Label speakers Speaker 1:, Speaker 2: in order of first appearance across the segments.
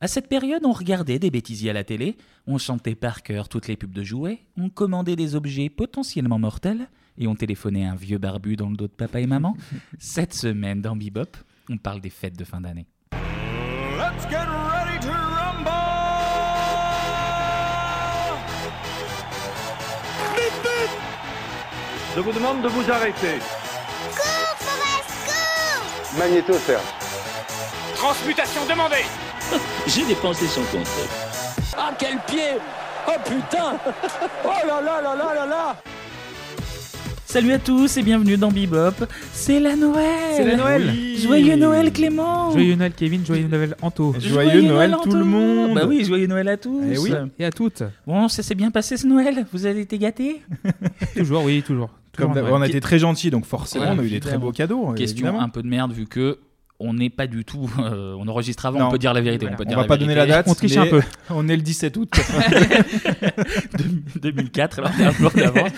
Speaker 1: À cette période, on regardait des bêtisiers à la télé, on chantait par cœur toutes les pubs de jouets, on commandait des objets potentiellement mortels, et on téléphonait à un vieux barbu dans le dos de papa et maman. Cette semaine, dans Bebop, on parle des fêtes de fin d'année.
Speaker 2: Let's get ready to rumble!
Speaker 3: Je vous demande de vous arrêter.
Speaker 4: Magnéto, Serge.
Speaker 2: Transmutation demandée!
Speaker 5: J'ai dépensé sans compte. Ah, quel pied Oh putain Oh là là là là là là
Speaker 1: Salut à tous et bienvenue dans Bebop, c'est la Noël
Speaker 6: C'est la Noël.
Speaker 1: Oui. Joyeux Noël Clément
Speaker 6: Joyeux Noël Kevin, joyeux Noël Anto.
Speaker 1: Oh. Joyeux
Speaker 7: Joyeux Noël,
Speaker 1: à
Speaker 7: tout le monde.
Speaker 1: Bah oui, joyeux Noël à tous
Speaker 7: Eh oui.
Speaker 6: Et à toutes.
Speaker 1: Bon, ça s'est bien passé ce Noël, vous avez été gâtés
Speaker 6: Toujours, oui, toujours. Toujours
Speaker 7: Comme
Speaker 6: Noël.
Speaker 7: d'hab- on a été très gentils, donc forcément,
Speaker 1: Ouais,
Speaker 7: on a eu des
Speaker 1: évidemment.
Speaker 7: très beaux cadeaux.
Speaker 1: Question
Speaker 7: évidemment.
Speaker 1: un peu de merde vu que on n'est pas du tout, euh, on enregistre avant,
Speaker 7: Non.
Speaker 1: on peut dire la vérité.
Speaker 6: Voilà.
Speaker 1: On, peut
Speaker 7: On
Speaker 1: dire
Speaker 7: va pas donner la
Speaker 1: vérité.
Speaker 7: date.
Speaker 6: On triche
Speaker 7: mais
Speaker 6: un peu.
Speaker 7: On est le 17 août.
Speaker 1: 2004, alors on a un jour d'avance.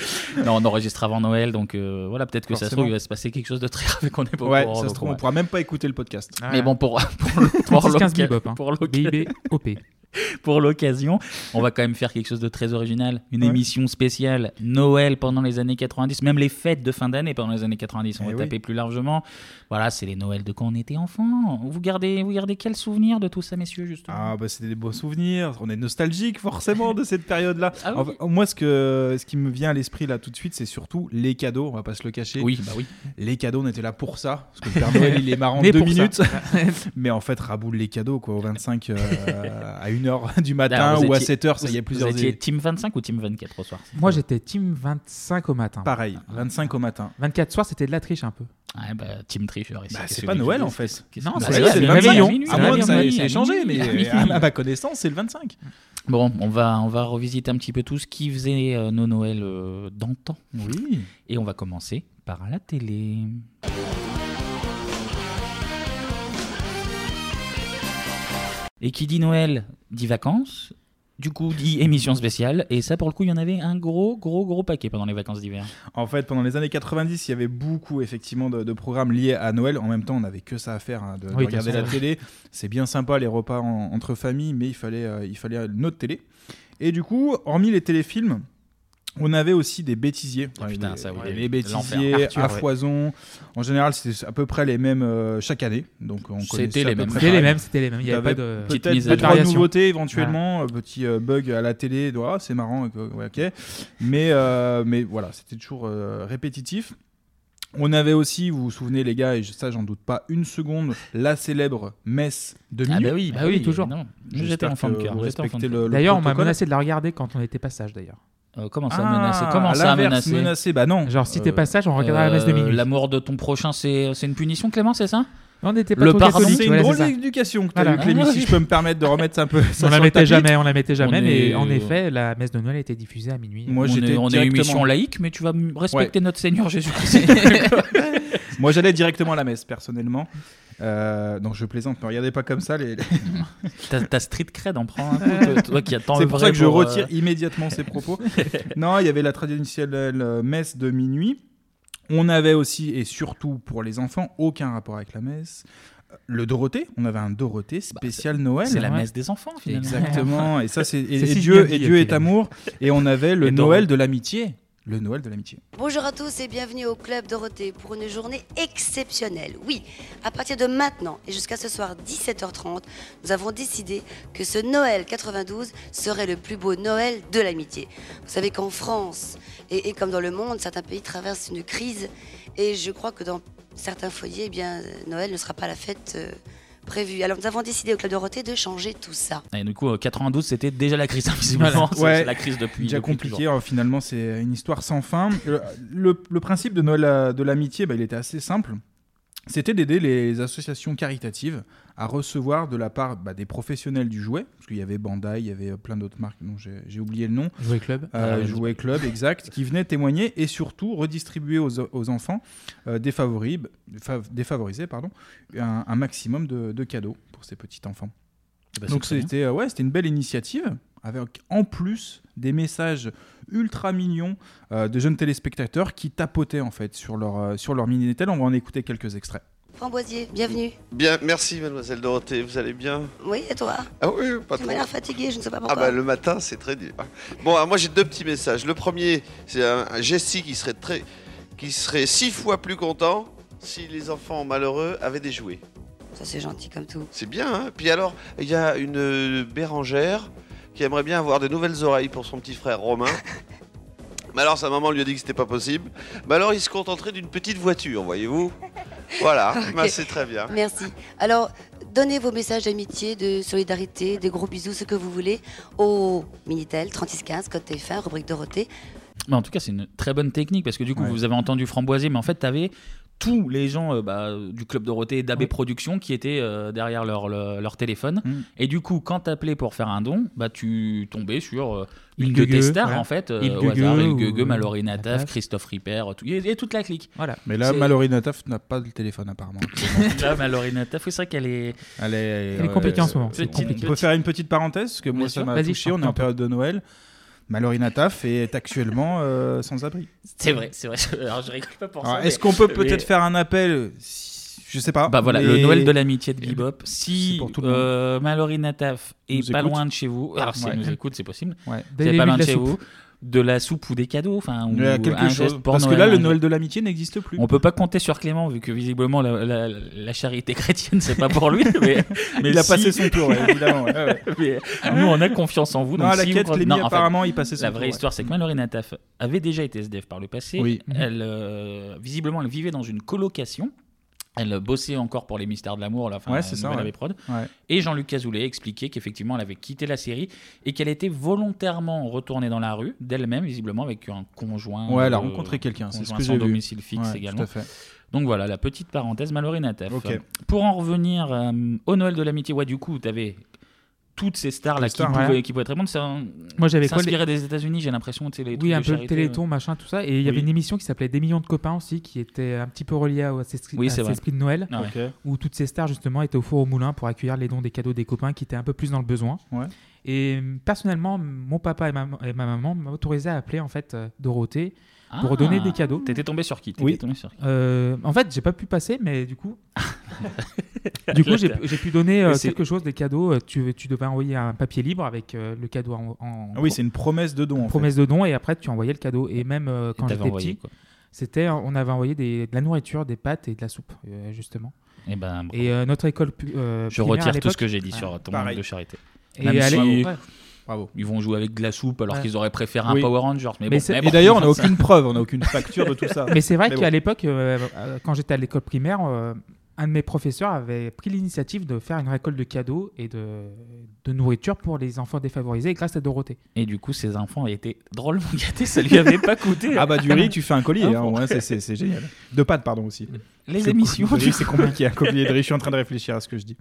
Speaker 1: Non, on enregistre avant Noël, donc euh, voilà, peut-être que ça se
Speaker 7: Forcément.
Speaker 1: trouve, il va se passer quelque chose de très grave et qu'on n'est pas au
Speaker 7: ouais,
Speaker 1: courant,
Speaker 7: ça se
Speaker 1: donc,
Speaker 7: trouve,
Speaker 1: oh, ouais.
Speaker 7: on pourra même pas écouter le podcast.
Speaker 6: Ah,
Speaker 1: Mais bon, pour, pour, le- pour
Speaker 6: 36, 15
Speaker 1: l'occa-
Speaker 6: bebop, hein.
Speaker 1: pour l'occa-
Speaker 6: BIBOP.
Speaker 1: pour l'occasion, on va quand même faire quelque chose de très original. Une
Speaker 7: Ouais.
Speaker 1: émission spéciale Noël pendant les années 90, même les fêtes de fin d'année pendant les années 90. On
Speaker 7: Eh
Speaker 1: va
Speaker 7: oui.
Speaker 1: taper plus largement. Voilà, c'est les Noëls de quand on était enfant. Vous gardez, vous gardez quel souvenir de tout ça, messieurs, justement
Speaker 7: Ah bah c'était des beaux souvenirs, on est nostalgique forcément de cette période-là.
Speaker 1: Ah oui.
Speaker 7: Enfin, moi ce que ce qui me vient à l'esprit là tout de suite c'est surtout les cadeaux, on va pas se le cacher.
Speaker 1: Oui, bah oui.
Speaker 7: Les cadeaux on était là pour ça, parce que le Père Noël il est marrant deux
Speaker 6: pour ça.
Speaker 7: minutes. mais en fait raboule les cadeaux quoi, au 25 euh, à 1h du matin
Speaker 1: Alors, vous
Speaker 7: ou à
Speaker 1: étiez-
Speaker 7: 7h, ça il y a plusieurs
Speaker 1: Vous étiez
Speaker 7: idées.
Speaker 1: team 25 ou team 24 au soir
Speaker 6: Moi, j'étais team 25 au matin.
Speaker 7: Pareil, 25 au matin.
Speaker 6: 24 soir, c'était de la triche un peu.
Speaker 7: Ah,
Speaker 1: Ouais, bah, team tricheur ici.
Speaker 7: Bah,
Speaker 1: Qu'est-ce
Speaker 7: c'est
Speaker 1: que
Speaker 7: pas
Speaker 1: tu
Speaker 7: Noël
Speaker 1: dis
Speaker 7: en fait.
Speaker 1: Qu'est-ce que-
Speaker 6: Non,
Speaker 1: Bah,
Speaker 6: c'est
Speaker 1: si,
Speaker 6: la- c'est
Speaker 1: le
Speaker 6: la
Speaker 1: 25,
Speaker 6: réveillon.
Speaker 1: à minuit,
Speaker 7: hein. À
Speaker 1: la Ah
Speaker 7: moins que ça
Speaker 1: réveillon,
Speaker 7: ait
Speaker 1: à
Speaker 7: changé,
Speaker 1: minuit, à
Speaker 7: mais
Speaker 1: minuit.
Speaker 7: à ma- à ma connaissance, c'est le 25.
Speaker 1: Bon, on va, on va revisiter un petit peu tout ce qui faisait euh, nos Noëls euh, d'antan.
Speaker 7: Oui.
Speaker 1: Et on va commencer par la télé. Et qui dit Noël dit vacances, du coup dit émission spéciale, et ça pour le coup il y en avait un gros gros gros paquet pendant les vacances d'hiver.
Speaker 7: En fait, pendant les années 90, il y avait beaucoup effectivement de, de programmes liés à Noël. En même temps, on n'avait que ça à faire, hein, de, de
Speaker 6: Oui,
Speaker 7: regarder
Speaker 6: t'as
Speaker 7: la
Speaker 6: raison.
Speaker 7: télé. C'est bien sympa les repas en- entre familles, mais il fallait, euh, il fallait notre télé. Et du coup, hormis les téléfilms, on avait aussi des bêtisiers.
Speaker 1: Ah, putain,
Speaker 7: les,
Speaker 1: ça, oui,
Speaker 7: les
Speaker 1: les- l'enfer.
Speaker 7: bêtisiers
Speaker 1: Arthur,
Speaker 7: à
Speaker 1: ouais.
Speaker 7: foison. En général, c'était à peu près les mêmes euh, chaque année. Donc on
Speaker 1: C'était
Speaker 7: connaissait à
Speaker 1: les
Speaker 7: peu
Speaker 1: mêmes.
Speaker 7: près
Speaker 6: C'était les
Speaker 7: pareil.
Speaker 6: mêmes, c'était les mêmes. Il n'y avait pas
Speaker 7: T'avais
Speaker 6: de.
Speaker 1: petite
Speaker 7: Euh, Peut-être
Speaker 1: mise à
Speaker 7: deux,
Speaker 1: jour.
Speaker 7: trois
Speaker 6: Variation.
Speaker 7: nouveautés éventuellement, euh, petit euh, bug à la télé, de, ah, c'est marrant, euh, ouais, ok. Mais, euh, mais voilà, c'était toujours euh, répétitif. On avait aussi, vous vous souvenez les gars, et je- ça j'en doute pas une seconde, la célébre messe de minuit.
Speaker 1: Ah oui,
Speaker 6: bah oui, toujours.
Speaker 1: évidemment.
Speaker 7: J'espère
Speaker 1: J'étais enfant de
Speaker 7: que
Speaker 1: cœur.
Speaker 7: vous
Speaker 1: j'étais enfant de
Speaker 7: respectez
Speaker 1: cœur.
Speaker 7: le- le
Speaker 6: D'ailleurs, on m'a
Speaker 7: protocole.
Speaker 6: menacé de la regarder quand on était pas sage d'ailleurs.
Speaker 1: Euh, comment ça
Speaker 7: Ah,
Speaker 1: menacer Comment
Speaker 7: à
Speaker 1: ça
Speaker 7: l'inverse,
Speaker 1: menacer
Speaker 7: Bah non.
Speaker 6: Genre, si
Speaker 1: Euh,
Speaker 6: t'es pas sage, on regardera la messe de
Speaker 1: Euh,
Speaker 6: minuit.
Speaker 1: La mort de ton prochain, c'est c'est une punition, Clément, c'est ça
Speaker 6: On n'était pas
Speaker 1: le
Speaker 6: trop
Speaker 1: pardon,
Speaker 6: catholiques,
Speaker 7: c'est une
Speaker 6: voilà,
Speaker 7: drôle
Speaker 6: ça.
Speaker 7: d'éducation que t'as
Speaker 6: Voilà.
Speaker 7: eu, Clémy,
Speaker 1: Ah,
Speaker 7: si
Speaker 1: oui.
Speaker 7: je peux me permettre de remettre un peu ça
Speaker 6: On la
Speaker 7: sur le
Speaker 6: mettait
Speaker 7: tapis.
Speaker 6: jamais, on la mettait jamais,
Speaker 1: On
Speaker 6: mais
Speaker 1: est-
Speaker 6: en effet, la messe de Noël a été diffusée à minuit.
Speaker 7: Moi
Speaker 1: on,
Speaker 7: j'étais
Speaker 1: est, on est une
Speaker 7: directement...
Speaker 1: émission laïque, mais tu vas m- respecter notre Seigneur Jésus-Christ.
Speaker 7: Moi j'allais directement à la messe personnellement. Euh, donc je plaisante, ne regardez pas comme ça les,
Speaker 1: ta, ta street cred en prend un coup, toi- toi qui attends
Speaker 7: C'est
Speaker 1: le
Speaker 7: pour
Speaker 1: vrai
Speaker 7: ça que je
Speaker 1: pour, euh,
Speaker 7: retire immédiatement ces propos. non, il y avait la traditionnelle euh, messe de minuit. On avait aussi, et surtout pour les enfants, aucun rapport avec la messe. Euh, Le Dorothée, on avait un Dorothée spécial Noël.
Speaker 1: Bah, C'est la
Speaker 6: Ouais.
Speaker 1: messe des enfants, finalement.
Speaker 7: Exactement. Et ça, c'est et,
Speaker 6: C'est
Speaker 7: et
Speaker 6: Sylvie
Speaker 7: Dieu,
Speaker 6: Guy
Speaker 7: et
Speaker 6: qui
Speaker 7: Dieu
Speaker 6: l'a
Speaker 7: est
Speaker 6: fait.
Speaker 7: amour. Et on avait le
Speaker 1: Et Dorothée.
Speaker 7: Noël de l'amitié. Le Noël de l'amitié.
Speaker 8: Bonjour à tous et bienvenue au Club Dorothée pour une journée exceptionnelle. Oui, à partir de maintenant et jusqu'à ce soir 17h30, nous avons décidé que ce Noël 92 serait le plus beau Noël de l'amitié. Vous savez qu'en France et, et comme dans le monde, certains pays traversent une crise et je crois que dans certains foyers, eh bien, Noël ne sera pas la fête euh, prévue. Alors nous avons décidé au Club Dorothée de changer tout ça.
Speaker 1: Et du coup, euh, 92, c'était déjà la crise, visiblement. C'est-
Speaker 7: Ouais.
Speaker 1: C'est la crise depuis.
Speaker 7: Déjà
Speaker 1: depuis
Speaker 7: compliqué,
Speaker 1: toujours.
Speaker 7: hein, finalement, c'est une histoire sans fin. Le, le- le principe de Noël euh, de l'amitié, bah, il était assez simple. C'était d'aider les associations caritatives à recevoir de la part bah, des professionnels du jouet, parce qu'il y avait Bandai, il y avait euh, plein d'autres marques, dont j'ai j'ai oublié le nom,
Speaker 6: Jouer club.
Speaker 7: euh,
Speaker 1: Ah,
Speaker 7: Jouet Club, exact, qui venaient témoigner et surtout redistribuer aux, aux enfants euh, défavoris- fav- défavorisés pardon, un, un maximum de- de cadeaux pour ces petits enfants.
Speaker 1: Bah,
Speaker 7: Donc
Speaker 1: très bien.
Speaker 7: c'était euh, ouais, c'était une belle initiative avec en plus des messages ultra mignons euh, de jeunes téléspectateurs qui tapotaient en fait sur leur euh, sur leur minitel. On va en écouter quelques extraits.
Speaker 8: Framboisier, bienvenue.
Speaker 9: Bien, merci mademoiselle Dorothée, vous allez bien
Speaker 8: Oui, et toi
Speaker 9: Ah oui, pas
Speaker 8: Tu
Speaker 9: trop.
Speaker 8: m'as l'air fatigué, je ne sais pas
Speaker 9: Ah
Speaker 8: pourquoi.
Speaker 9: bah le matin c'est très dur. hein. Bon alors, moi j'ai deux petits messages. Le premier c'est un, un Jesse qui serait très, qui serait six fois plus content si les enfants malheureux avaient des jouets.
Speaker 8: Ça, c'est gentil comme tout.
Speaker 9: C'est bien. Hein Puis alors il y a une euh, Bérangère qui aimerait bien avoir de nouvelles oreilles pour son petit frère Romain. Mais alors sa maman lui a dit que c'était pas possible. Mais alors il se contenterait d'une petite voiture, voyez-vous. Voilà,
Speaker 8: Ok.
Speaker 9: Bah, c'est très bien.
Speaker 8: Merci. Alors, donnez vos messages d'amitié, de solidarité, des gros bisous, ce que vous voulez, au Minitel 3615, code TF1, rubrique Dorothée.
Speaker 1: Mais en tout cas, c'est une très bonne technique parce que du coup,
Speaker 7: Ouais.
Speaker 1: vous avez entendu Framboisier, mais en fait, tu avais tous les gens euh, bah, du Club Dorothée et d'AB
Speaker 6: Ouais.
Speaker 1: Productions qui étaient euh, derrière leur, leur, leur téléphone.
Speaker 7: Mm.
Speaker 1: Et du coup, quand t'appelais pour faire un don, bah, tu tombais sur euh,
Speaker 6: Il
Speaker 1: une de tes
Speaker 6: Gueugueux,
Speaker 1: stars,
Speaker 6: voilà.
Speaker 1: en fait. euh,
Speaker 6: Il
Speaker 1: au
Speaker 6: Gueugueux
Speaker 1: hasard, Il
Speaker 6: ou-
Speaker 1: Gueugueux, Mallory Nataf,
Speaker 6: Nataf.
Speaker 1: Christophe Ripper, tout- et, et toute la clique.
Speaker 6: Voilà.
Speaker 7: Mais là,
Speaker 1: C'est-
Speaker 7: Mallory Nataf n'a pas le téléphone apparemment.
Speaker 1: Là, Mallory Nataf, Bah, oui, c'est vrai qu'elle est.
Speaker 7: Elle est,
Speaker 6: Elle est compliquée en ce moment,
Speaker 1: c'est
Speaker 7: on-
Speaker 1: compliqué.
Speaker 7: On peut faire une petite parenthèse, parce que moi
Speaker 6: Bien
Speaker 7: ça
Speaker 6: sûr,
Speaker 7: m'a
Speaker 6: vas-y,
Speaker 7: touché,
Speaker 6: je
Speaker 7: on est
Speaker 6: t'en
Speaker 7: en période de Noël. Mallory Nataf est actuellement euh, sans abri.
Speaker 1: C'est vrai, c'est vrai. Alors, je rigole pas pour
Speaker 7: Alors,
Speaker 1: ça.
Speaker 7: Est-ce
Speaker 1: mais-
Speaker 7: qu'on peut
Speaker 1: mais-
Speaker 7: peut-être faire un appel si- Je sais pas.
Speaker 1: Bah voilà,
Speaker 7: mais-
Speaker 1: le Noël de l'amitié de Bebop.
Speaker 7: c'est
Speaker 1: Si
Speaker 7: pour tout le monde.
Speaker 1: euh, Mallory Nataf est
Speaker 7: Nous
Speaker 1: pas
Speaker 7: écoute.
Speaker 1: loin de chez vous, alors si
Speaker 7: Ouais.
Speaker 1: elle nous écoute, c'est possible.
Speaker 7: Ouais.
Speaker 1: C'est
Speaker 6: Dès le
Speaker 1: pas
Speaker 6: début
Speaker 1: loin
Speaker 6: de
Speaker 1: de
Speaker 6: la
Speaker 1: chez
Speaker 6: soupe.
Speaker 1: vous, de la soupe ou des cadeaux, enfin,
Speaker 7: Il y a
Speaker 1: ou
Speaker 7: quelque
Speaker 1: un
Speaker 7: chose.
Speaker 1: geste pour
Speaker 7: Parce que là,
Speaker 1: un
Speaker 7: le
Speaker 1: geste.
Speaker 7: Noël de l'amitié n'existe plus.
Speaker 1: On peut pas compter sur Clément vu que visiblement la, la- la charité chrétienne c'est pas pour lui, mais, mais
Speaker 7: il a
Speaker 1: si-
Speaker 7: passé son tour, ouais, évidemment. ouais, ouais.
Speaker 1: mais nous on a confiance en vous.
Speaker 7: Non,
Speaker 1: donc
Speaker 7: à la
Speaker 1: si
Speaker 7: quête,
Speaker 1: vous-
Speaker 7: Clémy,
Speaker 1: non, en fait,
Speaker 7: apparemment, il passait son
Speaker 1: la
Speaker 7: tour.
Speaker 1: vraie
Speaker 7: ouais.
Speaker 1: histoire, c'est que Mallory Nataf avait déjà été SDF par le passé.
Speaker 7: Oui.
Speaker 1: Elle, euh, visiblement, elle vivait dans une colocation. Elle bossait encore pour les Mystères de l'amour, la fin
Speaker 7: Ouais,
Speaker 1: la
Speaker 7: c'est ça,
Speaker 1: nouvelle
Speaker 7: ouais.
Speaker 1: AP prod.
Speaker 7: Ouais.
Speaker 1: Et Jean-Luc Cazoulet expliquait qu'effectivement, elle avait quitté la série et qu'elle était volontairement retournée dans la rue d'elle-même, visiblement avec un conjoint.
Speaker 7: Ouais, elle a
Speaker 1: euh,
Speaker 7: rencontré quelqu'un, c'est ce
Speaker 1: conjoint
Speaker 7: que
Speaker 1: sans
Speaker 7: j'ai vu.
Speaker 1: domicile fixe
Speaker 7: Ouais, tout
Speaker 1: également.
Speaker 7: à fait.
Speaker 1: Donc voilà, la petite parenthèse, Mallory Nataf.
Speaker 7: Ok.
Speaker 1: Euh, Pour en revenir euh, au Noël de l'amitié, ouais, du coup, t'avais toutes ces stars là
Speaker 7: Les
Speaker 1: qui,
Speaker 7: stars,
Speaker 1: pouvaient,
Speaker 6: ouais.
Speaker 1: qui pouvaient être répondre. C'est un-
Speaker 6: Moi, j'avais quoi les-
Speaker 1: S'inspirer des États-Unis, j'ai l'impression, tu sais, les trucs
Speaker 6: Oui, un
Speaker 1: de
Speaker 6: peu le
Speaker 1: charité,
Speaker 6: téléthon, machin, tout ça. Et il y avait
Speaker 1: Oui.
Speaker 6: une émission qui s'appelait Des millions de copains aussi, qui était un petit peu reliée à à cet
Speaker 1: Oui,
Speaker 6: à
Speaker 1: c'est
Speaker 6: cet
Speaker 1: vrai.
Speaker 6: esprit de Noël,
Speaker 1: Ah ouais.
Speaker 7: Ok.
Speaker 6: où toutes ces stars justement étaient au four au moulin pour accueillir les dons des cadeaux des copains qui étaient un peu plus dans le besoin.
Speaker 7: Ouais.
Speaker 6: Et euh, personnellement, mon papa et ma, et ma maman m'autorisaient à appeler en fait euh, Dorothée
Speaker 1: Ah.
Speaker 6: pour donner des cadeaux.
Speaker 1: T'étais tombé sur qui T'étais
Speaker 6: Oui.
Speaker 1: tombé sur qui
Speaker 6: Euh, en fait, j'ai pas pu passer, mais du coup, du coup, j'ai j'ai pu donner euh,
Speaker 1: Mais c'est-
Speaker 6: quelque chose, des cadeaux. Euh, Tu, tu devais envoyer un papier libre avec euh, le cadeau en, en-
Speaker 7: Ah oui, c'est une promesse de don. en fait.
Speaker 6: promesse de don, et après tu envoyais le cadeau. Et même euh,
Speaker 1: Et
Speaker 6: quand
Speaker 1: t'avais
Speaker 6: j'étais
Speaker 1: envoyé
Speaker 6: petit,
Speaker 1: quoi
Speaker 6: c'était, euh, on avait envoyé des- de la nourriture, des pâtes et de la soupe, euh, justement.
Speaker 1: Eh ben, bon.
Speaker 6: Et euh, notre école. pu- euh,
Speaker 1: je
Speaker 6: primaire, à
Speaker 1: retire tout ce
Speaker 6: l'époque-
Speaker 1: que j'ai dit
Speaker 6: Ouais.
Speaker 1: sur ton
Speaker 7: Pareil.
Speaker 1: manque de charité.
Speaker 6: Et
Speaker 1: Même
Speaker 6: à
Speaker 1: si-
Speaker 6: l'époque-
Speaker 1: Ouais.
Speaker 7: Bravo.
Speaker 1: Ils vont jouer avec de la soupe alors
Speaker 6: Ouais.
Speaker 1: qu'ils auraient préféré un
Speaker 7: Oui.
Speaker 1: Power Rangers. Mais,
Speaker 6: Mais
Speaker 1: bon,
Speaker 6: c'est-
Speaker 1: mais
Speaker 7: Et
Speaker 1: bon.
Speaker 7: d'ailleurs, on n'a aucune preuve, on n'a aucune facture de tout ça.
Speaker 6: Mais c'est vrai
Speaker 7: Mais
Speaker 6: qu'à l'époque, euh, euh, quand j'étais à l'école primaire, euh, un de mes professeurs avait pris l'initiative de faire une récolte de cadeaux et de, de nourriture pour les enfants défavorisés grâce à Dorothée.
Speaker 1: Et du coup, ces enfants étaient drôlement gâtés. Ça lui avait pas coûté.
Speaker 7: Ah bah du riz, tu fais un collier,
Speaker 1: Ah
Speaker 7: hein, ouais, c'est- c'est c'est génial. De pâtes, pardon aussi.
Speaker 1: Les émissions.
Speaker 7: de riz,
Speaker 1: du-
Speaker 7: c'est compliqué, hein, un collier de riz, je suis en train de réfléchir à ce que je dis.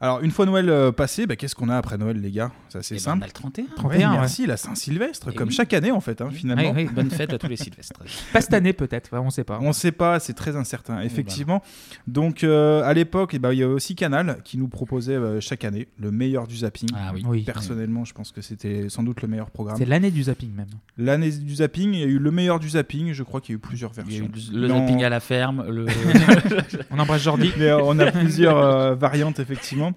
Speaker 7: Alors une fois Noël euh, passé, bah, qu'est-ce qu'on a après Noël les gars Ça
Speaker 1: Eh
Speaker 7: c'est
Speaker 1: ben,
Speaker 7: simple.
Speaker 1: on a le 31.
Speaker 7: Ouais,
Speaker 6: 31, ouais.
Speaker 7: merci, la Saint-Sylvestre,
Speaker 1: Et Eh
Speaker 7: comme
Speaker 1: oui.
Speaker 7: chaque année en fait, hein, finalement.
Speaker 6: Ouais, ouais.
Speaker 1: Bonne fête à tous les Sylvestres.
Speaker 6: Pas cette année peut-être, ouais, on sait pas.
Speaker 7: On ne sait pas, c'est très incertain,
Speaker 1: ben.
Speaker 7: effectivement. Donc euh, à l'époque, eh ben, il y avait aussi Canal qui nous proposait euh, chaque année le meilleur du zapping.
Speaker 1: Ah oui.
Speaker 6: Oui.
Speaker 7: Personnellement, je pense que c'était sans doute le meilleur programme.
Speaker 6: C'est l'année du zapping même.
Speaker 7: L'année du zapping, il y a eu le meilleur du zapping, je crois qu'il y a eu plusieurs versions.
Speaker 1: Il y a eu le
Speaker 7: Non.
Speaker 1: zapping à la ferme. Le...
Speaker 6: On embrasse Jordi.
Speaker 7: Mais, euh, on a plusieurs euh, variantes, effectivement.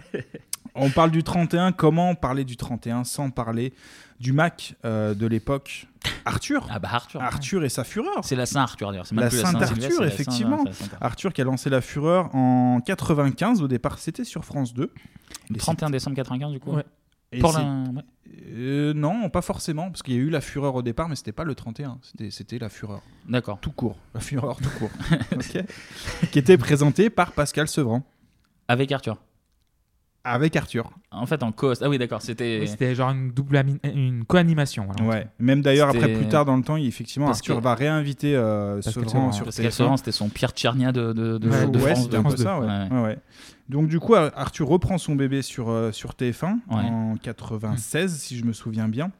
Speaker 7: On parle du 31. Comment parler du 31 sans parler du Mac euh, de l'époque Arthur.
Speaker 1: ah bah Arthur.
Speaker 7: Arthur et sa fureur.
Speaker 1: C'est la Saint-Arthur d'ailleurs. c'est même
Speaker 7: La
Speaker 1: plus
Speaker 7: Sainte
Speaker 1: Saint-Sylvestre,
Speaker 7: Arthur,
Speaker 1: c'est la Sainte-
Speaker 7: effectivement. Ah,
Speaker 1: la Sainte Arthur.
Speaker 7: Arthur qui a lancé la fureur en 95 au départ, c'était sur France 2. Et
Speaker 1: 31 décembre 95 du coup.
Speaker 6: Ouais.
Speaker 7: c'est- et
Speaker 1: Pour
Speaker 7: c'est-
Speaker 1: la- ouais.
Speaker 7: Euh, non, pas forcément, parce qu'il y a eu la fureur au départ, mais c'était pas le 31, c'était- c'était la fureur
Speaker 1: D'accord.
Speaker 7: tout court, la fureur tout court, Ok. qui était présentée par Pascal Sevran
Speaker 1: Avec Arthur.
Speaker 7: avec Arthur.
Speaker 1: En fait, en cause. Ah oui, d'accord. C'était.
Speaker 6: Oui, C'était genre une double ami- une co-animation. voilà.
Speaker 7: Ouais. Même d'ailleurs après
Speaker 1: C'était-
Speaker 7: plus tard dans le temps, il- effectivement
Speaker 1: Parce
Speaker 7: Arthur
Speaker 1: que-
Speaker 7: va réinviter euh,
Speaker 6: Pascal
Speaker 7: Sevran
Speaker 6: Sevran,
Speaker 7: sur
Speaker 1: Parce
Speaker 7: TF1.
Speaker 1: qu'à Sevran, c'était son Pierre Tchernia de, de, de,
Speaker 7: Ouais,
Speaker 1: de
Speaker 7: ouais,
Speaker 1: France.
Speaker 7: c'était
Speaker 1: de-
Speaker 7: un peu
Speaker 6: France
Speaker 7: ça, ouais.
Speaker 1: Ouais.
Speaker 7: Ouais, ouais. Donc du coup, Ar- Arthur reprend son bébé sur, euh, sur TF1
Speaker 1: Ouais.
Speaker 7: en 96, si je me souviens bien.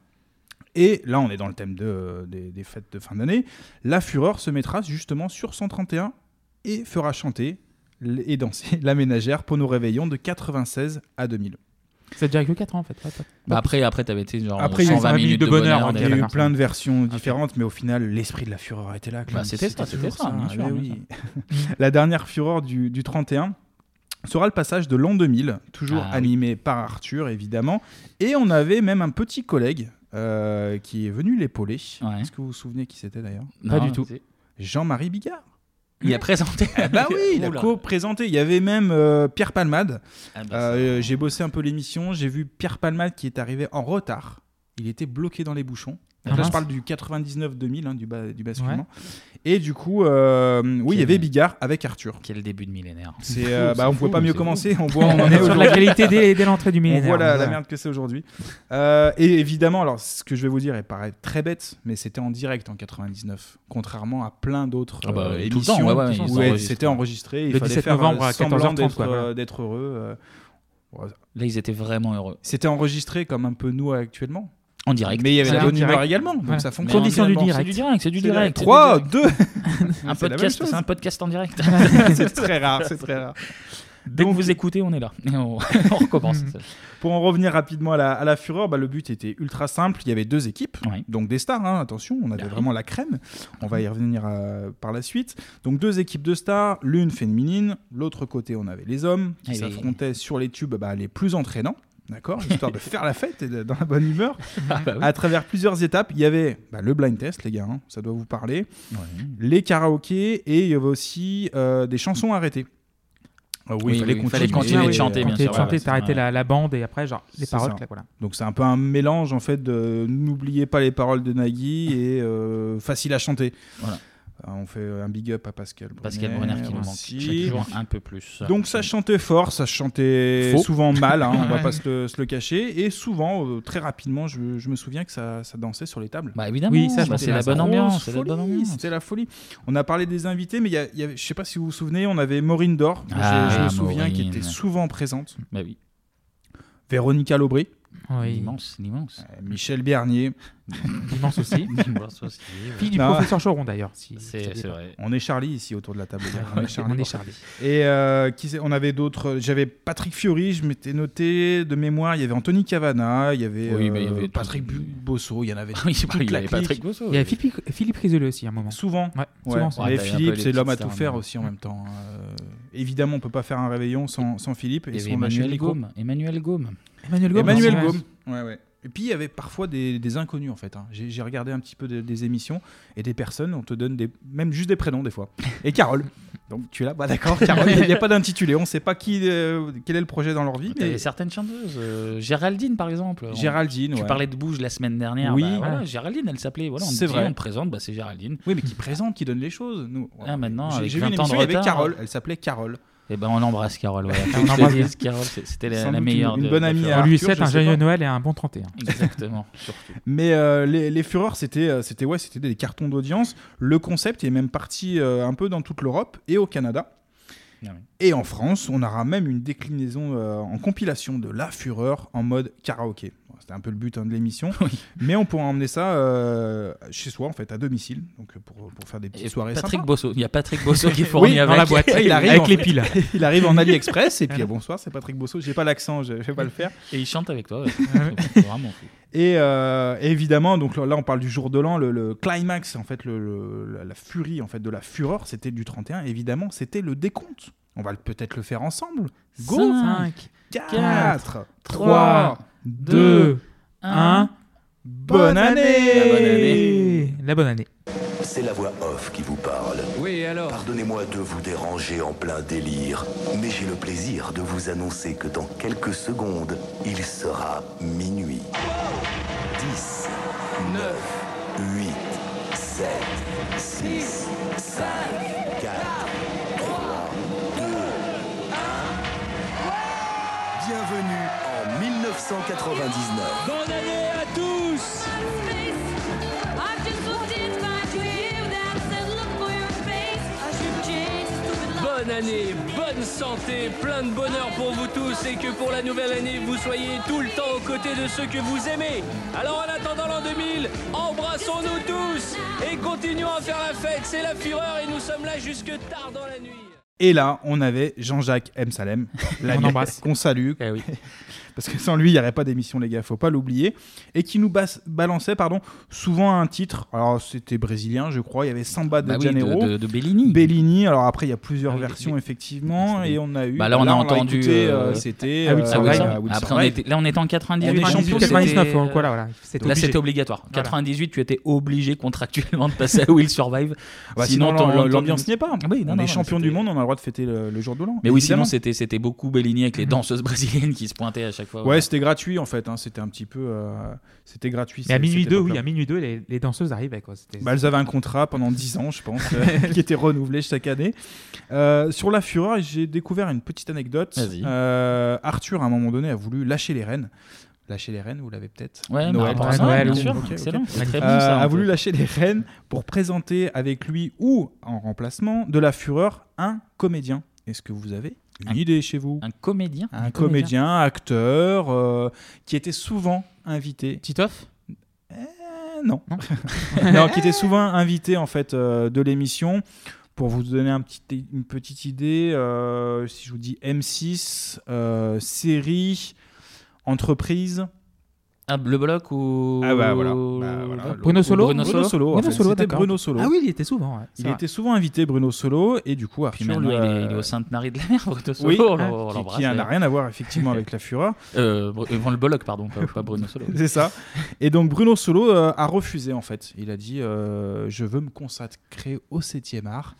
Speaker 7: Et là, on est dans le thème de, euh, des, des fêtes de fin d'année. La Fureur se mettra justement sur 131 et fera chanter l- et danser la ménagère pour nos réveillons de 96 à 2000.
Speaker 6: Ça dure que 4 ans en fait. Ouais,
Speaker 1: Bah après, après t'avais tu sais, genre
Speaker 7: Après, il y a eu
Speaker 1: 120
Speaker 7: 120 minutes de bonheur. hein,
Speaker 1: des-
Speaker 7: Il y a eu
Speaker 6: d'accord.
Speaker 7: plein de versions différentes, mais au final, l'esprit de la fureur était là. quand
Speaker 1: Bah,
Speaker 7: même.
Speaker 1: c'était ça, c'était
Speaker 7: toujours
Speaker 1: ça, bien sûr,
Speaker 7: mais
Speaker 1: bien
Speaker 7: oui. la dernière fureur du, du 31 sera le passage de l'an 2000, toujours
Speaker 1: Ah, oui.
Speaker 7: animé par Arthur, évidemment. Et on avait même un petit collègue euh, qui est venu l'épauler.
Speaker 1: Ouais.
Speaker 7: Est-ce que vous vous souvenez qui c'était d'ailleurs
Speaker 1: Non,
Speaker 6: du tout.
Speaker 1: c'est-
Speaker 7: Jean-Marie Bigard.
Speaker 1: Il a présenté.
Speaker 7: Bah oui, il a
Speaker 1: Oula.
Speaker 7: co-présenté. Il y avait même euh, Pierre Palmade.
Speaker 1: Ah bah, ça-
Speaker 7: Euh, j'ai bossé un peu l'émission, j'ai vu Pierre Palmade qui est arrivé en retard. Il était bloqué dans les bouchons. Donc là,
Speaker 6: Ah
Speaker 7: je
Speaker 6: mince.
Speaker 7: parle du 99-2000, hein, du, bas, du basculement. Et du coup, euh, oui, il y
Speaker 1: Quel-
Speaker 7: avait Bigard avec Arthur.
Speaker 1: Quel début de millénaire.
Speaker 7: C'est,
Speaker 6: fou,
Speaker 7: euh,
Speaker 6: Oh, c'est
Speaker 7: bah, on ne
Speaker 6: fou,
Speaker 7: pouvait pas
Speaker 6: mais
Speaker 7: mieux
Speaker 6: c'est
Speaker 7: commencer. On voit, on en est
Speaker 6: On est sur la
Speaker 7: aujourd'hui.
Speaker 6: qualité dès, dès l'entrée du
Speaker 7: On
Speaker 6: millénaire.
Speaker 7: voit la,
Speaker 6: voilà.
Speaker 7: la merde que c'est aujourd'hui. Euh, et évidemment, alors ce que je vais vous dire est paraît très bête, mais c'était en direct en 99, contrairement à plein d'autres
Speaker 1: Ah bah,
Speaker 7: euh,
Speaker 1: tout le
Speaker 7: émissions
Speaker 1: temps, ouais, ouais, ils
Speaker 7: où
Speaker 1: enregistrent.
Speaker 7: c'était enregistré. Il
Speaker 6: Le
Speaker 7: fallait
Speaker 6: 17
Speaker 7: faire euh,
Speaker 6: novembre à
Speaker 7: semblant
Speaker 6: 14h30,
Speaker 7: d'être,
Speaker 6: quoi,
Speaker 7: euh,
Speaker 6: ouais.
Speaker 7: d'être heureux. euh,
Speaker 1: Là, ils étaient vraiment heureux.
Speaker 7: C'était enregistré comme un peu nous actuellement.
Speaker 1: En direct.
Speaker 7: Mais il y avait
Speaker 6: C'est
Speaker 7: la
Speaker 6: un
Speaker 7: bonne
Speaker 6: direct.
Speaker 7: humeur également, donc
Speaker 6: Voilà.
Speaker 7: ça
Speaker 1: Mais
Speaker 7: fonctionne.
Speaker 6: Condition du
Speaker 1: en direct.
Speaker 6: direct.
Speaker 1: C'est du direct, c'est du
Speaker 7: C'est
Speaker 1: direct.
Speaker 7: direct.
Speaker 1: c'est du
Speaker 7: 3,
Speaker 1: direct.
Speaker 7: 2
Speaker 1: Un
Speaker 7: c'est la même
Speaker 1: podcast,
Speaker 7: chose.
Speaker 1: c'est un podcast en direct.
Speaker 7: C'est très rare, c'est très rare.
Speaker 1: Dès
Speaker 7: Donc-
Speaker 1: que vous écoutez, on est là. Et on, on recommence.
Speaker 7: Pour en revenir rapidement à la, à la fureur, bah, le but était ultra simple. Il y avait deux équipes,
Speaker 1: Ouais.
Speaker 7: donc des stars, hein, attention, on avait
Speaker 1: Bah oui.
Speaker 7: vraiment la crème. On va y revenir euh, par la suite. Donc deux équipes de stars, l'une féminine, l'autre côté on avait les hommes qui
Speaker 1: Et les-
Speaker 7: s'affrontaient sur les tubes bah, les plus entraînants. D'accord, histoire de faire la fête et de- dans la bonne humeur.
Speaker 1: Ah
Speaker 7: À travers plusieurs étapes, il y avait bah, le blind test, les gars, hein, ça doit vous parler. les karaokés et il y avait aussi euh, des chansons arrêtées. Ah
Speaker 1: Oui, oui, il fallait
Speaker 6: Quand
Speaker 1: continuer
Speaker 6: tu
Speaker 1: de
Speaker 7: euh,
Speaker 1: chanter, bien
Speaker 6: quand t'es
Speaker 1: sûr, ouais,
Speaker 6: chanté,
Speaker 1: ouais,
Speaker 6: t'arrêtais
Speaker 1: ouais.
Speaker 6: la, la bande et après, genre, les
Speaker 7: C'est
Speaker 6: paroles,
Speaker 7: ça.
Speaker 6: là, voilà.
Speaker 7: Donc c'est un peu un mélange en fait de n'oubliez pas les paroles de Nagui et euh, facile à chanter.
Speaker 1: Voilà.
Speaker 7: Euh, on fait un big up à Pascal Brunner.
Speaker 1: Pascal Brunner qui nous manque
Speaker 7: aussi.
Speaker 1: chaque jour un peu plus.
Speaker 7: Donc ça chantait fort, ça chantait
Speaker 1: Faux.
Speaker 7: souvent mal, hein, on va pas se le, se le cacher, et souvent, euh, très rapidement, je, je me souviens que ça, ça dansait sur les tables.
Speaker 1: Bah évidemment,
Speaker 6: Oui, ça, je
Speaker 1: bah,
Speaker 6: pense
Speaker 1: c'est
Speaker 6: que
Speaker 1: la
Speaker 6: c'est la
Speaker 1: bonne
Speaker 7: grosse
Speaker 1: ambiance. c'est la
Speaker 7: folie,
Speaker 1: bonne ambiance.
Speaker 7: C'était la folie. On a parlé des invités, mais il y a- il y avait- je sais pas si vous vous souvenez, on avait Maureen Dor, je-
Speaker 1: Ah,
Speaker 7: je, me souviens, qui
Speaker 1: Maureen.
Speaker 7: était souvent présente.
Speaker 1: Bah oui,
Speaker 7: Véronica Lobry,
Speaker 6: Oui,
Speaker 1: l'immense, l'immense.
Speaker 7: euh, Michel Bernier.
Speaker 6: immense aussi. Fille du
Speaker 7: Non.
Speaker 6: professeur Choron d'ailleurs. Si, si
Speaker 1: C'est
Speaker 6: vous
Speaker 1: c'est
Speaker 6: savez
Speaker 1: vrai.
Speaker 7: On est Charlie ici autour de la table. les gars.
Speaker 6: pas.
Speaker 7: On est Charlie.
Speaker 6: On est Charlie.
Speaker 7: Et euh, qui c'est- on avait d'autres. J'avais Patrick Fiori, je m'étais noté de mémoire. Il y avait Anthony Cavana, il y avait,
Speaker 1: Oui, bah, il y
Speaker 7: euh,
Speaker 1: avait tout-
Speaker 7: Patrick Bu- Bosso, il y en avait
Speaker 1: Oui, il y
Speaker 7: la
Speaker 1: avait
Speaker 7: clique.
Speaker 1: Patrick Bosso.
Speaker 6: Il y a Philippe, Philippe Risoli aussi à un moment.
Speaker 7: souvent.
Speaker 6: Ouais,
Speaker 7: Ouais.
Speaker 6: souvent, souvent.
Speaker 1: Ouais,
Speaker 7: Mais
Speaker 1: t'avais un peu
Speaker 7: Philippe,
Speaker 1: les
Speaker 7: c'est l'homme à
Speaker 1: petites
Speaker 7: tout
Speaker 1: stars,
Speaker 7: faire
Speaker 1: mais-
Speaker 7: aussi en même temps. Euh, évidemment, on peut pas faire un réveillon sans, sans Philippe
Speaker 1: Il y
Speaker 7: et
Speaker 1: avait
Speaker 7: sans Machel
Speaker 1: Emmanuel
Speaker 7: Nico.
Speaker 1: Gaume. Emmanuel Gaume.
Speaker 6: Emmanuel Gaume.
Speaker 7: Emmanuel
Speaker 6: aussi, ouais.
Speaker 7: Gaume. Ouais, ouais. Et puis il y avait parfois des, des inconnus en fait. hein. J'ai j'ai regardé un petit peu de- des émissions et des personnes, on te donne des, même juste des prénoms des fois. Et Carole. Donc tu es là, bah d'accord, Carole, il n'y a pas d'intitulé, on ne sait pas qui, euh, quel est le projet dans leur vie.
Speaker 1: T'avais
Speaker 7: Mais...
Speaker 1: certaines chanteuses. euh, Géraldine, par exemple. On-
Speaker 7: Géraldine,
Speaker 1: Tu
Speaker 7: ouais.
Speaker 1: parlais de Bouge la semaine dernière.
Speaker 7: Oui.
Speaker 1: bah, voilà,
Speaker 6: Ouais.
Speaker 1: Géraldine, elle s'appelait. Voilà, on te
Speaker 7: C'est
Speaker 1: dit,
Speaker 7: vrai.
Speaker 1: on te présente, bah, c'est Géraldine.
Speaker 7: Oui, mais qui présente, qui donne les choses. Nous,
Speaker 1: Ah, maintenant,
Speaker 7: j'ai
Speaker 1: avec
Speaker 7: j'ai vu
Speaker 1: 20
Speaker 7: une
Speaker 1: ans de
Speaker 7: émission, il y avait
Speaker 1: retard.
Speaker 7: Carole, elle s'appelait Carole.
Speaker 1: Et ben on embrasse Carole. Voilà.
Speaker 6: On embrasse.
Speaker 1: Yes, Carole, c'est- c'était la,
Speaker 7: Sans
Speaker 1: la
Speaker 7: doute une-
Speaker 1: meilleure.
Speaker 7: une
Speaker 1: de-
Speaker 7: bonne
Speaker 1: de
Speaker 7: amie
Speaker 1: Florent.
Speaker 6: On
Speaker 7: à-
Speaker 6: lui
Speaker 7: Arthur,
Speaker 6: souhaite
Speaker 7: je
Speaker 6: un
Speaker 7: sais
Speaker 6: joyeux
Speaker 7: pas.
Speaker 6: Noël et un bon 31.
Speaker 1: Exactement. surtout.
Speaker 7: Mais euh, les, les fureurs, c'était euh, c'était ouais, c'était des cartons d'audience. Le concept est même parti euh, un peu dans toute l'Europe et au Canada.
Speaker 1: Ah oui.
Speaker 7: Et en France, on aura même une déclinaison euh, en compilation de La Fureur en mode karaoké. Bon, C'était un peu le but hein, de l'émission. Mais on pourra emmener ça euh, chez soi, en fait, à domicile, donc pour, pour faire des petites
Speaker 1: Et
Speaker 7: soirées
Speaker 1: Patrick
Speaker 7: sympas.
Speaker 1: Bosso. Il y a Patrick Bosso qui fournit
Speaker 7: dans
Speaker 1: avec
Speaker 7: la boîte. Il arrive en
Speaker 6: avec les
Speaker 7: fait.
Speaker 6: piles.
Speaker 7: Il arrive en AliExpress et puis ah, bonsoir, c'est Patrick Bosso. J'ai pas l'accent, je je vais pas le faire.
Speaker 1: Et il chante avec toi. ouais. C'est Vraiment. cool.
Speaker 7: Et euh, évidemment, donc là on parle du jour de l'an, le, le climax en fait, le, le- la, la furie en fait de la fureur, c'était du 31. Évidemment, c'était le décompte. On va le- peut-être le faire ensemble. Go
Speaker 1: Cinq,
Speaker 7: 4, 3,
Speaker 6: trois,
Speaker 7: 2,
Speaker 1: un.
Speaker 7: bonne
Speaker 1: La bonne
Speaker 7: année
Speaker 1: année.
Speaker 6: La bonne année.
Speaker 10: C'est la voix off qui vous parle.
Speaker 5: Oui, alors
Speaker 10: Pardonnez-moi de vous déranger en plein délire, mais j'ai le plaisir de vous annoncer que dans quelques secondes, il sera minuit. 10, 9, 8, 7, 6, 5, 4, 3, 2, 1. Bienvenue en 1999.
Speaker 5: Bonne année à tous Bonne année, bonne santé, plein de bonheur pour vous tous et que pour la nouvelle année, vous soyez tout le temps aux côtés de ceux que vous aimez. Alors en attendant l'an 2000, embrassons-nous tous et continuons à faire la fête. C'est la fureur et nous sommes là jusque tard dans la nuit.
Speaker 7: Et là, on avait Jean-Jacques M. Salem, l'ami
Speaker 6: On embrasse.
Speaker 7: qu'on salue,
Speaker 1: Eh oui.
Speaker 7: parce parce que sans lui, il n'y aurait pas d'émission, les gars, faut pas l'oublier, et qui nous bas- balançait pardon, souvent un titre. Alors, c'était brésilien, je crois, il y avait Samba de
Speaker 1: Bah oui, de-
Speaker 7: Janeiro.
Speaker 1: de- de Bellini.
Speaker 7: Bellini, alors après, il y a plusieurs
Speaker 1: Ah oui,
Speaker 7: versions,
Speaker 1: oui.
Speaker 7: effectivement, et on a eu.
Speaker 1: Bah là, on
Speaker 7: l'a
Speaker 1: a entendu.
Speaker 7: écouté, euh,
Speaker 1: euh,
Speaker 7: C'était.
Speaker 1: ah,
Speaker 7: euh,
Speaker 1: Wilson
Speaker 7: ouais,
Speaker 1: Reid.
Speaker 7: bah, Wilson
Speaker 1: Après, on
Speaker 7: Reid.
Speaker 1: était, là, on était en 98.
Speaker 7: On est champion,
Speaker 6: 99,
Speaker 1: c'était,
Speaker 6: hein,
Speaker 1: euh,
Speaker 6: voilà, voilà. C'était
Speaker 1: Là,
Speaker 6: obligé.
Speaker 1: c'était obligatoire.
Speaker 6: Voilà.
Speaker 1: 98, tu étais obligé contractuellement de passer à Will Survive.
Speaker 7: Bah, sinon,
Speaker 1: t'en-
Speaker 7: l'am-
Speaker 1: t'en-
Speaker 7: l'ambiance n'y est pas.
Speaker 1: Ah oui, non,
Speaker 7: on
Speaker 1: non,
Speaker 7: est
Speaker 1: non,
Speaker 7: champion
Speaker 1: c'était-
Speaker 7: du monde, on a le droit de fêter le, le jour de l'an.
Speaker 1: Mais oui, sinon
Speaker 7: évidemment. Mm-hmm.
Speaker 1: c'était c'était beaucoup Bellini avec les danseuses brésiliennes qui se pointaient à chaque fois.
Speaker 7: Ouais, c'était gratuit en fait. hein, C'était un petit peu. euh, C'était gratuit.
Speaker 6: Mais à
Speaker 7: cette-
Speaker 6: minuit
Speaker 7: cette
Speaker 6: 2,
Speaker 7: époque-là.
Speaker 6: oui, à minuit 2, les, les danseuses arrivaient. Quoi. C'était-
Speaker 7: Bah, elles avaient un contrat pendant 10 ans, je pense, euh, qui était renouvelé chaque année. Euh, sur La Fureur, j'ai découvert une petite anecdote.
Speaker 1: Vas-y.
Speaker 7: Euh, Arthur, à un moment donné, a voulu lâcher les rênes. Lâcher les rênes, vous l'avez peut-être
Speaker 1: Ouais,
Speaker 7: Noël,
Speaker 1: Noël,
Speaker 7: par
Speaker 6: ouais,
Speaker 7: exemple.
Speaker 6: Noël,
Speaker 1: bien
Speaker 6: oui.
Speaker 1: sûr.
Speaker 7: Ok, ok.
Speaker 1: Excellent. C'est très bon,
Speaker 7: Euh,
Speaker 1: ça, un
Speaker 7: a
Speaker 1: peu.
Speaker 7: voulu lâcher les rênes pour présenter avec lui ou en remplacement de La Fureur un comédien. Est-ce que vous avez
Speaker 1: Un-
Speaker 7: une idée chez vous
Speaker 1: Un comédien.
Speaker 7: un comédien, acteur, euh, qui était souvent invité.
Speaker 1: Titoff
Speaker 7: Euh, non. non, qui était souvent invité en fait euh, de l'émission. Pour vous donner un petit- une petite idée, euh, si je vous dis M6, euh, série, entreprise.
Speaker 1: Ah, Le Bloc ou.
Speaker 7: Ah bah voilà. Bah, voilà.
Speaker 1: Ou
Speaker 6: Bruno Solo
Speaker 1: Bruno Solo.
Speaker 7: en
Speaker 6: Bruno
Speaker 7: fait.
Speaker 6: Solo,
Speaker 7: C'était
Speaker 6: d'accord.
Speaker 7: Bruno Solo.
Speaker 6: Ah oui, il y était souvent. ouais, c'est
Speaker 7: Il
Speaker 6: vrai.
Speaker 7: était souvent invité Bruno Solo et du coup
Speaker 1: Puis
Speaker 7: Arthur
Speaker 1: maintenant,
Speaker 7: lui
Speaker 1: il
Speaker 7: a-
Speaker 1: est, il est au Sainte-Marie de la Mer, Bruno Solo.
Speaker 7: Oui,
Speaker 1: on
Speaker 7: hein,
Speaker 1: l'embrasse,
Speaker 7: qui- qui n'a
Speaker 1: d'ailleurs.
Speaker 7: rien à voir effectivement avec la fureur.
Speaker 1: Euh, Bru- euh, Van le Bloc, pardon, pas, pas Bruno Solo.
Speaker 7: C'est ça. Et donc Bruno Solo euh, a refusé en fait. Il a dit euh, je veux me consacrer au 7e art.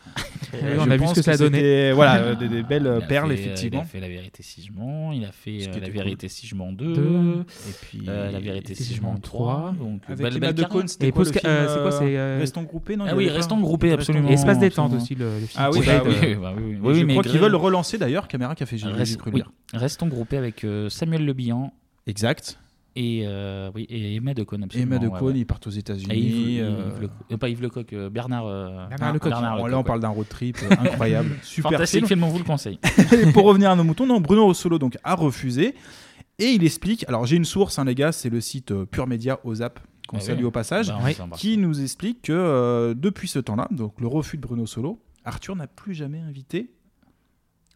Speaker 7: Euh,
Speaker 6: Et
Speaker 7: Je
Speaker 6: on a vu
Speaker 7: pense
Speaker 6: ce que ça a donné.
Speaker 7: c'était, Voilà, euh, des, des belles
Speaker 1: Il a
Speaker 7: euh,
Speaker 1: fait,
Speaker 7: perles
Speaker 1: euh, Il
Speaker 7: effectivement.
Speaker 1: a fait La Vérité si je mens, il a fait
Speaker 7: Ce
Speaker 1: euh,
Speaker 7: qui
Speaker 1: La
Speaker 7: était cool.
Speaker 1: Vérité si je mens 2,
Speaker 6: Deux.
Speaker 7: Et puis
Speaker 1: La Vérité si je mens 3.
Speaker 6: trois.
Speaker 1: Donc,
Speaker 7: Euh, avec
Speaker 1: belle-
Speaker 7: les
Speaker 1: belle
Speaker 7: de
Speaker 1: carrière.
Speaker 7: Cohn, c'était
Speaker 6: Et
Speaker 7: quoi le
Speaker 6: Posca-
Speaker 7: film,
Speaker 6: euh, c'est quoi, c'est, euh,
Speaker 7: Restons groupés, non il y
Speaker 1: Ah oui,
Speaker 7: avait pas-
Speaker 1: Restons groupés,
Speaker 7: Restons
Speaker 1: absolument.
Speaker 7: groupés.
Speaker 6: Et Espace détente
Speaker 7: absolument.
Speaker 6: aussi, le, le film.
Speaker 7: Ah oui,
Speaker 1: Oui,
Speaker 7: bah,
Speaker 1: bah, oui,
Speaker 7: ouais.
Speaker 1: bah, oui, oui,
Speaker 7: Et
Speaker 1: oui,
Speaker 7: je
Speaker 1: mais
Speaker 7: crois qu'ils
Speaker 1: Grey-
Speaker 7: veulent relancer d'ailleurs Caméra Café. J'ai j'ai
Speaker 1: Reste-
Speaker 7: cru
Speaker 1: oui,
Speaker 7: lire.
Speaker 1: Restons groupés avec euh, Samuel Le Bihan
Speaker 7: Exact.
Speaker 1: et, euh, oui, et Emma Decaune. Absolument,
Speaker 7: Emma de
Speaker 1: ouais,
Speaker 7: Cohn,
Speaker 1: ouais.
Speaker 7: ils partent aux
Speaker 1: Et Ah, Yves,
Speaker 7: États-Unis. euh,
Speaker 1: Yves Leco- euh, pas Yves Lecoq, euh, Bernard, euh,
Speaker 7: Ah,
Speaker 6: Bernard Lecoq.
Speaker 1: Bernard
Speaker 7: on-
Speaker 1: Lecoq,
Speaker 7: Là, on
Speaker 1: ouais.
Speaker 7: parle d'un road trip euh, incroyable, super
Speaker 1: Fantastique
Speaker 7: film.
Speaker 1: film, on vous le conseille.
Speaker 7: Et pour revenir à nos moutons, non, Bruno Solo donc a refusé et il explique. Alors j'ai une source, hein, les gars, c'est le site euh, Pure Media OZAP qu'on
Speaker 1: Ah oui.
Speaker 7: salue au passage,
Speaker 1: Bah, on
Speaker 6: ouais,
Speaker 1: vous embrasse.
Speaker 7: qui nous explique que euh, depuis ce temps-là, donc le refus de Bruno Solo, Arthur n'a plus jamais invité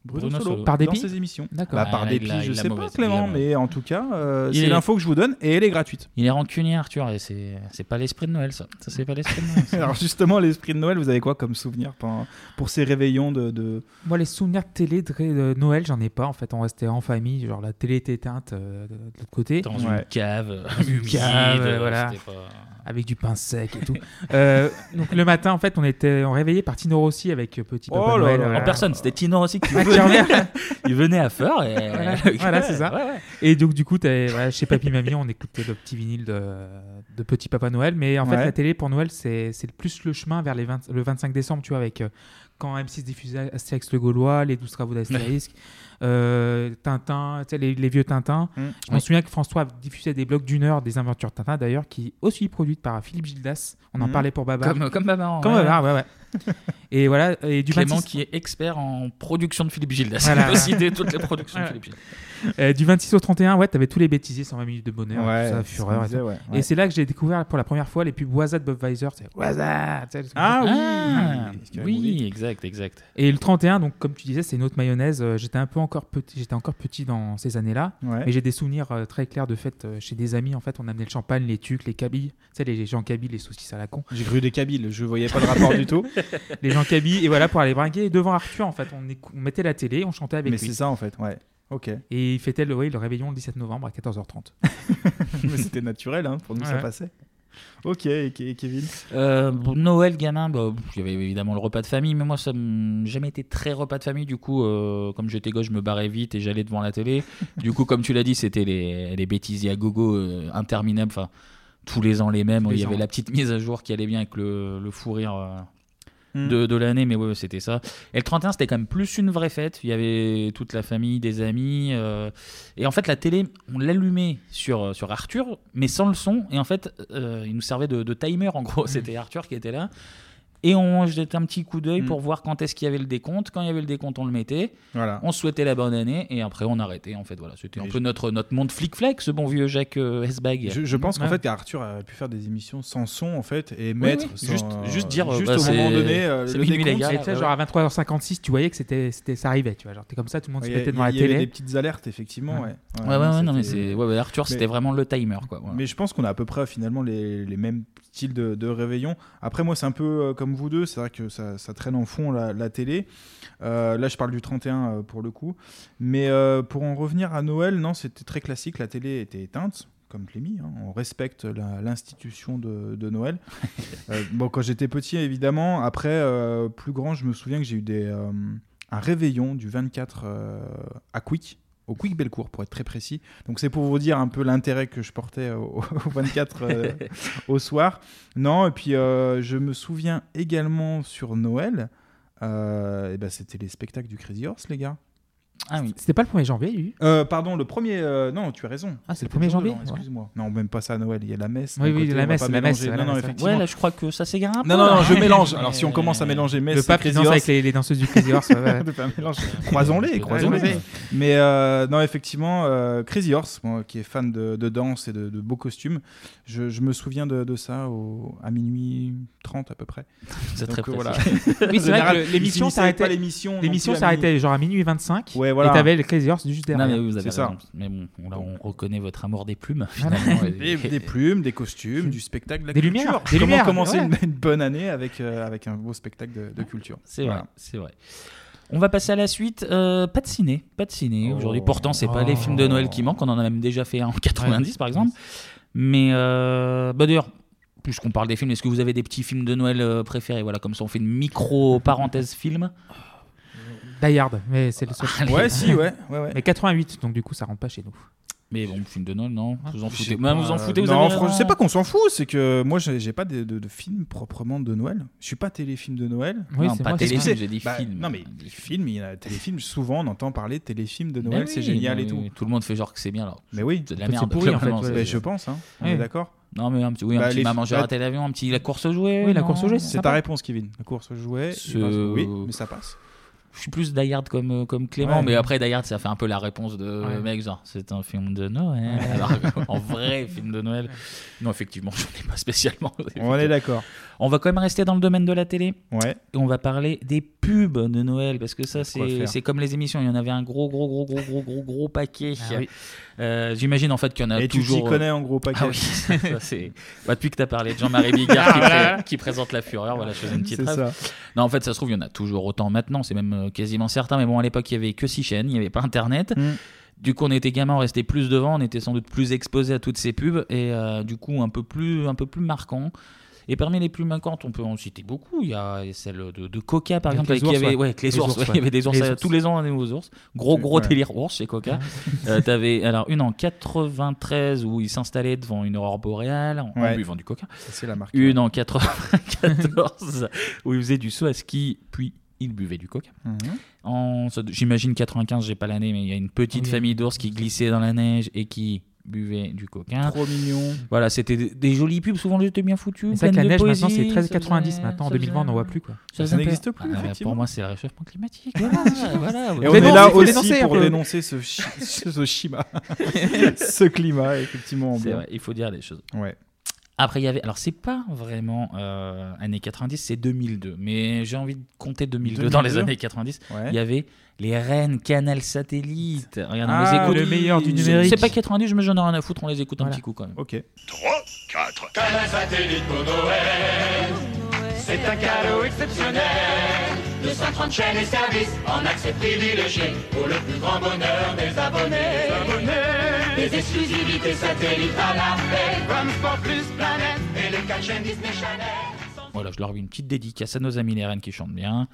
Speaker 7: Bruno,
Speaker 1: Bruno
Speaker 7: Solo,
Speaker 1: Solo.
Speaker 6: Par
Speaker 7: dans
Speaker 6: dépit
Speaker 7: ses émissions.
Speaker 6: D'accord.
Speaker 7: Bah,
Speaker 1: Ah,
Speaker 7: par
Speaker 1: il
Speaker 7: dépit,
Speaker 1: l'a-
Speaker 7: je
Speaker 1: il l'a
Speaker 7: sais pas
Speaker 1: mauvaise,
Speaker 7: Clément,
Speaker 1: il l'a
Speaker 7: mais en tout cas, euh,
Speaker 1: Il
Speaker 7: c'est
Speaker 1: est-
Speaker 7: l'info que je vous donne et elle est gratuite.
Speaker 1: Il est rancunier, Arthur, et c'est c'est pas l'esprit de Noël, ça. Ça, c'est pas l'esprit de Noël. ça.
Speaker 7: Alors justement, l'esprit de Noël, vous avez quoi comme souvenir pendant- pour ces réveillons de, de-
Speaker 6: Moi, les souvenirs de télé de, ré- de Noël, j'en ai pas. En fait, on restait en famille. Genre, la télé était éteinte euh, de, de l'autre côté,
Speaker 1: Dans une
Speaker 7: Ouais.
Speaker 1: cave, euh, humide,
Speaker 6: cave,
Speaker 1: euh,
Speaker 6: voilà.
Speaker 1: c'était pas-
Speaker 6: avec du pain sec et tout. Euh, donc, le matin, en fait, on était on réveillait par Tino Rossi avec euh, Petit Papa
Speaker 7: Oh là
Speaker 6: Noël.
Speaker 7: là.
Speaker 6: voilà.
Speaker 1: En personne, c'était Tino aussi qui
Speaker 6: Ah, qui
Speaker 1: venait,
Speaker 6: revient.
Speaker 1: il venait à Feur. Et...
Speaker 6: Voilà, voilà, c'est ça.
Speaker 1: Ouais, ouais.
Speaker 6: Et donc, du coup, t'avais- voilà, chez Papy Mamie, on écoutait le petit vinyle de, de Petit Papa Noël. Mais en fait,
Speaker 7: Ouais.
Speaker 6: la télé pour Noël, c'est c'est le plus le chemin vers les 20 le 25 décembre, tu vois, avec euh, quand M6 diffusait Astérix le Gaulois, les 12 travaux d'Astérix, euh, Tintin, tu sais, les, les vieux Tintin.
Speaker 7: Mm.
Speaker 6: Je me souviens que François diffusait des blocs d'une heure des aventures Tintin, d'ailleurs, qui aussi produites par Philippe Gildas. On en
Speaker 7: Mm.
Speaker 6: parlait pour Babar.
Speaker 1: Comme, comme ma maman.
Speaker 6: Bah, Comme
Speaker 1: ouais.
Speaker 6: Babar, ouais, ouais. et voilà, et du
Speaker 1: Clément
Speaker 6: 26...
Speaker 1: qui est expert en production de Philippe Gildas.
Speaker 6: Voilà.
Speaker 1: Il peut citer toutes les productions de
Speaker 6: Voilà.
Speaker 1: Philippe Gildas.
Speaker 6: Euh, du 26 au 31, ouais, t'avais tous les bêtisiers, 120 minutes de bonheur, tout ça,
Speaker 7: c'est ce qu'on
Speaker 6: fureur et tout.
Speaker 7: disait, ouais,
Speaker 6: Et
Speaker 7: ouais.
Speaker 6: c'est là que j'ai découvert pour la première fois les pubs Waza de Bob Weiser. C'est Waza tu sais, le truc
Speaker 7: Ah
Speaker 6: comme ça.
Speaker 1: Ah,
Speaker 7: oui, Scary
Speaker 1: oui,
Speaker 7: Movie.
Speaker 1: exact, exact.
Speaker 6: Et le 31, donc comme tu disais, c'est une autre mayonnaise. Euh, J'étais un peu encore petit, j'étais encore petit dans ces années-là,
Speaker 7: Ouais.
Speaker 6: mais j'ai des souvenirs euh, très clairs de fêtes euh, chez des amis. En fait, on amenait le champagne, les tucs, les cabilles, tu sais, les gens cabilles, les saucisses à la con,
Speaker 7: J'ai cru des Kabyles, je voyais pas le rapport du tout.
Speaker 6: les gens cabilles, et voilà pour aller brinquer. Et devant Arthur, en fait, on, écou- on mettait la télé, on chantait avec
Speaker 7: Mais
Speaker 6: lui.
Speaker 7: c'est ça en fait, ouais. Ok.
Speaker 6: Et il fêtait le, oui, le réveillon le 17 novembre à 14h30.
Speaker 7: Mais c'était naturel, hein, pour nous ça
Speaker 6: Ouais.
Speaker 7: passait. Ok, et Ke- et Kevin
Speaker 1: Euh, bon, Noël, gamin, bah, pff, il y avait évidemment le repas de famille, mais moi, ça n'a jamais été très repas de famille. Du coup, euh, comme j'étais gauche, je me barrais vite et j'allais devant la télé. du coup, comme tu l'as dit, c'était les, les bêtises à gogo euh, interminables. Enfin, tous les ans les mêmes. il
Speaker 6: les
Speaker 1: y avait
Speaker 6: ans.
Speaker 1: la petite mise à jour qui allait bien avec le, le fou rire. euh,
Speaker 7: Hmm.
Speaker 1: de, de l'année, mais ouais, ouais, c'était ça. Et le 31, c'était quand même plus une vraie fête. Il y avait toute la famille, des amis. euh, Et en fait, la télé, on l'allumait sur, euh, sur
Speaker 7: Mmh.
Speaker 1: Arthur, mais sans le son. Et en fait, euh, il nous servait de, de timer, en gros. C'était Arthur qui était là. Et on jetait un petit coup d'œil
Speaker 7: Mmh.
Speaker 1: pour voir quand est-ce qu'il y avait le décompte. Quand il y avait le décompte, on le mettait.
Speaker 7: Voilà.
Speaker 1: On se souhaitait la bonne année et après on arrêtait. En fait, voilà, c'était un
Speaker 7: Et
Speaker 1: peu notre, notre monde flic-flac, ce bon vieux Jacques euh, Hesbag.
Speaker 7: Je, je pense qu'en
Speaker 1: Ouais.
Speaker 7: fait, Arthur aurait pu faire des émissions sans son, en fait, et mettre.
Speaker 1: oui.
Speaker 7: sans- euh,
Speaker 1: Juste- juste dire,
Speaker 7: Juste
Speaker 1: bah,
Speaker 7: au moment
Speaker 1: c'est-
Speaker 7: donné, euh,
Speaker 1: c'est
Speaker 7: le
Speaker 1: minuit, les
Speaker 7: décompte,
Speaker 1: gars,
Speaker 6: Et tu sais,
Speaker 1: ouais,
Speaker 6: genre à 23h56, tu voyais que c'était, c'était, ça arrivait, tu vois. Genre, t'es comme ça, tout le monde se
Speaker 7: Il y, a-
Speaker 6: mettait
Speaker 7: il y
Speaker 6: devant la
Speaker 7: avait
Speaker 6: télé.
Speaker 7: des petites alertes, effectivement. Ouais,
Speaker 1: Ouais, ouais, ouais, non, mais
Speaker 7: c'était-
Speaker 1: c'est. ouais, ouais, Arthur,
Speaker 7: Mais-
Speaker 1: c'était vraiment le timer, quoi. voilà.
Speaker 7: Mais je pense qu'on a à peu près finalement les, les mêmes styles de, de réveillon. Après, moi, c'est un peu euh, comme vous deux, c'est vrai que ça, ça traîne en fond la, la télé. Euh, là, je parle du 31 euh, pour le coup. Mais euh, pour en revenir à Noël, non, c'était très classique, la télé était éteinte. Comme Clémy, hein. on respecte la- l'institution de, de Noël. Euh, bon, quand j'étais petit, évidemment. Après, euh, plus grand, je me souviens que j'ai eu des, euh, un réveillon du 24 euh, à Quick, au Quick Bellecour, pour être très précis. Donc c'est pour vous dire un peu l'intérêt que je portais au, au 24 euh, au soir. Non, et puis euh, je me souviens également sur Noël, euh, eh ben, c'était les spectacles du Crazy Horse, les gars.
Speaker 1: Ah oui.
Speaker 6: C'était pas le 1er janvier, il y a eu
Speaker 7: Euh, pardon, le premier... euh, non, tu as raison.
Speaker 6: Ah, c'est le
Speaker 7: C'était
Speaker 6: 1er
Speaker 7: le
Speaker 6: janvier
Speaker 7: jour,
Speaker 6: ouais.
Speaker 7: Excuse-moi. Non, même pas ça à Noël, il y a la messe.
Speaker 6: Oui,
Speaker 7: d'un
Speaker 6: oui,
Speaker 7: côté,
Speaker 6: la
Speaker 7: on va
Speaker 6: messe,
Speaker 7: pas
Speaker 6: la
Speaker 7: mélanger.
Speaker 6: messe, ouais,
Speaker 7: Non,
Speaker 6: la
Speaker 7: non,
Speaker 6: messe, ouais.
Speaker 7: effectivement.
Speaker 1: Ouais, là, je crois que ça s'égare un peu.
Speaker 7: non, non, non,
Speaker 1: là.
Speaker 7: je mélange. Alors si on commence à mélanger messe
Speaker 6: Le
Speaker 7: et
Speaker 6: pape qui
Speaker 7: Crazy
Speaker 6: danse
Speaker 7: Horse,
Speaker 6: avec les, les danseuses du Crazy Horse. ouais, ouais.
Speaker 7: de faire un mélange. Croisons-les, croisons-les.
Speaker 6: croisons-les.
Speaker 7: Mais euh, non, effectivement, euh, Crazy Horse, moi, qui est fan de, de danse et de, de beaux costumes, je, je me souviens de, de ça au- à minuit 30 à peu près.
Speaker 1: C'est très
Speaker 7: Donc, euh,
Speaker 1: précis.
Speaker 6: Oui,
Speaker 7: En
Speaker 6: c'est vrai
Speaker 7: général,
Speaker 6: que le-
Speaker 7: ils
Speaker 6: l'émission
Speaker 7: finissaient pas
Speaker 6: s'arrêtait.
Speaker 7: L'émission,
Speaker 6: L'émission
Speaker 7: non plus à minuit.
Speaker 6: s'arrêtait genre à minuit 25.
Speaker 7: Ouais, voilà.
Speaker 6: Et t'avais le Crazy Horse juste
Speaker 1: Non,
Speaker 6: derrière.
Speaker 1: mais vous avez
Speaker 7: C'est ça.
Speaker 1: raison. Mais bon, on- là, on
Speaker 7: Donc-
Speaker 1: reconnaît votre amour des plumes, finalement.
Speaker 7: Des, des plumes, des costumes, du spectacle, de la
Speaker 6: Des
Speaker 7: culture.
Speaker 6: lumières, des
Speaker 7: Comment
Speaker 6: lumières,
Speaker 7: commencer
Speaker 6: ouais.
Speaker 7: une, une bonne année avec, euh, avec un beau spectacle de, de culture.
Speaker 1: C'est vrai,
Speaker 7: Voilà.
Speaker 1: c'est vrai. On va passer à la suite. Euh, pas de ciné, pas de ciné
Speaker 7: Oh.
Speaker 1: aujourd'hui. Pourtant, c'est pas
Speaker 6: Oh.
Speaker 1: les films de Noël qui manquent. On en a même déjà fait un en 90, par exemple. Mais euh, bah d'ailleurs, puisqu'on parle des films, est-ce que vous avez des petits films de Noël euh, préférés Voilà, comme ça, on fait une micro parenthèse film.
Speaker 6: Die Hard, mais c'est le seul.
Speaker 7: Ouais, si, ouais. ouais, ouais.
Speaker 6: Mais 88, donc du coup, ça rentre pas chez nous.
Speaker 1: Mais bon, film de Noël, non Vous en
Speaker 7: Je sais
Speaker 1: foutez.
Speaker 7: pas,
Speaker 1: Bah, vous en foutez. Vous
Speaker 7: Euh, non,
Speaker 1: avez
Speaker 7: franchement,
Speaker 1: raison.
Speaker 7: c'est pas qu'on s'en fout, c'est que moi, j'ai j'ai pas de, de, de film proprement de Noël. Je suis pas téléfilm de Noël.
Speaker 6: Oui,
Speaker 1: Non,
Speaker 6: c'est
Speaker 1: pas
Speaker 6: moi, c'est
Speaker 1: téléfilm.
Speaker 6: ça.
Speaker 1: j'ai dit
Speaker 7: Bah,
Speaker 1: film.
Speaker 7: Non, mais
Speaker 1: Des
Speaker 7: les films, il y en a téléfilms, souvent on entend parler de téléfilms de
Speaker 1: Bah
Speaker 7: Noël, c'est
Speaker 1: oui,
Speaker 7: génial
Speaker 1: bah
Speaker 7: et tout.
Speaker 1: oui, Tout le monde fait genre que c'est bien. Alors,
Speaker 7: Mais oui,
Speaker 1: c'est de la
Speaker 6: Petit
Speaker 1: merde.
Speaker 6: pourri, en fait,
Speaker 1: clairement,
Speaker 6: ouais.
Speaker 1: c'est-
Speaker 7: bah, je pense, hein. on est
Speaker 6: Ouais.
Speaker 7: d'accord.
Speaker 1: Non, mais un petit, oui, un
Speaker 7: Bah,
Speaker 1: petit
Speaker 7: les-
Speaker 1: maman, j'ai
Speaker 7: la-
Speaker 1: raté l'avion, un petit la course aux jouets.
Speaker 6: Oui, la
Speaker 1: non
Speaker 6: course aux jouets,
Speaker 7: C'est ta
Speaker 6: sympa.
Speaker 7: réponse, Kevin. La course aux jouets,
Speaker 1: Ce-
Speaker 7: eh ben, oui,
Speaker 1: euh,
Speaker 7: mais ça passe.
Speaker 1: Je suis plus Die Hard comme, euh, comme Clément,
Speaker 7: Ouais.
Speaker 1: mais après Die Hard, ça fait un peu la réponse de
Speaker 6: Ouais.
Speaker 1: mec, genre c'est un film de Noël. Alors, en vrai, film de Noël. Non, effectivement, j'en ai pas spécialement.
Speaker 7: On est d'accord.
Speaker 1: On va quand même rester dans le domaine de la télé
Speaker 7: Ouais.
Speaker 1: et on va parler des pubs de Noël parce que ça,
Speaker 7: De quoi
Speaker 1: c'est
Speaker 7: faire.
Speaker 1: c'est comme les émissions. Il y en avait un gros, gros, gros, gros, gros, gros, gros paquet.
Speaker 6: Ah oui.
Speaker 1: Euh, J'imagine en fait qu'il y en a
Speaker 7: et
Speaker 1: toujours.
Speaker 7: tu t'y connais en gros paquet.
Speaker 1: Ah oui, ça, c'est- bah, depuis que tu as parlé de Jean-Marie Bigard
Speaker 6: Ah,
Speaker 1: qui, pré- qui présente La Fureur, voilà, je faisais une petite
Speaker 7: C'est
Speaker 1: rêve.
Speaker 7: ça.
Speaker 1: Non, en fait, ça se trouve, il y en a toujours autant maintenant, c'est même euh, quasiment certain. Mais bon, à l'époque, il y avait que six chaînes, il n'y avait pas Internet.
Speaker 7: Mm.
Speaker 1: Du coup, on était gamin, on restait plus devant, on était sans doute plus exposé à toutes ces pubs et euh, du coup, un peu plus, un peu plus marquant. Et parmi les plus marquantes, on peut en citer beaucoup. Il y a celle de, de Coca, par
Speaker 6: Avec
Speaker 1: exemple,
Speaker 6: les
Speaker 1: qui
Speaker 6: ours,
Speaker 1: avait,
Speaker 6: ouais.
Speaker 1: ouais, avec les,
Speaker 6: Les
Speaker 1: ours.
Speaker 6: ours,
Speaker 1: ouais.
Speaker 6: ouais.
Speaker 1: Il y avait des ours,
Speaker 6: Les
Speaker 1: euh,
Speaker 6: ours.
Speaker 1: tous les ans, on est aux ours. Gros, gros
Speaker 7: Ouais.
Speaker 1: délire ours chez Coca. Euh, T'avais alors une en 93 où ils s'installaient devant une aurore boréale en, en
Speaker 7: Ouais.
Speaker 1: buvant du Coca.
Speaker 7: Ça, C'est la marque.
Speaker 1: Une en 94 où il faisait du saut à ski, puis il buvait du coca.
Speaker 7: Mhm.
Speaker 1: En, ça- J'imagine 95, j'ai pas l'année, mais il y a une petite
Speaker 6: Oui.
Speaker 1: famille d'ours qui glissait dans la neige et qui buvait du coca.
Speaker 7: Trop mignon.
Speaker 1: Voilà, c'était des, des jolies pubs, souvent j'étais bien foutu.
Speaker 6: Mais c'est vrai que la
Speaker 1: pleines de
Speaker 6: neige
Speaker 1: poésie,
Speaker 6: maintenant,
Speaker 1: ça
Speaker 6: c'est 13,90.
Speaker 1: faisait-
Speaker 6: Maintenant, en
Speaker 1: ça
Speaker 6: 2020, on n'en
Speaker 1: faisait-
Speaker 6: voit plus. quoi.
Speaker 7: Ça
Speaker 1: faisait
Speaker 7: n'existe
Speaker 1: peur. Ah,
Speaker 7: plus, effectivement.
Speaker 1: Pour moi, c'est le réchauffement climatique. Voilà, voilà.
Speaker 7: Et on
Speaker 6: Dénonce,
Speaker 7: est là
Speaker 6: faut
Speaker 7: aussi
Speaker 6: dénoncer,
Speaker 1: hein,
Speaker 7: pour
Speaker 6: un peu.
Speaker 7: dénoncer ce, chi- ce schéma, ce climat, effectivement.
Speaker 1: C'est
Speaker 7: ambiant.
Speaker 1: vrai, il faut dire les choses.
Speaker 7: Ouais.
Speaker 1: Après, il y avait. Alors, c'est pas vraiment euh, années 90, c'est 2002. Mais j'ai envie de compter 2002, dans les
Speaker 7: 2002.
Speaker 1: années 90.
Speaker 7: Ouais.
Speaker 1: Il y avait les reines Canal Satellite. Regarde, on
Speaker 7: Ah,
Speaker 1: les écoute.
Speaker 6: le meilleur du
Speaker 1: C'est-
Speaker 6: numérique.
Speaker 1: C'est pas 90, mais j'en ai rien à foutre, on les écoute un
Speaker 6: Voilà.
Speaker 1: petit coup quand même.
Speaker 7: Ok.
Speaker 2: C'est un cadeau exceptionnel. 230 chaînes et services en accès privilégié pour le plus grand bonheur des abonnés. Des exclusivités satellites à la paix, comme Sport Plus Planète et les 4 chaînes Disney Channel.
Speaker 1: Voilà, je leur mets une petite dédicace à nos amis les reines qui chantent bien.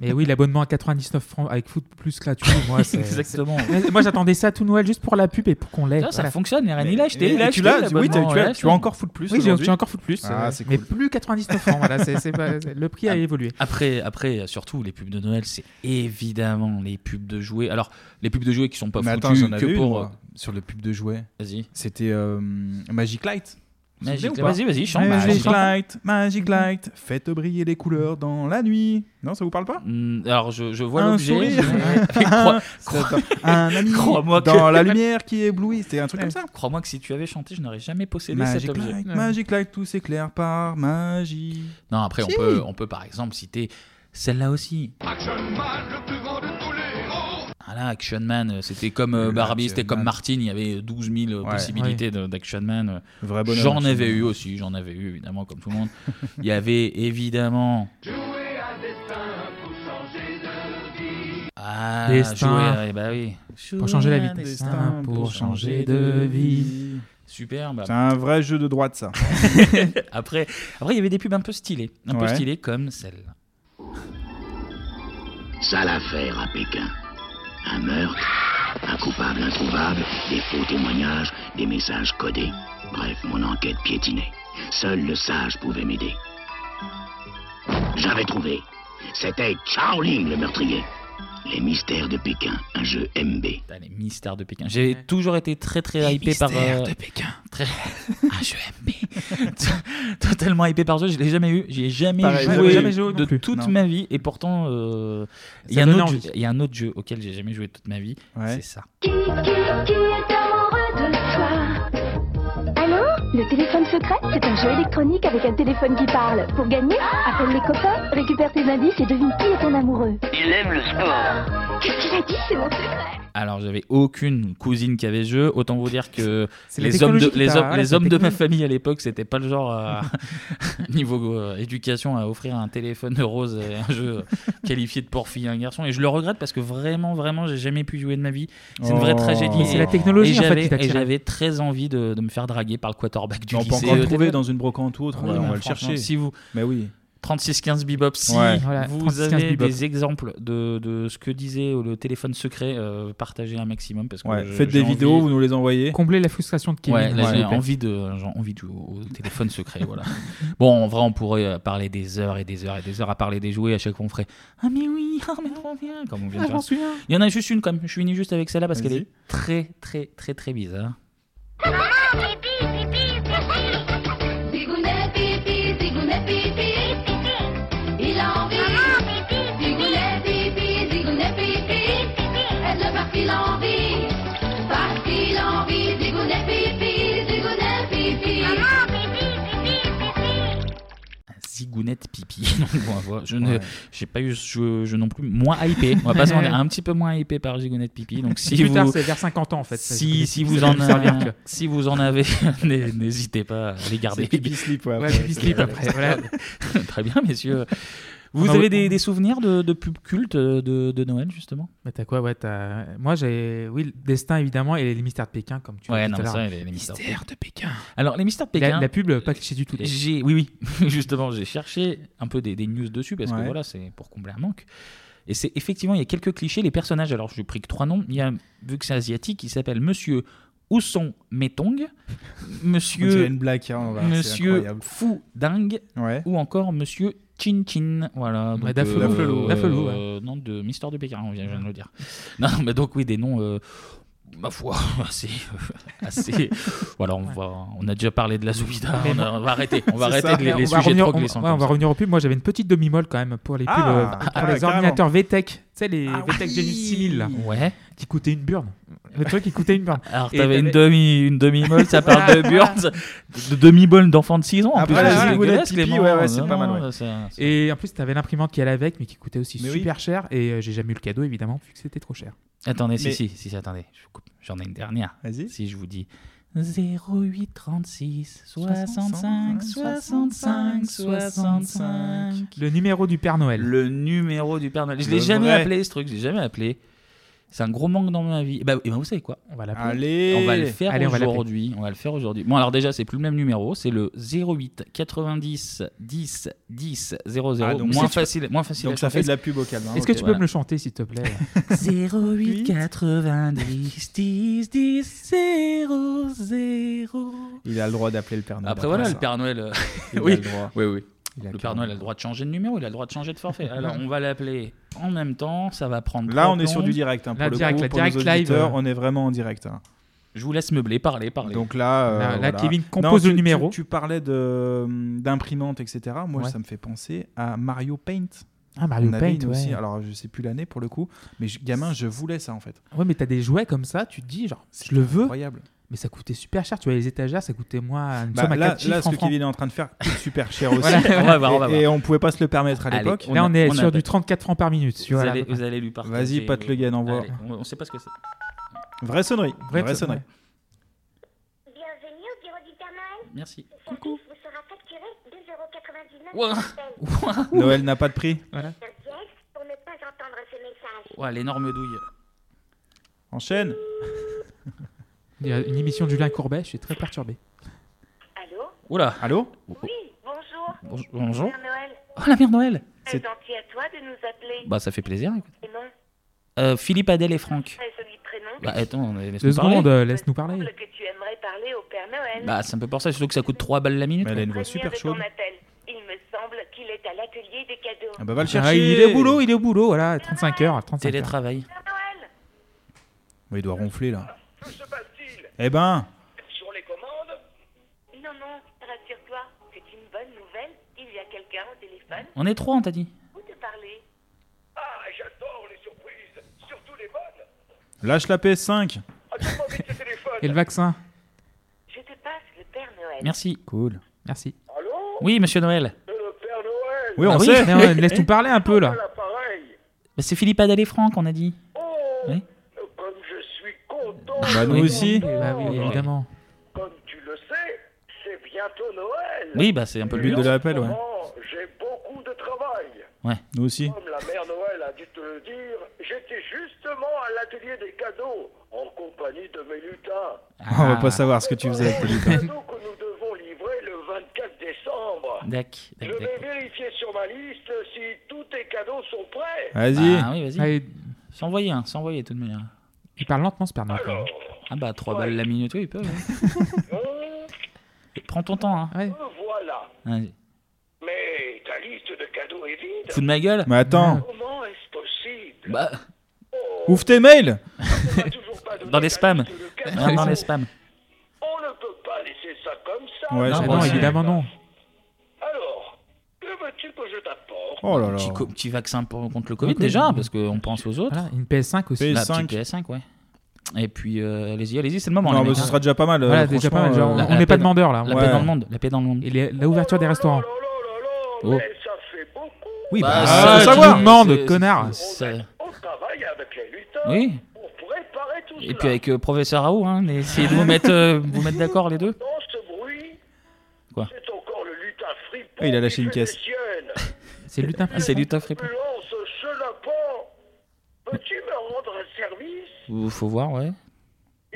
Speaker 6: Mais oui, l'abonnement à 99 francs avec Foot Plus gratuit, moi, c'est.
Speaker 1: Exactement.
Speaker 6: Mais Moi, j'attendais ça tout Noël juste pour la pub et pour qu'on l'ait.
Speaker 1: Ça, ça
Speaker 6: Voilà.
Speaker 1: fonctionne, les reines.
Speaker 7: Mais-
Speaker 1: Il a acheté.
Speaker 7: mais-
Speaker 1: il a
Speaker 7: et
Speaker 1: acheté
Speaker 7: tu l'as, tu- oui,
Speaker 1: l'abonnement,
Speaker 7: t'as- tu
Speaker 1: ouais,
Speaker 7: as- tu as encore Foot Plus.
Speaker 6: Oui, j'ai
Speaker 7: aujourd'hui.
Speaker 6: j'ai encore Foot Plus.
Speaker 7: Ah,
Speaker 6: euh,
Speaker 7: c'est
Speaker 6: Mais
Speaker 7: cool.
Speaker 6: plus 99 francs. Voilà, c'est- c'est pas- c'est- le prix a évolué.
Speaker 1: Après, après, surtout, les pubs de Noël, c'est évidemment les pubs de jouets. Alors, les pubs de jouets qui sont pas
Speaker 7: Mais
Speaker 1: foutues euh,
Speaker 7: attends, j'en avais
Speaker 1: que
Speaker 7: une,
Speaker 1: pour.
Speaker 7: moi, sur le pub de jouets.
Speaker 1: Vas-y.
Speaker 7: C'était euh, Magic Light. Vous vous souvenez
Speaker 1: Magic
Speaker 7: ou
Speaker 1: Light.
Speaker 7: pas
Speaker 1: Vas-y, vas-y, chante,
Speaker 7: Magic
Speaker 1: Magic
Speaker 7: Light, Magic Light, faites briller les couleurs dans la nuit. Non, ça vous parle pas
Speaker 1: Hmm, Alors, je, je vois
Speaker 7: Un
Speaker 1: l'objet.
Speaker 7: sourire.
Speaker 1: je- Mais crois- crois-
Speaker 7: Un ami
Speaker 1: Crois-moi que-
Speaker 7: dans la lumière qui éblouit. C'était un truc comme ça.
Speaker 1: Crois-moi que si tu avais chanté, je n'aurais jamais possédé
Speaker 7: Magic
Speaker 1: cet objet.
Speaker 7: Light, Magic Light, tout s'éclaire par magie.
Speaker 1: Non, après,
Speaker 7: Si.
Speaker 1: on, peut, on peut par exemple citer celle-là aussi. Ah là, Action Man, euh, c'était comme euh,
Speaker 7: Le
Speaker 1: Barbie,
Speaker 7: Action
Speaker 1: c'était comme
Speaker 7: Man.
Speaker 1: Martine, il y avait 12 000
Speaker 7: Ouais.
Speaker 1: possibilités de- d'Action Man. euh,
Speaker 7: Vrai bonhomme,
Speaker 1: J'en
Speaker 7: Action
Speaker 1: avais
Speaker 7: Man.
Speaker 1: eu aussi, j'en avais eu évidemment, comme tout le monde. Il y avait évidemment. Ah,
Speaker 6: Destin.
Speaker 1: jouer, à- eh ben oui.
Speaker 6: Pour changer la
Speaker 1: Jouer à
Speaker 6: vie.
Speaker 1: destin,
Speaker 6: Destin, pour changer de vie.
Speaker 1: Super, bah,
Speaker 7: C'est un vrai jeu de droite, ça.
Speaker 1: après, après, il y avait des pubs un peu stylées, un peu
Speaker 7: Ouais.
Speaker 1: stylées comme celle-là.
Speaker 11: Sale affaire à Pékin. Un meurtre, un coupable introuvable, des faux témoignages, des messages codés. Bref, mon enquête piétinait. Seul le sage pouvait m'aider. J'avais trouvé. C'était Chao Ling, le meurtrier. Les mystères de Pékin, un jeu MB.
Speaker 1: Putain, les mystères de Pékin. J'ai toujours été très très hypé par.
Speaker 6: mystères
Speaker 1: euh,
Speaker 6: de Pékin.
Speaker 1: Très... Un jeu MB. Totalement hypé par ce jeu, je l'ai jamais eu. J'y ai jamais
Speaker 7: Pareil,
Speaker 1: joué,
Speaker 7: j'avais jamais
Speaker 6: joué non
Speaker 1: de
Speaker 6: plus.
Speaker 1: toute
Speaker 7: Non.
Speaker 1: ma vie. Et pourtant, euh, il y,
Speaker 6: Ça
Speaker 1: a un
Speaker 6: donne
Speaker 1: autre
Speaker 6: envie.
Speaker 1: jeu- il y a un autre jeu auquel j'ai jamais joué de toute ma vie.
Speaker 7: Ouais.
Speaker 1: C'est ça.
Speaker 12: Allô Le téléphone secret, c'est un jeu électronique avec un téléphone qui parle. Pour gagner, appelle les copains, récupère tes indices et devine qui est ton amoureux.
Speaker 11: Il aime le sport.
Speaker 12: Qu'est-ce qu'il a dit C'est mon secret.
Speaker 1: Alors, j'avais aucune cousine qui avait ce jeu. Autant vous dire que
Speaker 6: C'est la
Speaker 1: les hommes, de,
Speaker 6: technologie qui
Speaker 1: les
Speaker 6: t'a-
Speaker 1: hommes,
Speaker 6: voilà,
Speaker 1: les
Speaker 6: c'est la
Speaker 1: hommes de ma
Speaker 6: technologie.
Speaker 1: famille à l'époque, c'était pas le genre à- niveau euh, éducation à offrir un téléphone rose et un jeu euh, qualifié de pour fille et un garçon. Et je le regrette parce que vraiment, vraiment, j'ai jamais pu jouer de ma vie. C'est une vraie
Speaker 7: Oh.
Speaker 1: tragédie.
Speaker 6: Mais c'est la
Speaker 1: Et-
Speaker 6: technologie,
Speaker 1: et
Speaker 6: en fait,
Speaker 1: j'avais-
Speaker 6: qui t'a
Speaker 1: Et
Speaker 6: attiré.
Speaker 1: j'avais très envie de, de me faire draguer par le quarterback du
Speaker 7: on peut
Speaker 1: lycée.
Speaker 7: encore le
Speaker 1: euh,
Speaker 7: trouver
Speaker 1: des-
Speaker 7: dans une brocante ou autre.
Speaker 1: Oui,
Speaker 7: on
Speaker 1: mais
Speaker 7: va le
Speaker 1: franchement,
Speaker 7: chercher.
Speaker 1: Si vous
Speaker 7: Mais oui.
Speaker 1: 3615 Bebop, si
Speaker 7: Ouais.
Speaker 6: Voilà,
Speaker 1: vous
Speaker 6: 3615
Speaker 1: avez
Speaker 6: Bebop.
Speaker 1: des exemples de, de ce que disait le téléphone secret, euh, partagez un maximum parce que
Speaker 7: Ouais.
Speaker 1: je-
Speaker 7: Faites des
Speaker 1: j'ai
Speaker 7: vidéos,
Speaker 1: envie-
Speaker 7: vous nous les envoyez.
Speaker 6: Combler la frustration de Kevin. Ah,
Speaker 1: Ouais, là,
Speaker 7: Ouais.
Speaker 1: j'ai envie de, j'ai envie de jouer au au téléphone secret, voilà. Bon, en vrai, on pourrait euh, parler des heures et des heures et des heures à parler des jouets. À chaque fois, on ferait Ah mais oui, ah mais trop bien, comme on vient de
Speaker 6: Ah, je
Speaker 1: faire.
Speaker 6: m'en souviens.
Speaker 1: Il y en a juste une quand même. Je finis juste avec celle-là parce qu'elle
Speaker 7: Vas-y.
Speaker 1: est très, très, très, très bizarre.
Speaker 12: Zigounet, pipi, zigounet, pipi. Il a envie. Zigounet, pipi, zigounet, pipi. Aide-le parce qu'il a envie. Parce qu'il a envie. Zigounet, pipi, zigounet, pipi.
Speaker 1: Zigounette pipi. Donc, bon, voilà, je ne, j'ai pas eu ce jeu, jeu non plus moins hypé. On va pas se mentir, un petit peu moins hypé par Zigounette pipi. Donc si
Speaker 6: plus
Speaker 1: vous,
Speaker 6: tard, c'est vers 50 ans en fait. Ça,
Speaker 1: si,
Speaker 6: j'ai
Speaker 1: si
Speaker 6: compris.
Speaker 1: vous en
Speaker 6: Ça va me servir
Speaker 1: avez,
Speaker 6: que-
Speaker 1: si vous en avez, n'hé- n'hésitez pas à les garder.
Speaker 7: C'est Pipi Slip, ouais.
Speaker 6: Ouais,
Speaker 7: après.
Speaker 6: puis slip après. voilà.
Speaker 1: Très bien, messieurs. Vous
Speaker 6: On a-
Speaker 1: avez des, des souvenirs de, de pubs cultes euh, de, de Noël justement
Speaker 6: Mais t'as quoi ouais, t'as- Moi j'ai. Oui, le destin évidemment et les mystères de Pékin comme tu l'as dit tout
Speaker 1: mais
Speaker 6: à l'heure.
Speaker 1: les, les mystères.
Speaker 6: Mystères de Pékin.
Speaker 1: Alors les mystères de
Speaker 6: La,
Speaker 1: Pékin.
Speaker 6: la pub, pas cliché du tout.
Speaker 1: J'ai, oui, oui, justement, j'ai cherché un peu des, des news dessus parce que
Speaker 7: Ouais.
Speaker 1: voilà, c'est pour combler un manque. Et c'est effectivement, il y a quelques clichés. Les personnages, alors je pris que trois noms. Il y a, vu que c'est asiatique, il s'appelle Monsieur Ousson Metong,
Speaker 7: On dirait
Speaker 1: Monsieur,
Speaker 7: une blague. hein, voilà, c'est
Speaker 1: Monsieur
Speaker 7: incroyable.
Speaker 1: Fou Ding
Speaker 7: Ouais.
Speaker 1: ou encore Monsieur Chin Chin. Voilà. euh,
Speaker 6: Ouais, Daffelou.
Speaker 7: Daffelou.
Speaker 6: Daffelou,
Speaker 1: Nom de Mister de Pékin, on vient, je viens de le dire. Non, mais donc oui, des noms. euh, Ma foi, assez. euh, assez voilà, on, va, on a déjà parlé de la Zoubida. On, a- on va arrêter. On va
Speaker 7: C'est
Speaker 1: arrêter
Speaker 7: ça.
Speaker 1: de les,
Speaker 6: on,
Speaker 1: les
Speaker 6: va
Speaker 1: sujets
Speaker 6: revenir,
Speaker 1: trop
Speaker 6: on,
Speaker 1: glissants.
Speaker 6: ouais, on
Speaker 1: comme
Speaker 6: va
Speaker 1: ça.
Speaker 6: revenir aux pubs. Moi j'avais une petite demi-molle quand même pour les pubs,
Speaker 7: Ah,
Speaker 6: euh, pour
Speaker 7: ah,
Speaker 6: les
Speaker 7: carrément.
Speaker 6: ordinateurs VTech. Tu sais, les
Speaker 7: Ah
Speaker 6: VTech
Speaker 7: oui.
Speaker 6: Genius 6000
Speaker 1: Ouais.
Speaker 6: qui coûtaient une burne. Le truc qui coûtait une burne.
Speaker 1: Alors,
Speaker 6: Et
Speaker 1: t'avais une
Speaker 6: t'avais-
Speaker 1: demi, une demi molle, ça parle de
Speaker 6: Voilà.
Speaker 1: Burns, de demi molle d'enfant de
Speaker 6: Oh,
Speaker 1: 6 ans. En
Speaker 7: Ah,
Speaker 1: plus,
Speaker 7: voilà,
Speaker 1: c'est
Speaker 7: voilà,
Speaker 1: dégueulasse,
Speaker 7: Pipi,
Speaker 1: Clément.
Speaker 6: hein,
Speaker 7: ouais, ouais, c'est
Speaker 1: Non,
Speaker 7: pas mal,
Speaker 1: non,
Speaker 7: ouais.
Speaker 1: c'est un- c'est-
Speaker 6: Et en plus, t'avais l'imprimante qui allait avec, mais qui coûtait aussi
Speaker 7: Mais oui.
Speaker 6: super cher. Et euh, j'ai jamais eu le cadeau, évidemment, vu que c'était trop cher.
Speaker 1: Attendez, si,
Speaker 7: Mais-
Speaker 1: si, si, si, attendez, je vous coupe. j'en ai une dernière.
Speaker 7: Vas-y.
Speaker 1: Si je vous dis 08 36 65
Speaker 7: 65,
Speaker 1: 65 65
Speaker 6: Le numéro du Père Noël.
Speaker 1: le numéro du Père Noël. Je
Speaker 7: Le
Speaker 1: l'ai jamais
Speaker 7: vrai.
Speaker 1: appelé ce truc, je l'ai jamais appelé. C'est un gros manque dans ma vie. Et ben, eh ben, vous savez quoi
Speaker 6: On va l'appeler.
Speaker 7: Allez.
Speaker 1: On va le faire
Speaker 6: Allez, Ah, on va l'appeler.
Speaker 1: aujourd'hui. On va le faire aujourd'hui. Bon alors déjà, c'est plus le même numéro, c'est le 08 90 10 10 00.
Speaker 7: Ah, donc
Speaker 1: moins
Speaker 7: c'est-
Speaker 1: facile, moins facile.
Speaker 7: Donc ça fait de la pub au calme. hein.
Speaker 6: Est-ce que
Speaker 1: Ok,
Speaker 6: tu peux
Speaker 1: voilà.
Speaker 6: me le chanter, s'il te plaît
Speaker 1: 08 90 10 10 00.
Speaker 7: Il a le droit d'appeler le Père Noël.
Speaker 1: Après voilà,
Speaker 7: ça.
Speaker 1: le Père Noël. euh,
Speaker 7: Il a
Speaker 1: oui.
Speaker 7: le droit.
Speaker 1: Oui, oui.
Speaker 7: Il a
Speaker 1: Le Père
Speaker 7: carrément-
Speaker 1: Noël a le droit de changer de numéro, il a le droit de changer de forfait. Alors on va l'appeler en même temps, ça va prendre.
Speaker 7: Là,
Speaker 1: trois
Speaker 7: on est sur
Speaker 1: plombes.
Speaker 7: du direct. hein, pour
Speaker 6: Là,
Speaker 7: le
Speaker 6: direct,
Speaker 7: coup,
Speaker 6: là,
Speaker 7: pour nos
Speaker 6: direct live,
Speaker 7: auditeurs,
Speaker 6: euh.
Speaker 7: on est vraiment en direct. hein.
Speaker 1: Je vous laisse meubler, parler, parler.
Speaker 7: Donc là, euh,
Speaker 6: Ah, Là, là,
Speaker 7: voilà.
Speaker 6: Kevin
Speaker 7: Non,
Speaker 6: compose
Speaker 7: tu-
Speaker 6: le numéro.
Speaker 7: Tu, tu parlais de, hum, d'imprimante, etc. Moi,
Speaker 6: Ouais.
Speaker 7: ça me fait penser à Mario Paint.
Speaker 6: Ah, Mario
Speaker 7: On avait
Speaker 6: Paint,
Speaker 7: une aussi.
Speaker 6: ouais.
Speaker 7: Alors, je sais plus l'année pour le coup, mais je- gamin, je voulais ça en fait.
Speaker 6: Ouais, mais t'as des jouets comme ça, tu te dis, genre, je le veux.
Speaker 7: incroyable.
Speaker 6: Mais ça coûtait super cher. Tu vois, les étagères, ça coûtait moi une
Speaker 7: Bah,
Speaker 6: somme à
Speaker 7: là,
Speaker 6: quatre chiffres
Speaker 7: là, ce
Speaker 6: en
Speaker 7: que
Speaker 6: francs.
Speaker 7: Kevin est en train de faire est super cher aussi.
Speaker 6: Voilà.
Speaker 7: Et-
Speaker 6: On va voir, on va
Speaker 7: Et,
Speaker 6: voir.
Speaker 7: on pouvait pas se le permettre à
Speaker 6: Allez,
Speaker 7: l'époque.
Speaker 6: Là, on, est sur du 34 francs par minute. tu
Speaker 1: Vous,
Speaker 6: vois, là, à
Speaker 1: allez,
Speaker 6: peu près.
Speaker 1: vous allez lui partager.
Speaker 7: Vas-y, Pat Le Guen, envoie.
Speaker 1: Allez, On, on sait pas ce que c'est.
Speaker 7: Vraie sonnerie.
Speaker 1: Vraie
Speaker 7: Vraie,
Speaker 1: sonnerie.
Speaker 7: sonnerie.
Speaker 13: Bienvenue au bureau du Père Noël.
Speaker 1: Merci.
Speaker 13: Ce service vous sera facturé 2,99€
Speaker 1: Ouah.
Speaker 13: par appel.
Speaker 7: Noël n'a pas de prix.
Speaker 13: Un pièce pour ne pas entendre ce message.
Speaker 1: Ouah, l'énorme douille.
Speaker 7: Enchaîne.
Speaker 6: Il y a une émission de Julien Courbet, je suis très perturbé.
Speaker 13: Allô
Speaker 1: Oula.
Speaker 7: Allô
Speaker 13: Oui, bonjour.
Speaker 1: Bonjour. Bonjour.
Speaker 13: Père Noël.
Speaker 1: Oh, la mère Noël
Speaker 13: C'est gentil à toi de nous appeler.
Speaker 1: Bah, ça fait plaisir. écoute.
Speaker 13: Et non,
Speaker 1: Euh, Philippe, Adèle et Franck.
Speaker 13: très joli prénom.
Speaker 1: Bah, attends, euh, laisse-nous
Speaker 6: Deux
Speaker 1: parler.
Speaker 6: secondes, euh, laisse-nous parler.
Speaker 13: semble que tu aimerais parler au Père Noël.
Speaker 1: Bah, c'est un peu pour ça, surtout que ça coûte 3 balles la minute.
Speaker 7: elle a une
Speaker 1: quoi.
Speaker 7: voix Oh, super chaude.
Speaker 13: On appelle. Il me semble qu'il est à l'atelier des cadeaux.
Speaker 7: Ah bah, va le
Speaker 6: Ah,
Speaker 7: chercher.
Speaker 6: il est au boulot, il est au boulot, voilà, 35 heures. 35
Speaker 1: Télétravail.
Speaker 7: Ouais, il doit ronfler là. Eh ben,
Speaker 13: Sur les commandes Non, non, rassure-toi. C'est une bonne nouvelle. Il y a quelqu'un au téléphone.
Speaker 1: On est trois, on t'a dit.
Speaker 13: Où te parler
Speaker 14: Ah, j'adore les surprises, surtout les bonnes.
Speaker 7: lâche la PS5.
Speaker 6: Et le vaccin
Speaker 13: Je te passe le Père Noël.
Speaker 1: Merci.
Speaker 7: Cool.
Speaker 6: Merci.
Speaker 1: Oui, monsieur Noël.
Speaker 6: Oui, on
Speaker 1: Bah
Speaker 6: sait. Mais, euh,
Speaker 1: Eh,
Speaker 6: laisse-nous
Speaker 1: eh.
Speaker 6: parler un peu, là.
Speaker 1: Bah, c'est Philippe, Adèle et Franck, on a dit.
Speaker 14: Oh,
Speaker 1: Oui.
Speaker 7: Hein Bah, nous
Speaker 1: Oui.
Speaker 7: aussi.
Speaker 6: Bah
Speaker 1: Ah,
Speaker 6: oui, évidemment.
Speaker 1: Oui, bah, c'est un peu le
Speaker 7: but
Speaker 1: but.
Speaker 7: de l'appel, ouais.
Speaker 14: J'ai beaucoup de travail.
Speaker 1: Ouais.
Speaker 7: Nous aussi.
Speaker 14: Comme la mère Noël a dû te le dire, j'étais justement à l'atelier des cadeaux, en compagnie de mes lutins.
Speaker 1: Ah,
Speaker 6: Ah.
Speaker 7: On va pas savoir ce que tu faisais avec tes
Speaker 14: Les
Speaker 7: lutins.
Speaker 14: cadeaux que nous devons livrer le 24 décembre.
Speaker 1: Dac,
Speaker 14: Je
Speaker 1: dac, dac.
Speaker 14: vais vérifier sur ma liste si tous tes cadeaux sont prêts.
Speaker 7: Vas-y.
Speaker 6: Bah.
Speaker 1: Ah oui, vas-y.
Speaker 6: Allez.
Speaker 1: S'envoyer, hein, s'envoyer de toute manière.
Speaker 6: Il parle lentement, ce Père Noël. quand même.
Speaker 1: Ah bah, 3 balles la minute, oui, ils peuvent.
Speaker 7: Ah.
Speaker 1: hein. Prends ton temps, hein.
Speaker 14: Me Euh, Voilà.
Speaker 1: Vas-y.
Speaker 14: Mais ta liste de cadeaux est vide.
Speaker 1: Fous de ma gueule.
Speaker 7: Mais attends.
Speaker 14: Comment est-ce possible
Speaker 1: Bah,
Speaker 6: Ah.
Speaker 7: Ouvre tes mails.
Speaker 1: dans les spams. Non, dans les spams.
Speaker 14: On ne peut pas laisser ça comme ça.
Speaker 7: Ouais,
Speaker 1: Non,
Speaker 7: c'est
Speaker 1: bon,
Speaker 7: vrai.
Speaker 1: évidemment.
Speaker 6: Évidemment, Ah, non.
Speaker 14: Alors, que veux-tu que je t'apporte
Speaker 7: Oh là là.
Speaker 1: Petit, co- petit vaccin pour- contre le Covid
Speaker 6: Ok.
Speaker 1: déjà, parce qu'on pense aux autres.
Speaker 6: Voilà, une PS5 aussi.
Speaker 1: La
Speaker 7: PS5.
Speaker 1: petite PS5, ouais. Et puis, euh, allez-y, allez-y, c'est le moment.
Speaker 7: Non,
Speaker 1: les
Speaker 7: mais
Speaker 1: mecs,
Speaker 7: ce
Speaker 1: hein.
Speaker 7: sera déjà pas mal. euh,
Speaker 6: Voilà, déjà pas mal.
Speaker 7: franchement,
Speaker 6: genre,
Speaker 1: la-
Speaker 7: euh,
Speaker 6: on
Speaker 1: la
Speaker 6: n'est pas
Speaker 1: peine-
Speaker 6: de demandeurs, là.
Speaker 1: La
Speaker 7: Ouais.
Speaker 1: paix dans le monde, la paix dans le monde.
Speaker 6: Et les- la ouverture des restaurants.
Speaker 1: Oh.
Speaker 7: Oui,
Speaker 1: Bah,
Speaker 6: Ah,
Speaker 7: bah,
Speaker 1: ça,
Speaker 7: faut
Speaker 1: tu
Speaker 7: savoir.
Speaker 1: nous
Speaker 6: demande,
Speaker 1: c'est-
Speaker 6: connard.
Speaker 1: c'est- c'est-
Speaker 14: On travaille avec les lutins
Speaker 1: Oui.
Speaker 14: pour préparer tout
Speaker 1: Et
Speaker 14: cela.
Speaker 1: puis avec euh, professeur Raoult, hein, mais essayez de vous mettre, euh, vous mettre d'accord les deux.
Speaker 14: Dans ce bruit,
Speaker 1: Quoi
Speaker 14: c'est encore le lutin fripon
Speaker 7: Ah, il a lâché
Speaker 14: qui
Speaker 7: une
Speaker 14: fait
Speaker 7: caisse.
Speaker 14: des siennes.
Speaker 6: C'est le lutin.
Speaker 1: Ah, c'est du taf répond.
Speaker 14: Ambulance, chenapant, peux-tu me rendre un service
Speaker 1: Ouh, Faut voir, ouais.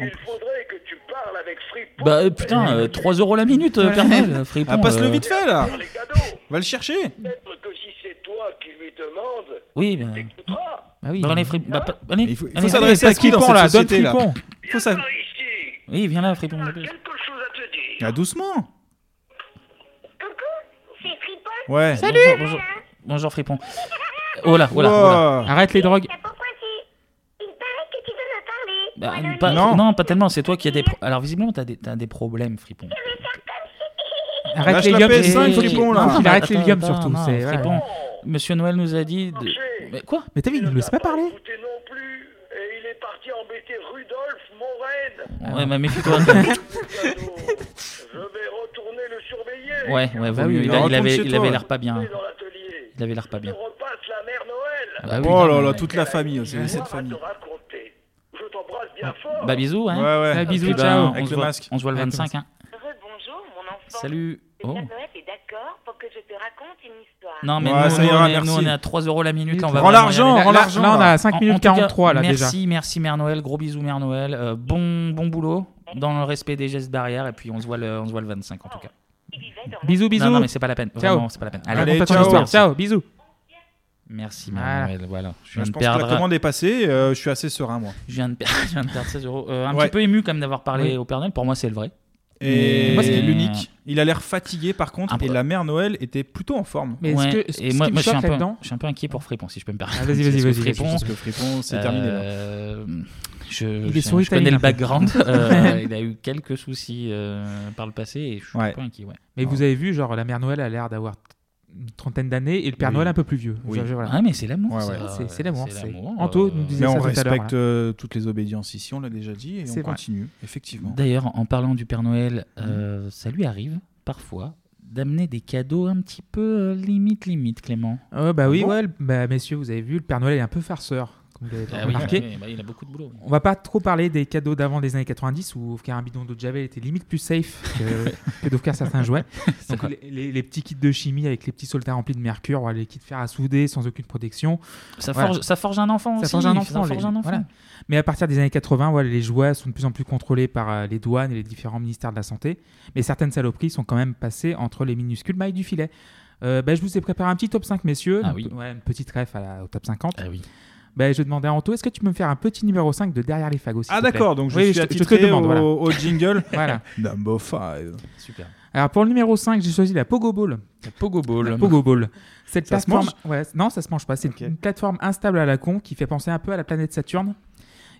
Speaker 14: Il faudrait que tu parles avec fripon.
Speaker 1: Bah euh, putain, euh, 3 euros la minute, euh, Père Noël, Fripon.
Speaker 7: Ah, passe-le
Speaker 1: euh,
Speaker 7: vite fait là.
Speaker 14: Les cadeaux.
Speaker 7: Va le chercher.
Speaker 14: Peut-être que si c'est toi qui lui demande,
Speaker 1: Oui, bah,
Speaker 6: Bah oui.
Speaker 1: dans les Fripon. Bah, pa- allez,
Speaker 7: Il faut, il faut
Speaker 1: allez,
Speaker 7: s'adresser à qui dans
Speaker 6: Fripon,
Speaker 7: cette
Speaker 6: là, donne
Speaker 7: société là
Speaker 6: Fripon.
Speaker 7: Faut ça.
Speaker 1: Oui, viens là, Fripon.
Speaker 14: quelque chose à te dire.
Speaker 7: Ah, doucement.
Speaker 13: Coucou, c'est Fripon.
Speaker 7: Ouais.
Speaker 1: Salut Bonjour, bonjour Fripon. Oh là, oh là, oh là.
Speaker 7: Wow.
Speaker 6: Arrête les drogues.
Speaker 13: C'est pourquoi tu... Il paraît que tu veux me parler.
Speaker 1: Bah,
Speaker 13: Moi,
Speaker 1: pas,
Speaker 13: Loli.
Speaker 1: non. pas tellement, c'est toi qui as des... pro- Alors visiblement, t'as des, t'as des problèmes, Fripon.
Speaker 6: Arrête
Speaker 7: Lâche
Speaker 6: les
Speaker 7: la
Speaker 6: yums.
Speaker 7: PS5,
Speaker 6: et-
Speaker 7: Fripon, là.
Speaker 6: Non,
Speaker 1: mais
Speaker 6: mais Arrête les
Speaker 1: attends,
Speaker 6: yums
Speaker 1: attends,
Speaker 6: surtout.
Speaker 1: non,
Speaker 6: c'est- voilà.
Speaker 1: Fripon, Monsieur Noël nous a dit... de- Mais quoi
Speaker 6: Mais t'as vu, il ne laisse pas parler.
Speaker 14: Écoutez non plus, et il est parti embêter Rudolf Moraine.
Speaker 1: Ouais, mais méfie-toi. quand même.
Speaker 14: Je vais retourner le surveiller.
Speaker 1: Ouais, ouais, vaut
Speaker 6: oui,
Speaker 1: mieux.
Speaker 6: mais
Speaker 1: Ah Il, a- il
Speaker 7: retourne
Speaker 1: avait,
Speaker 7: chez
Speaker 1: il
Speaker 7: toi,
Speaker 1: avait
Speaker 7: ouais.
Speaker 1: l'air pas bien.
Speaker 14: Dans l'atelier,
Speaker 1: Il avait l'air pas bien.
Speaker 14: repasse la mère Noël.
Speaker 6: Ah
Speaker 1: Bah,
Speaker 7: Oh
Speaker 1: putain,
Speaker 7: là là,
Speaker 1: ouais.
Speaker 7: toute la famille, c'est
Speaker 14: Moi,
Speaker 7: cette
Speaker 14: va te
Speaker 7: famille.
Speaker 14: raconter. Je t'embrasse bien fort.
Speaker 1: Bah bisous, hein.
Speaker 7: Ouais, ouais.
Speaker 6: Ah, bisous,
Speaker 1: Et puis, bah,
Speaker 6: ciao.
Speaker 1: on
Speaker 7: Avec
Speaker 1: se
Speaker 7: le
Speaker 1: voit-
Speaker 7: masque.
Speaker 1: On se voit le
Speaker 6: Avec le
Speaker 1: 25, hein.
Speaker 13: Rebonjour, mon enfant.
Speaker 1: Salut.
Speaker 13: Le
Speaker 1: Oh.
Speaker 13: Père Noël est d'accord pour que je te raconte une histoire.
Speaker 1: Non, mais
Speaker 7: Ouais,
Speaker 1: nous,
Speaker 7: ça
Speaker 1: nous,
Speaker 7: ira,
Speaker 1: on est,
Speaker 7: merci.
Speaker 1: nous, on est à 3 euros la minute. On va
Speaker 7: Rends
Speaker 1: vraiment y
Speaker 7: l'argent, hein.
Speaker 1: aller.
Speaker 6: Là,
Speaker 7: rends
Speaker 6: là,
Speaker 7: l'argent.
Speaker 6: là, on a à 5
Speaker 1: En- en
Speaker 6: minutes
Speaker 1: tout cas,
Speaker 6: 43 là déjà.
Speaker 1: Merci, merci Mère Noël. Gros bisous Mère Noël. Euh, bon, bon boulot dans le respect des gestes barrières. Et puis on se voit le, on se voit le 25 en tout cas.
Speaker 13: Il vivait dans
Speaker 6: Bisous, bisous.
Speaker 1: Non, non, mais c'est pas la peine.
Speaker 6: Ciao.
Speaker 1: Vraiment, c'est pas la peine. Allez,
Speaker 6: Allez,
Speaker 7: Allez,
Speaker 6: raconte-toi ton
Speaker 7: ciao. Bah,
Speaker 6: histoire. Ciao, bisous.
Speaker 1: merci Mère
Speaker 6: Voilà.
Speaker 1: Noël. Voilà, je
Speaker 7: Je
Speaker 1: viens
Speaker 7: pense
Speaker 1: de
Speaker 7: que la
Speaker 1: perdre.
Speaker 7: commande est passée, euh, je suis assez serein moi.
Speaker 1: Je viens de, per- je viens de perdre 16 euros. Euh, un
Speaker 7: Ouais.
Speaker 1: petit peu ému quand même d'avoir parlé
Speaker 6: Oui.
Speaker 1: au Père Noël. Pour moi, c'est le vrai.
Speaker 7: Et
Speaker 1: Moi, c'est-
Speaker 7: l'unique, il a l'air fatigué par contre,
Speaker 1: Un peu.
Speaker 7: et la mère Noël était plutôt en forme.
Speaker 6: Ah, bah. Mais est-ce
Speaker 1: Ouais.
Speaker 6: que ce
Speaker 1: et
Speaker 6: qui
Speaker 1: moi,
Speaker 6: me
Speaker 1: moi, je, suis un
Speaker 6: choque
Speaker 1: peu,
Speaker 6: là-dedans
Speaker 1: je suis un peu inquiet pour Fripon, si je peux me permettre.
Speaker 6: Ah, vas-y, vas-y,
Speaker 1: Parce que
Speaker 6: vas-y, vas-y.
Speaker 1: Fripon,
Speaker 7: Parce que Fripon, c'est terminé. là.
Speaker 1: Euh, Je,
Speaker 6: Il
Speaker 1: je-
Speaker 6: est
Speaker 1: je
Speaker 6: souritaline,
Speaker 1: connais le
Speaker 6: en fait.
Speaker 1: background. euh, il a eu quelques soucis euh, par le passé et je suis un peu inquiet. Ouais.
Speaker 6: Mais vous avez vu, genre, la mère Noël a l'air d'avoir une trentaine d'années et le Père
Speaker 1: Oui.
Speaker 6: Noël un peu plus vieux.
Speaker 1: Oui.
Speaker 6: Je- je- voilà.
Speaker 1: Ah, mais c'est l'amour,
Speaker 7: Ouais,
Speaker 1: ça.
Speaker 7: ouais.
Speaker 6: C'est- C'est l'amour.
Speaker 1: C'est
Speaker 6: c'est-
Speaker 1: l'amour,
Speaker 6: Anto
Speaker 1: euh,
Speaker 6: nous disait
Speaker 7: Mais
Speaker 6: ça
Speaker 7: on
Speaker 6: tout à l'heure. hein.
Speaker 7: respecte euh, toutes les obédiences ici, on l'a déjà dit, et
Speaker 6: C'est
Speaker 7: on
Speaker 6: vrai.
Speaker 7: continue, effectivement.
Speaker 1: D'ailleurs, en parlant du Père Noël, euh, ça lui arrive parfois d'amener des cadeaux un petit peu euh, limite, limite, Clément.
Speaker 6: Ah bah oui,
Speaker 1: Hein Bon.
Speaker 6: ouais, le- bah, messieurs, vous avez vu, le Père Noël est un peu farceur, comme vous l'avez
Speaker 1: Ah oui,
Speaker 6: remarqué.
Speaker 1: oui, bah, il a beaucoup de boulot, oui.
Speaker 6: On va pas trop parler des cadeaux d'avant des années 90 où offrir un bidon d'eau de Javel était limite plus safe que, que d'offrir certains jouets.
Speaker 1: C'est
Speaker 6: Donc,
Speaker 1: vrai.
Speaker 6: les, les- les petits kits de chimie avec les petits soldats remplis de mercure, voilà, les kits de fer à souder sans aucune protection.
Speaker 1: Ça
Speaker 6: Voilà.
Speaker 1: forge- ça forge un enfant
Speaker 6: Ça
Speaker 1: aussi,
Speaker 6: forge un
Speaker 1: ça
Speaker 6: enfant.
Speaker 1: forge
Speaker 6: les-
Speaker 1: un enfant.
Speaker 6: voilà. Mais à partir des années 80, voilà, les jouets sont de plus en plus contrôlés par euh, les douanes et les différents ministères de la Santé. Mais certaines saloperies sont quand même passées entre les minuscules mailles du filet. Euh, bah, je vous ai préparé un petit top 5, messieurs.
Speaker 1: Ah
Speaker 6: Donc,
Speaker 1: oui.
Speaker 6: ouais, une petite ref à la- au top 50.
Speaker 1: Ah oui.
Speaker 6: Bah, je demandais à Anto, est-ce que tu peux me faire un petit numéro 5 de derrière les fagots s'il
Speaker 7: Ah
Speaker 6: te plaît
Speaker 7: d'accord, donc je
Speaker 6: Oui,
Speaker 7: suis
Speaker 6: te- te
Speaker 7: attitré
Speaker 6: le demande,
Speaker 7: au,
Speaker 6: voilà.
Speaker 7: au jingle.
Speaker 6: Voilà.
Speaker 7: Dumbo 5.
Speaker 1: Super.
Speaker 6: Alors pour le numéro 5, j'ai choisi la Pogo Ball.
Speaker 1: La Pogo Ball.
Speaker 6: Pogo Ball. Cette
Speaker 7: Ça se
Speaker 6: plateforme,
Speaker 7: mange
Speaker 6: ouais, non, ça se mange pas. C'est une plateforme instable à la con qui fait penser un peu à la planète Saturne.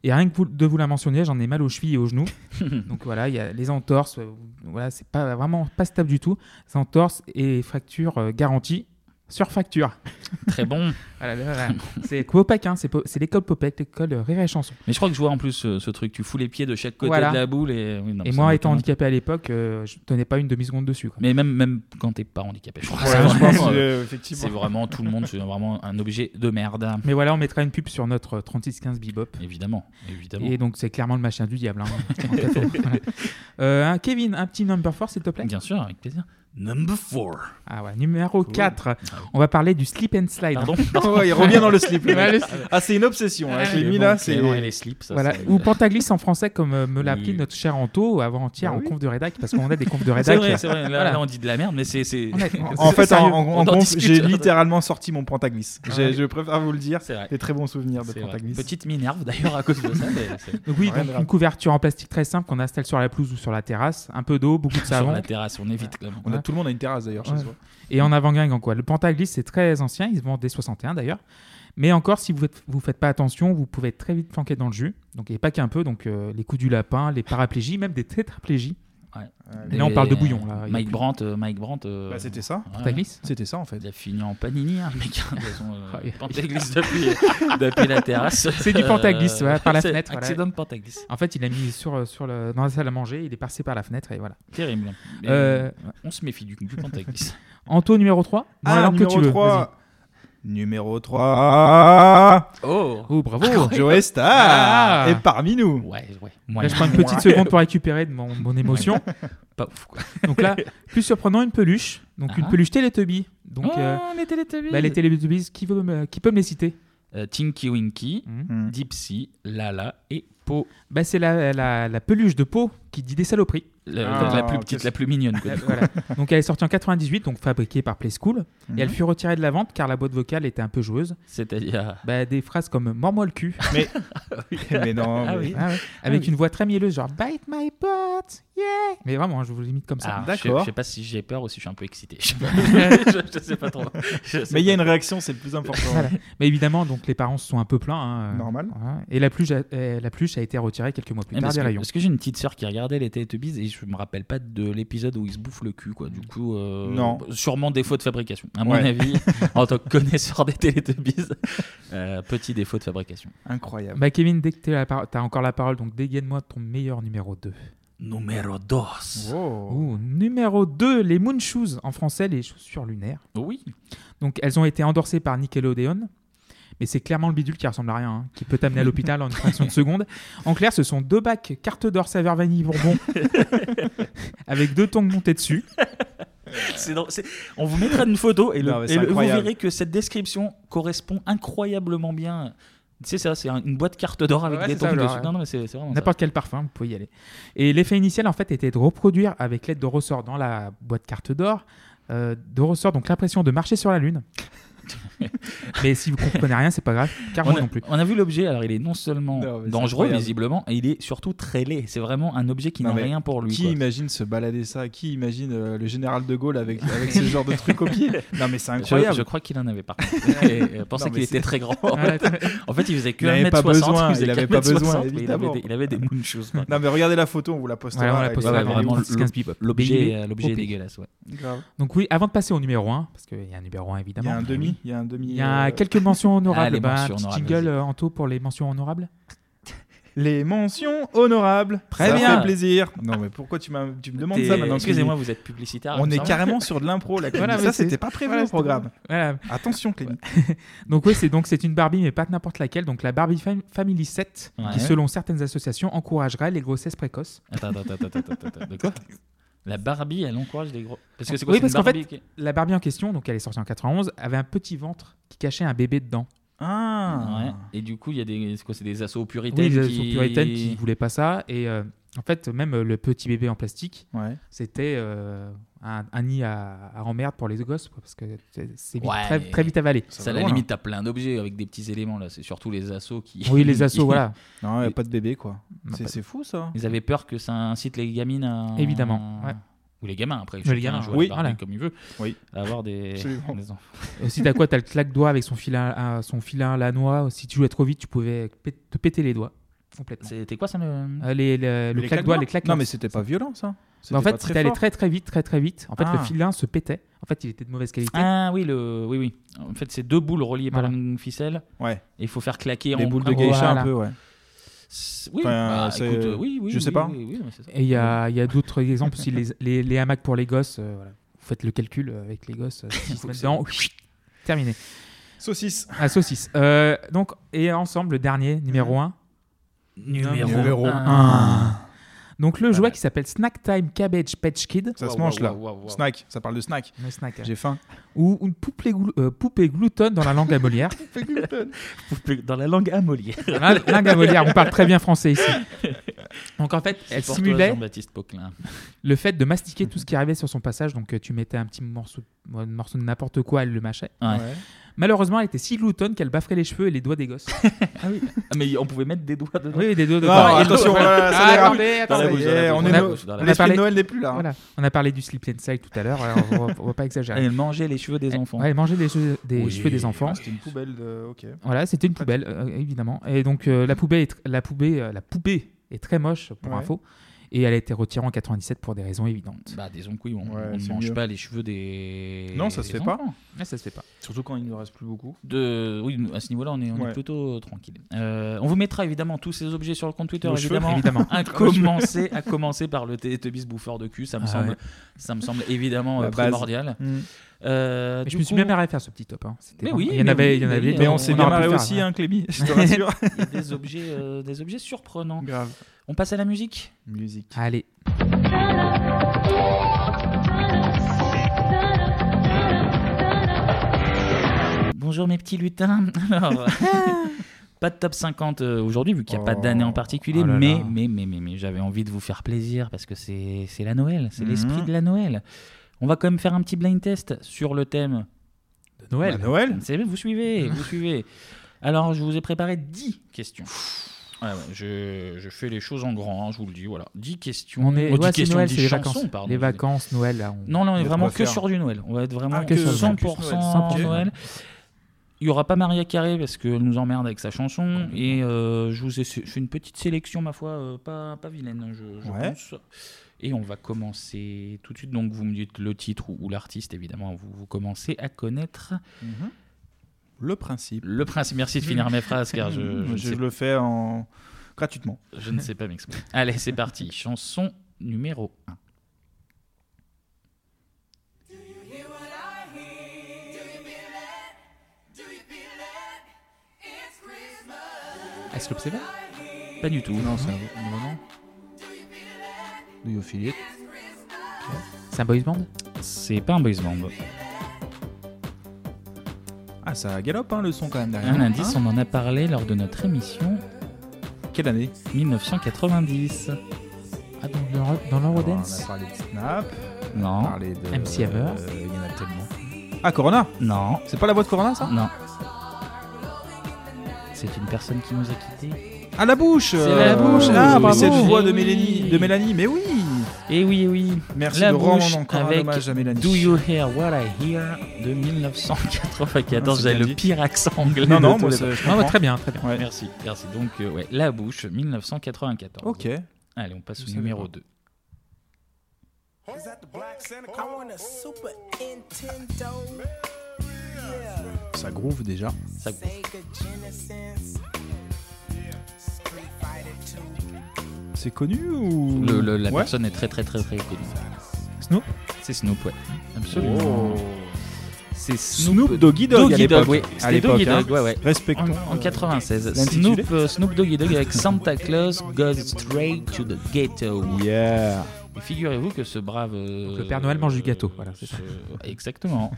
Speaker 6: Et rien que vous- de vous la mentionner, j'en ai mal aux chevilles et aux genoux. Donc voilà, il y a les entorses. euh, Voilà, c'est pas vraiment pas stable du tout. Les entorses et fractures euh, garanties sur facture.
Speaker 1: Très bon.
Speaker 6: Voilà, là, là. c'est Popec, hein, c'est po- c'est l'école Popec, l'école euh, Rire et Chanson.
Speaker 1: Mais je crois que je vois en plus ce, ce truc, tu fous les pieds de chaque côté
Speaker 6: Voilà.
Speaker 1: de la boule. Et, oui, non,
Speaker 6: et
Speaker 1: ça
Speaker 6: moi,
Speaker 1: me
Speaker 6: étant
Speaker 1: détend.
Speaker 6: handicapé à l'époque, euh, je tenais pas une demi-seconde dessus. quoi.
Speaker 1: Mais même, même quand t'es pas handicapé, je crois
Speaker 6: Ouais,
Speaker 1: que c'est
Speaker 6: je
Speaker 1: vraiment, euh,
Speaker 6: pense, euh, effectivement.
Speaker 1: c'est vraiment tout le monde, c'est vraiment un objet de merde.
Speaker 6: Mais voilà, on mettra une pub sur notre euh, 3615 Bebop.
Speaker 1: Évidemment, évidemment.
Speaker 6: Et donc, c'est clairement le machin du diable. hein, en gâteau. Voilà. Euh, hein, Kevin, un petit number 4, s'il te plaît
Speaker 1: Bien sûr, avec plaisir. Number 4.
Speaker 6: Ah ouais, numéro 4. On va parler du slip and slide.
Speaker 1: Ah Pardon
Speaker 7: Ouais, il revient dans le slip, le
Speaker 6: Ouais,
Speaker 7: mec.
Speaker 6: le slip.
Speaker 7: Ah, c'est une obsession. hein,
Speaker 6: Ouais,
Speaker 7: je
Speaker 6: mais
Speaker 7: l'ai mis
Speaker 6: bon,
Speaker 7: là,
Speaker 6: ok,
Speaker 7: c'est.
Speaker 1: non, et les slips, ça,
Speaker 6: Voilà.
Speaker 1: c'est-
Speaker 6: Ou Pantaglis en français, comme euh, me l'a
Speaker 1: Oui.
Speaker 6: appris notre cher Anto avant-hier
Speaker 1: Bah
Speaker 6: en
Speaker 1: oui.
Speaker 6: conf de rédac, parce qu'on a des confs de
Speaker 1: C'est
Speaker 6: rédac.
Speaker 1: vrai, c'est vrai. Là,
Speaker 6: Voilà.
Speaker 1: là, on dit de la merde, mais c'est. c'est-
Speaker 6: On est- on-
Speaker 7: En fait, en,
Speaker 1: sérieux.
Speaker 7: en-
Speaker 1: On
Speaker 7: en conf,
Speaker 1: discute.
Speaker 7: j'ai littéralement sorti mon Pantaglisse.
Speaker 1: Ah
Speaker 7: J'ai-
Speaker 1: ouais.
Speaker 7: Je préfère vous le dire.
Speaker 1: C'est vrai.
Speaker 7: Des très bons souvenirs de
Speaker 1: C'est vrai.
Speaker 7: Pantaglisse.
Speaker 1: Petite minerve d'ailleurs à cause de ça. mais c'est-
Speaker 6: Donc oui,
Speaker 1: Rien
Speaker 6: donc
Speaker 1: de
Speaker 6: une couverture en plastique très simple qu'on installe sur la pelouse ou sur la terrasse, un peu d'eau, beaucoup de
Speaker 1: Sur
Speaker 6: savon.
Speaker 1: la terrasse, on évite clairement.
Speaker 7: On a tout le monde a une terrasse d'ailleurs chez
Speaker 6: Ouais.
Speaker 7: soi.
Speaker 6: Et en avant-gang, en quoi Le Pantaglis, c'est très ancien, il se vend dès 61 d'ailleurs. Mais encore, si vous faites, vous faites pas attention, vous pouvez être très vite planqué dans le jus. Donc, et pas qu'un peu, donc euh, les coups du lapin, les paraplégies, même des tétraplégies.
Speaker 1: Ouais.
Speaker 6: Mais là, on parle de bouillon. Là. Il y a
Speaker 1: Mike
Speaker 6: plus-
Speaker 1: Brandt. euh, Mike Brandt euh,
Speaker 7: Euh, Bah, c'était ça.
Speaker 1: ouais.
Speaker 6: Pantaglis
Speaker 7: C'était ça en fait.
Speaker 1: Il a fini en panini, hein, le mec. De toute façon, euh, Pantaglis depuis, euh, depuis la terrasse.
Speaker 6: Ah C'est du Pantaglis,
Speaker 1: Euh,
Speaker 6: voilà, par la
Speaker 1: c'est
Speaker 6: fenêtre. voilà.
Speaker 1: Accident de Pantaglis.
Speaker 6: En fait, il a mis sur, euh, sur le, dans la salle à manger, il est passé par la fenêtre et voilà.
Speaker 1: Terrible. Mais,
Speaker 6: Euh,
Speaker 1: On se méfie du, du Pantaglis.
Speaker 6: Anto numéro 3
Speaker 7: Ah,
Speaker 6: alors
Speaker 7: numéro
Speaker 6: que tu veux.
Speaker 7: 3. Numéro
Speaker 1: Oh
Speaker 7: 3.
Speaker 6: vas-y. Oh, bravo
Speaker 7: Joe Star
Speaker 6: Ah.
Speaker 7: est parmi nous.
Speaker 1: Ouais, ouais.
Speaker 6: Là, je prends une petite seconde pour récupérer de mon, mon émotion.
Speaker 1: Pas ouf, quoi.
Speaker 6: Donc là, plus surprenant, une peluche. Donc une
Speaker 1: Ah.
Speaker 6: peluche Teletubby. Donc,
Speaker 1: Oh,
Speaker 6: euh,
Speaker 1: les Teletubbies
Speaker 6: bah, les Teletubbies, qui, veut me- qui peut me les citer Hmm.
Speaker 1: Euh, Tinky Winky, Dipsy, Lala et Po.
Speaker 6: bah, C'est la, la- la peluche de peau qui dit des saloperies.
Speaker 1: Le-
Speaker 7: Ah,
Speaker 1: donc la plus
Speaker 7: qu'est-ce-
Speaker 1: petite, la plus mignonne. quoi.
Speaker 6: Là, voilà. Donc elle est sortie en 98, donc fabriquée par PlaySchool.
Speaker 7: Mhm.
Speaker 6: Et elle fut retirée de la vente car la boîte vocale était un peu joueuse.
Speaker 1: C'est-à-dire.
Speaker 6: Bah, des phrases comme Mors-moi le cul.
Speaker 7: Mais non.
Speaker 1: Ah
Speaker 7: mais-
Speaker 1: oui.
Speaker 6: Ah ouais. Avec
Speaker 1: oui.
Speaker 6: une voix très mielleuse, genre Bite my butt, yeah! Mais vraiment, hein, je vous l'imite comme ça.
Speaker 1: Ah, je-
Speaker 7: D'accord.
Speaker 1: Je sais pas si j'ai peur ou si je suis un peu excité. Je sais pas, je, je sais pas trop. Je sais
Speaker 7: Mais il y a
Speaker 1: pas.
Speaker 7: une réaction, c'est le plus important.
Speaker 6: Voilà. Mais évidemment, donc les parents se sont un peu plaints. hein.
Speaker 7: Normal.
Speaker 6: Voilà. Et la pluche, a, euh, la pluche a été retirée quelques mois plus
Speaker 1: Eh,
Speaker 6: tard
Speaker 1: parce,
Speaker 6: des
Speaker 1: que,
Speaker 6: rayons.
Speaker 1: parce que j'ai une petite sœur qui regardait les Teletubbies et je me rappelle pas de l'épisode où ils se bouffent le cul quoi. Du coup, euh,
Speaker 7: Non.
Speaker 1: sûrement défaut de fabrication. À mon
Speaker 7: Ouais.
Speaker 1: avis, en tant que connaisseur des Teletubbies, euh, petit défaut de fabrication.
Speaker 7: Incroyable.
Speaker 6: Bah, Kevin, dès que tu as encore la parole, donc dégaine-moi ton meilleur numéro 2.
Speaker 1: Numéro 2.
Speaker 7: Oh.
Speaker 6: Ouh, numéro 2, les Moon Shoes, en français, les chaussures lunaires.
Speaker 1: Oui.
Speaker 6: Donc elles ont été endorsées par Nickelodeon. Mais c'est clairement le bidule qui ressemble à rien, hein, qui peut t'amener à l'hôpital en une fraction de seconde. En clair, ce sont deux bacs carte d'or saveur vanille bourbon avec deux tongs montés dessus.
Speaker 1: C'est dans- c'est- On vous mettra une photo et, le-
Speaker 7: Non, mais
Speaker 1: et
Speaker 7: c'est
Speaker 1: le- vous
Speaker 7: incroyable.
Speaker 1: verrez que cette description correspond incroyablement bien. C'est ça, c'est un- une boîte carte d'or avec
Speaker 6: Ouais,
Speaker 1: des
Speaker 6: c'est ça,
Speaker 1: tongs
Speaker 6: genre,
Speaker 1: dessus.
Speaker 6: ouais.
Speaker 1: Non, non, mais c'est c'est vraiment ça.
Speaker 6: N'importe quel parfum, vous pouvez y aller. Et l'effet initial, en fait, était de reproduire avec l'aide de ressorts dans la boîte carte d'or, euh, de ressorts, donc l'impression de marcher sur la Lune. Mais si vous comprenez rien, c'est pas grave, car
Speaker 1: on
Speaker 6: moi
Speaker 1: a,
Speaker 6: non plus.
Speaker 1: on a vu l'objet, alors il est non seulement
Speaker 7: Non, mais c'est
Speaker 1: dangereux
Speaker 7: incroyable.
Speaker 1: visiblement, et il est surtout très laid. C'est vraiment un objet qui
Speaker 7: Non,
Speaker 1: n'a
Speaker 7: mais
Speaker 1: rien pour lui.
Speaker 7: Qui
Speaker 1: quoi.
Speaker 7: imagine se balader ça Qui imagine euh, le général de Gaulle avec, avec ce genre de truc au pied Non, mais c'est
Speaker 1: Je-
Speaker 7: incroyable.
Speaker 1: Je, crois qu'il en avait par contre. Et, euh, pensait
Speaker 7: Non, mais
Speaker 1: qu'il était
Speaker 7: c'est-
Speaker 1: très grand. En fait,
Speaker 6: Euh,
Speaker 1: en fait, il faisait que
Speaker 7: Il avait pas
Speaker 1: 1m60.
Speaker 7: besoin,
Speaker 1: faisait
Speaker 7: il avait
Speaker 1: qu'un
Speaker 7: pas
Speaker 1: mètre
Speaker 7: besoin,
Speaker 1: 60, mais il avait
Speaker 7: évidemment.
Speaker 1: des- Il avait des moonshos. par contre.
Speaker 7: Non, mais regardez la photo, on vous la postera.
Speaker 6: Ouais, on la
Speaker 7: avec-
Speaker 6: postera,
Speaker 7: Ouais,
Speaker 6: vraiment,
Speaker 7: vraiment,
Speaker 6: le-
Speaker 7: le-
Speaker 6: 15 bip.
Speaker 1: L'objet euh,
Speaker 6: BIB.
Speaker 1: l'objet est
Speaker 6: OP.
Speaker 1: dégueulasse, ouais.
Speaker 7: Grave.
Speaker 6: Donc oui, avant de passer au numéro 1, parce qu'il y a un numéro 1 évidemment.
Speaker 7: Il y a un demi,
Speaker 6: Oui.
Speaker 7: il y a un demi,
Speaker 6: Il y a
Speaker 7: euh,
Speaker 6: quelques mentions
Speaker 1: Ah,
Speaker 6: honorables.
Speaker 1: les
Speaker 6: Bah,
Speaker 1: mentions
Speaker 6: un petit
Speaker 1: honorables,
Speaker 6: jingle euh, en taux pour les mentions honorables.
Speaker 7: Les mentions honorables.
Speaker 1: Très
Speaker 7: ça
Speaker 1: bien.
Speaker 7: fait plaisir. Non, mais pourquoi tu, m'as- tu me demandes
Speaker 1: T'es-
Speaker 7: ça maintenant
Speaker 1: Excusez-moi,
Speaker 7: Clémy
Speaker 1: vous êtes publicitaire. il
Speaker 7: On
Speaker 1: me
Speaker 7: est
Speaker 1: semble.
Speaker 7: carrément sur de l'impro là. Clémy.
Speaker 6: Voilà, mais
Speaker 7: ça,
Speaker 6: c'est-
Speaker 7: c'était pas prévu
Speaker 6: voilà,
Speaker 7: au
Speaker 6: c'était-
Speaker 7: programme.
Speaker 6: Voilà.
Speaker 7: Attention, Clémy.
Speaker 6: Donc oui, c'est donc c'est une Barbie, mais pas n'importe laquelle. Donc la Barbie Fam- Family 7,
Speaker 1: Ouais.
Speaker 6: qui selon certaines associations encouragerait les grossesses précoces.
Speaker 1: Attends, attends, attends, attends, attends, attends. De quoi La Barbie, elle encourage des gros. Parce que c'est quoi
Speaker 6: oui,
Speaker 1: c'est une
Speaker 6: parce qu'en
Speaker 1: Barbie
Speaker 6: fait,
Speaker 1: qui-
Speaker 6: la Barbie en question, donc elle est sortie en 91, avait un petit ventre qui cachait un bébé dedans.
Speaker 1: Ouais.
Speaker 7: Ah.
Speaker 1: Et du coup, il y a des, c'est quoi, c'est des assauts puritaines
Speaker 6: Oui,
Speaker 1: qui...
Speaker 6: les puritaines qui voulaient pas ça. Et euh, en fait, même euh, le petit bébé en plastique,
Speaker 7: Ouais.
Speaker 6: c'était euh, un, un nid à, à emmerde pour les gosses, quoi, parce que c'est- c'est vite-
Speaker 1: Ouais,
Speaker 6: très,
Speaker 1: mais
Speaker 6: très vite avalé.
Speaker 1: Ça, à la limite, t'as plein d'objets avec des petits éléments là. C'est surtout les assauts qui.
Speaker 6: Oui, les assos, voilà.
Speaker 7: Non, il n'y a pas de bébé quoi. C'est
Speaker 6: pas de-
Speaker 7: c'est fou ça.
Speaker 1: Ils avaient peur que ça incite les gamines à.
Speaker 6: Évidemment, ouais.
Speaker 1: Ou les gamins après.
Speaker 6: Les
Speaker 1: chacun
Speaker 6: gamins,
Speaker 1: joue à
Speaker 6: oui,
Speaker 1: la Barbie
Speaker 6: voilà.
Speaker 1: comme il veut.
Speaker 7: Oui.
Speaker 1: À avoir des.
Speaker 7: Absolument.
Speaker 1: des enfants.
Speaker 6: Aussi, t'as quoi T'as le claque-doigt avec son filin, à- son filin lanois. Si tu jouais trop vite, tu pouvais pé- te péter les doigts complètement.
Speaker 1: C'était quoi ça le.
Speaker 6: Euh,
Speaker 7: Les
Speaker 6: les- le- le claque-doigt,
Speaker 7: claques-doigts
Speaker 6: les claques
Speaker 7: Non, mais c'était pas violent ça.
Speaker 6: en
Speaker 7: C'était pas
Speaker 6: fait, si
Speaker 7: très
Speaker 6: t'allais
Speaker 7: fort.
Speaker 6: très très vite, très très vite, en fait, le
Speaker 7: Ah.
Speaker 6: filin se pétait. En fait, il était de mauvaise qualité.
Speaker 1: Ah oui, le... oui, oui. En fait, c'est deux boules reliées
Speaker 6: Voilà.
Speaker 1: par une ficelle.
Speaker 7: Ouais.
Speaker 1: Et il faut faire claquer
Speaker 7: Les
Speaker 1: en
Speaker 7: boules de
Speaker 1: en-
Speaker 6: gay.
Speaker 7: geisha
Speaker 6: Voilà.
Speaker 7: un peu, ouais.
Speaker 1: C'est- Oui,
Speaker 7: Enfin,
Speaker 1: bah,
Speaker 7: c'est-
Speaker 1: écoute, euh, oui, oui,
Speaker 7: je sais
Speaker 1: oui,
Speaker 7: pas.
Speaker 1: oui, oui, non, mais c'est ça.
Speaker 6: Et il y a, il y a d'autres exemples aussi, les, les, les hamacs pour les gosses. euh, voilà. Vous faites le calcul euh, avec les gosses. euh, s'ils se mettent dedans, terminé.
Speaker 7: Saucisse.
Speaker 6: À saucisse. Euh, donc, et ensemble, le dernier, numéro 1.
Speaker 1: Numéro,
Speaker 7: Numéro
Speaker 1: un.
Speaker 7: Ah.
Speaker 6: Donc, le jouet qui s'appelle Snack Time Cabbage Patch Kid.
Speaker 7: Ça se
Speaker 1: Waouh,
Speaker 7: mange là.
Speaker 1: waouh, waouh, waouh.
Speaker 7: Snack, ça parle de snack.
Speaker 6: Le snack, euh,
Speaker 7: J'ai faim.
Speaker 6: Ou une poupée, glou- euh, poupée gloutonne dans la langue à Molière.
Speaker 1: Dans la langue à Molière.
Speaker 6: Dans la langue à Molière, on parle très bien français ici. Donc, en fait, elle
Speaker 1: C'est pour toi,
Speaker 6: simulait
Speaker 1: Jean-Baptiste Poquelin.
Speaker 6: le fait de mastiquer tout ce qui arrivait sur son passage. Donc, euh, tu mettais un petit morceau, un morceau de n'importe quoi, elle le mâchait.
Speaker 1: Ouais.
Speaker 6: Malheureusement, elle était si gloutonne qu'elle baffrait les cheveux et les doigts des gosses.
Speaker 1: Ah, mais on pouvait mettre des doigts dedans.
Speaker 6: oui, des doigts de
Speaker 7: Non,
Speaker 6: Ah,
Speaker 7: attention,
Speaker 6: voilà.
Speaker 7: voilà, ça
Speaker 6: Ah,
Speaker 7: dérape.
Speaker 6: attendez,
Speaker 1: Dans la
Speaker 6: attendez.
Speaker 1: bouche, dans la
Speaker 7: Eh,
Speaker 1: bouche,
Speaker 7: on
Speaker 1: dans
Speaker 7: est
Speaker 1: la
Speaker 7: no-
Speaker 1: bouche, dans la
Speaker 6: bouche.
Speaker 7: L'esprit de Noël n'est plus là. hein.
Speaker 6: Voilà. On a parlé du slip and slide tout à l'heure, alors on va, on va pas exagérer.
Speaker 1: Elle mangeait les cheveux des enfants.
Speaker 6: Ouais, manger des, cheveux- des
Speaker 1: Oui. bah,
Speaker 6: cheveux des enfants.
Speaker 7: Ah, C'était une poubelle de. Ok.
Speaker 6: Voilà, c'était une poubelle, euh, évidemment. Et donc euh, la poubelle, est tr- la poubelle, euh, la poubée est très moche pour
Speaker 7: Ouais.
Speaker 6: info, et elle a été retirée en 97 pour des raisons évidentes.
Speaker 1: Bah, disons que oui, on
Speaker 7: Ouais,
Speaker 1: on ne
Speaker 7: c'est
Speaker 1: mange
Speaker 7: mieux.
Speaker 1: pas les cheveux des.
Speaker 7: Non, ça se
Speaker 1: des
Speaker 7: fait
Speaker 1: enfants.
Speaker 7: pas.
Speaker 6: Ah, ça se fait pas.
Speaker 7: Surtout quand il ne reste plus beaucoup.
Speaker 1: De... Oui, nous, à ce niveau-là, on est, on est
Speaker 7: Ouais.
Speaker 1: plutôt euh, tranquille. Euh, on vous mettra évidemment tous ces objets sur le compte Twitter,
Speaker 7: Nos cheveux,
Speaker 1: évidemment.
Speaker 6: évidemment.
Speaker 1: À, commencer, à commencer par le Teletubbies bouffeur de cul, ça me,
Speaker 6: Ah
Speaker 1: semble,
Speaker 6: ouais.
Speaker 1: ça me semble évidemment
Speaker 7: La
Speaker 1: euh,
Speaker 7: base.
Speaker 1: primordial.
Speaker 7: Mm.
Speaker 1: Euh, du
Speaker 6: Mais je me suis
Speaker 1: coup,
Speaker 6: bien marré à faire ce petit top. hein. C'était
Speaker 1: Mais
Speaker 6: vraiment-
Speaker 1: oui,
Speaker 6: il y en
Speaker 1: mais
Speaker 6: avait,
Speaker 1: oui,
Speaker 6: il y en
Speaker 1: mais
Speaker 6: avait.
Speaker 1: oui,
Speaker 7: Mais on s'est
Speaker 6: aurait
Speaker 7: bien
Speaker 6: pu
Speaker 7: marré
Speaker 6: faire,
Speaker 7: aussi,
Speaker 6: hein.
Speaker 7: hein, Clémy. Je te rassure.
Speaker 1: il y a des objets, euh, des objets surprenants.
Speaker 7: Grave.
Speaker 1: On passe à la musique
Speaker 7: Musique.
Speaker 6: Allez,
Speaker 1: Bonjour mes petits lutins. Alors, pas de top 50 euh, aujourd'hui vu qu'il n'y a pas
Speaker 7: Oh,
Speaker 1: d'année en particulier,
Speaker 6: oh là
Speaker 1: mais,
Speaker 6: là.
Speaker 1: mais mais mais mais j'avais envie de vous faire plaisir parce que c'est c'est la Noël, c'est
Speaker 7: Mhm.
Speaker 1: l'esprit de la Noël. On va quand même faire un petit blind test sur le thème.
Speaker 6: de Noël.
Speaker 7: Bah, Noël
Speaker 1: C'est- Vous suivez, vous suivez. Alors je vous ai préparé 10 questions. Ouais, ouais, je, je fais les choses en grand, hein, je vous le dis. Voilà, 10 questions.
Speaker 6: on est,
Speaker 1: Oh, 10
Speaker 6: ouais, c'est
Speaker 1: questions,
Speaker 6: Noël,
Speaker 1: 10
Speaker 6: c'est les
Speaker 1: chansons,
Speaker 6: vacances,
Speaker 1: pardon,
Speaker 6: les
Speaker 1: je dis.
Speaker 6: vacances, Noël. Là, on-
Speaker 1: Non, non, on est
Speaker 7: Qu'est-ce
Speaker 1: vraiment
Speaker 7: qu'on va
Speaker 1: que
Speaker 7: faire
Speaker 1: sur du Noël. On va être vraiment
Speaker 7: Ah,
Speaker 1: que
Speaker 7: que sur-
Speaker 1: 100%
Speaker 7: focus Noël.
Speaker 1: Noël.
Speaker 7: Ok.
Speaker 1: Il y aura pas Maria Carré parce qu'elle nous emmerde avec sa chanson. Et euh, je vous ai sé- fait une petite sélection, ma foi, euh, pas, pas vilaine, je, je
Speaker 7: Ouais.
Speaker 1: pense. Et on va commencer tout de suite. Donc, vous me dites le titre ou, ou l'artiste, évidemment. Vous, vous commencez à connaître
Speaker 7: Le principe.
Speaker 1: le principe. Merci de finir mes phrases car je, je ne,
Speaker 7: Je
Speaker 1: sais,
Speaker 7: le fais en. gratuitement.
Speaker 1: je ne sais pas m'exprimer. Allez, c'est parti. Chanson numéro 1.
Speaker 6: Est-ce que c'est vrai
Speaker 1: Pas du tout. Non,
Speaker 7: c'est un moment. Do you feel it
Speaker 6: C'est un boys band
Speaker 1: c'est pas un boys band.
Speaker 7: Ah, ça galope hein, le son quand même derrière.
Speaker 1: Un indice, on en a parlé lors de notre émission
Speaker 7: Hein Quelle année
Speaker 1: 1990.
Speaker 6: Ah, dans l'Euro- dans
Speaker 7: Alors, On
Speaker 6: l'Eurodance
Speaker 7: a parlé de Snap, on a
Speaker 1: Non.
Speaker 7: parlé de.
Speaker 6: MC Hammer.
Speaker 7: euh, Il y en a tellement. Ah, Corona
Speaker 1: Non.
Speaker 7: C'est pas la voix de Corona, ça
Speaker 1: Non. C'est une personne qui nous a quittés.
Speaker 7: Ah, la bouche
Speaker 1: C'est
Speaker 7: euh,
Speaker 1: la bouche.
Speaker 7: Ah,
Speaker 1: oui,
Speaker 7: bravo. cette
Speaker 1: oui.
Speaker 7: voix
Speaker 1: Eh
Speaker 7: de
Speaker 1: oui.
Speaker 7: Mélanie, de Mélanie, mais oui
Speaker 1: Et oui, eh oui.
Speaker 7: Merci
Speaker 1: la
Speaker 7: de rendre
Speaker 1: bouche
Speaker 7: encore un
Speaker 1: avec
Speaker 7: hommage à Mélanie.
Speaker 1: Do You Hear What I Hear de 1994.
Speaker 7: Ah, c'est
Speaker 1: J'avais le
Speaker 7: bien dit.
Speaker 1: pire accent anglais.
Speaker 7: Non,
Speaker 1: de
Speaker 7: non,
Speaker 1: tous
Speaker 7: moi,
Speaker 1: les
Speaker 7: ça,
Speaker 1: temps.
Speaker 7: je comprends.
Speaker 1: Ouais, Merci, merci. Donc, euh, ouais, La Bouche, 1994.
Speaker 7: Ok.
Speaker 1: Allez, on passe
Speaker 7: Je
Speaker 1: au
Speaker 7: savais
Speaker 1: numéro
Speaker 7: pas.
Speaker 1: 2.
Speaker 15: Is that the black Santa Claus? I want a Super Nintendo. Yeah.
Speaker 7: Ça groove déjà.
Speaker 15: Sega Genesis. Street Fighter 2.
Speaker 7: C'est connu ou
Speaker 1: Le- le- la
Speaker 7: Ouais.
Speaker 1: personne est très, très, très, très connue.
Speaker 7: Snoop
Speaker 1: C'est Snoop, ouais. Absolument.
Speaker 7: Oh.
Speaker 1: C'est
Speaker 7: Snoop Doggy Dogg à l'époque.
Speaker 1: ouais.
Speaker 7: À
Speaker 1: C'était
Speaker 7: l'époque,
Speaker 1: Doggy
Speaker 7: hein.
Speaker 1: Dogg, ouais, ouais.
Speaker 7: Respectons,
Speaker 1: En, en 96.
Speaker 7: l'intitulé.
Speaker 1: Snoop, euh, Snoop Doggy Dogg avec Santa Claus goes straight to the ghetto.
Speaker 7: Yeah.
Speaker 1: Et figurez-vous que ce brave. euh,
Speaker 6: le Père Noël mange du gâteau, voilà, c'est
Speaker 1: ce-
Speaker 6: ça.
Speaker 1: Exactement.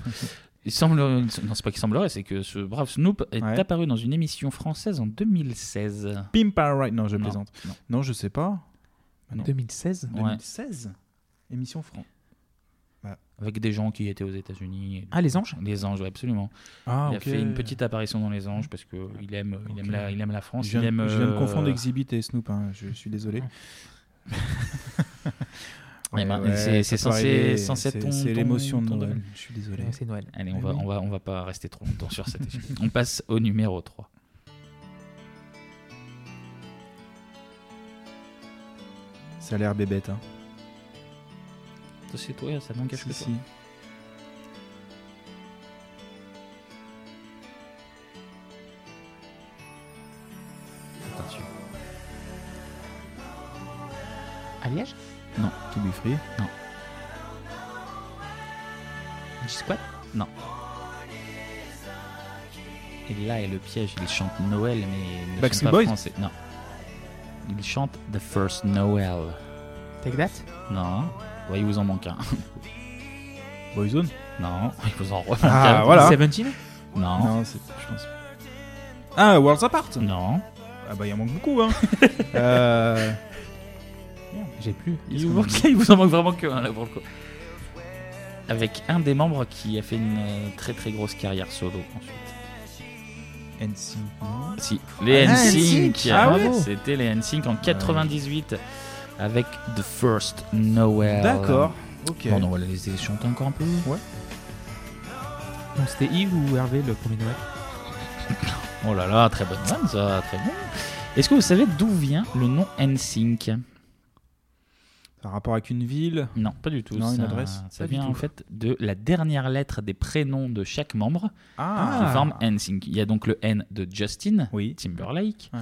Speaker 1: Il semble, non, c'est pas qu'il semblerait, c'est que ce brave Snoop est
Speaker 7: Ouais.
Speaker 1: apparu dans une émission française en 2016.
Speaker 7: Pimp a Right. Non, je
Speaker 1: Non,
Speaker 7: plaisante.
Speaker 1: non.
Speaker 7: Non, je sais pas. Bah non.
Speaker 6: 2016
Speaker 1: Ouais.
Speaker 7: 2016 Émission franc.
Speaker 1: Avec des gens qui étaient aux États-Unis.
Speaker 6: Ah, Les Anges
Speaker 1: Les Anges, ouais, absolument.
Speaker 7: Ah,
Speaker 1: il
Speaker 7: ok.
Speaker 1: a fait une petite apparition dans Les Anges parce qu'il aime, il aime, la, il aime la France.
Speaker 7: Je viens,
Speaker 1: il aime,
Speaker 7: je viens de
Speaker 1: euh,
Speaker 7: confondre Exhibit et Snoop, hein, je suis désolé.
Speaker 1: Eh ben,
Speaker 7: Ouais,
Speaker 1: c'est- c'est
Speaker 7: ça peut
Speaker 1: censé-
Speaker 7: arriver,
Speaker 1: censé
Speaker 7: c'est-
Speaker 1: être ton-
Speaker 7: C'est
Speaker 1: ton-
Speaker 7: l'émotion de
Speaker 1: ton
Speaker 7: Noël.
Speaker 1: domaine.
Speaker 7: Je suis désolé.
Speaker 6: Ouais, Euh, c'est Noël.
Speaker 1: Allez, on va,
Speaker 7: oui.
Speaker 1: on, va, on va pas rester trop longtemps sur cette échelle. on passe au numéro 3.
Speaker 7: Ça a l'air bébête. Hein.
Speaker 1: C'est toi, ça n'engage que
Speaker 7: Si,
Speaker 1: toi.
Speaker 7: si.
Speaker 1: Attention.
Speaker 6: à Liège
Speaker 7: Non, To Be Free.
Speaker 1: Non.
Speaker 6: G-Squad
Speaker 1: Non. Et là est le piège, il chante Noël, mais ne
Speaker 7: Backstreet
Speaker 1: sont pas
Speaker 7: Boys
Speaker 1: français. Non. Il chante The First Noel.
Speaker 6: Take that
Speaker 1: Non. Ouais, il vous en manque un.
Speaker 7: Boyzone
Speaker 1: Non, il vous en remanque
Speaker 7: Ah,
Speaker 1: un.
Speaker 7: voilà.
Speaker 6: Seventeen
Speaker 1: Non.
Speaker 7: Non, c'est- je pense. Ah, Worlds Apart
Speaker 1: Non.
Speaker 7: Ah, bah, il en manque beaucoup, hein. euh...
Speaker 6: J'ai plus.
Speaker 1: Il vous, manque- il vous en manque vraiment que un là pour le coup. Avec un des membres qui a fait une euh, très très grosse carrière solo ensuite.
Speaker 7: NSYNC, non
Speaker 1: Si, les
Speaker 7: Ah,
Speaker 1: NSYNC.
Speaker 7: NSYNC, ah ouais.
Speaker 1: Bravo. C'était les NSYNC en 98 avec The First Noel.
Speaker 7: D'accord, ok.
Speaker 1: Bon, on va les les chanter encore un peu.
Speaker 7: Ouais.
Speaker 6: Donc c'était Yves ou Hervé le premier Noël
Speaker 1: Oh là là, très bonne vanne ça, très bon. Est-ce que vous savez d'où vient le nom NSYNC
Speaker 7: Ça a rapport avec une ville
Speaker 1: Non, pas du tout.
Speaker 7: Non, une
Speaker 1: ça,
Speaker 7: adresse
Speaker 1: Ça
Speaker 7: Pas du
Speaker 1: vient
Speaker 7: tout.
Speaker 1: en fait de la dernière lettre des prénoms de chaque membre
Speaker 7: Ah.
Speaker 1: qui forme NSYNC. Il y a donc le N de Justin
Speaker 7: Oui.
Speaker 1: Timberlake,
Speaker 7: Ouais.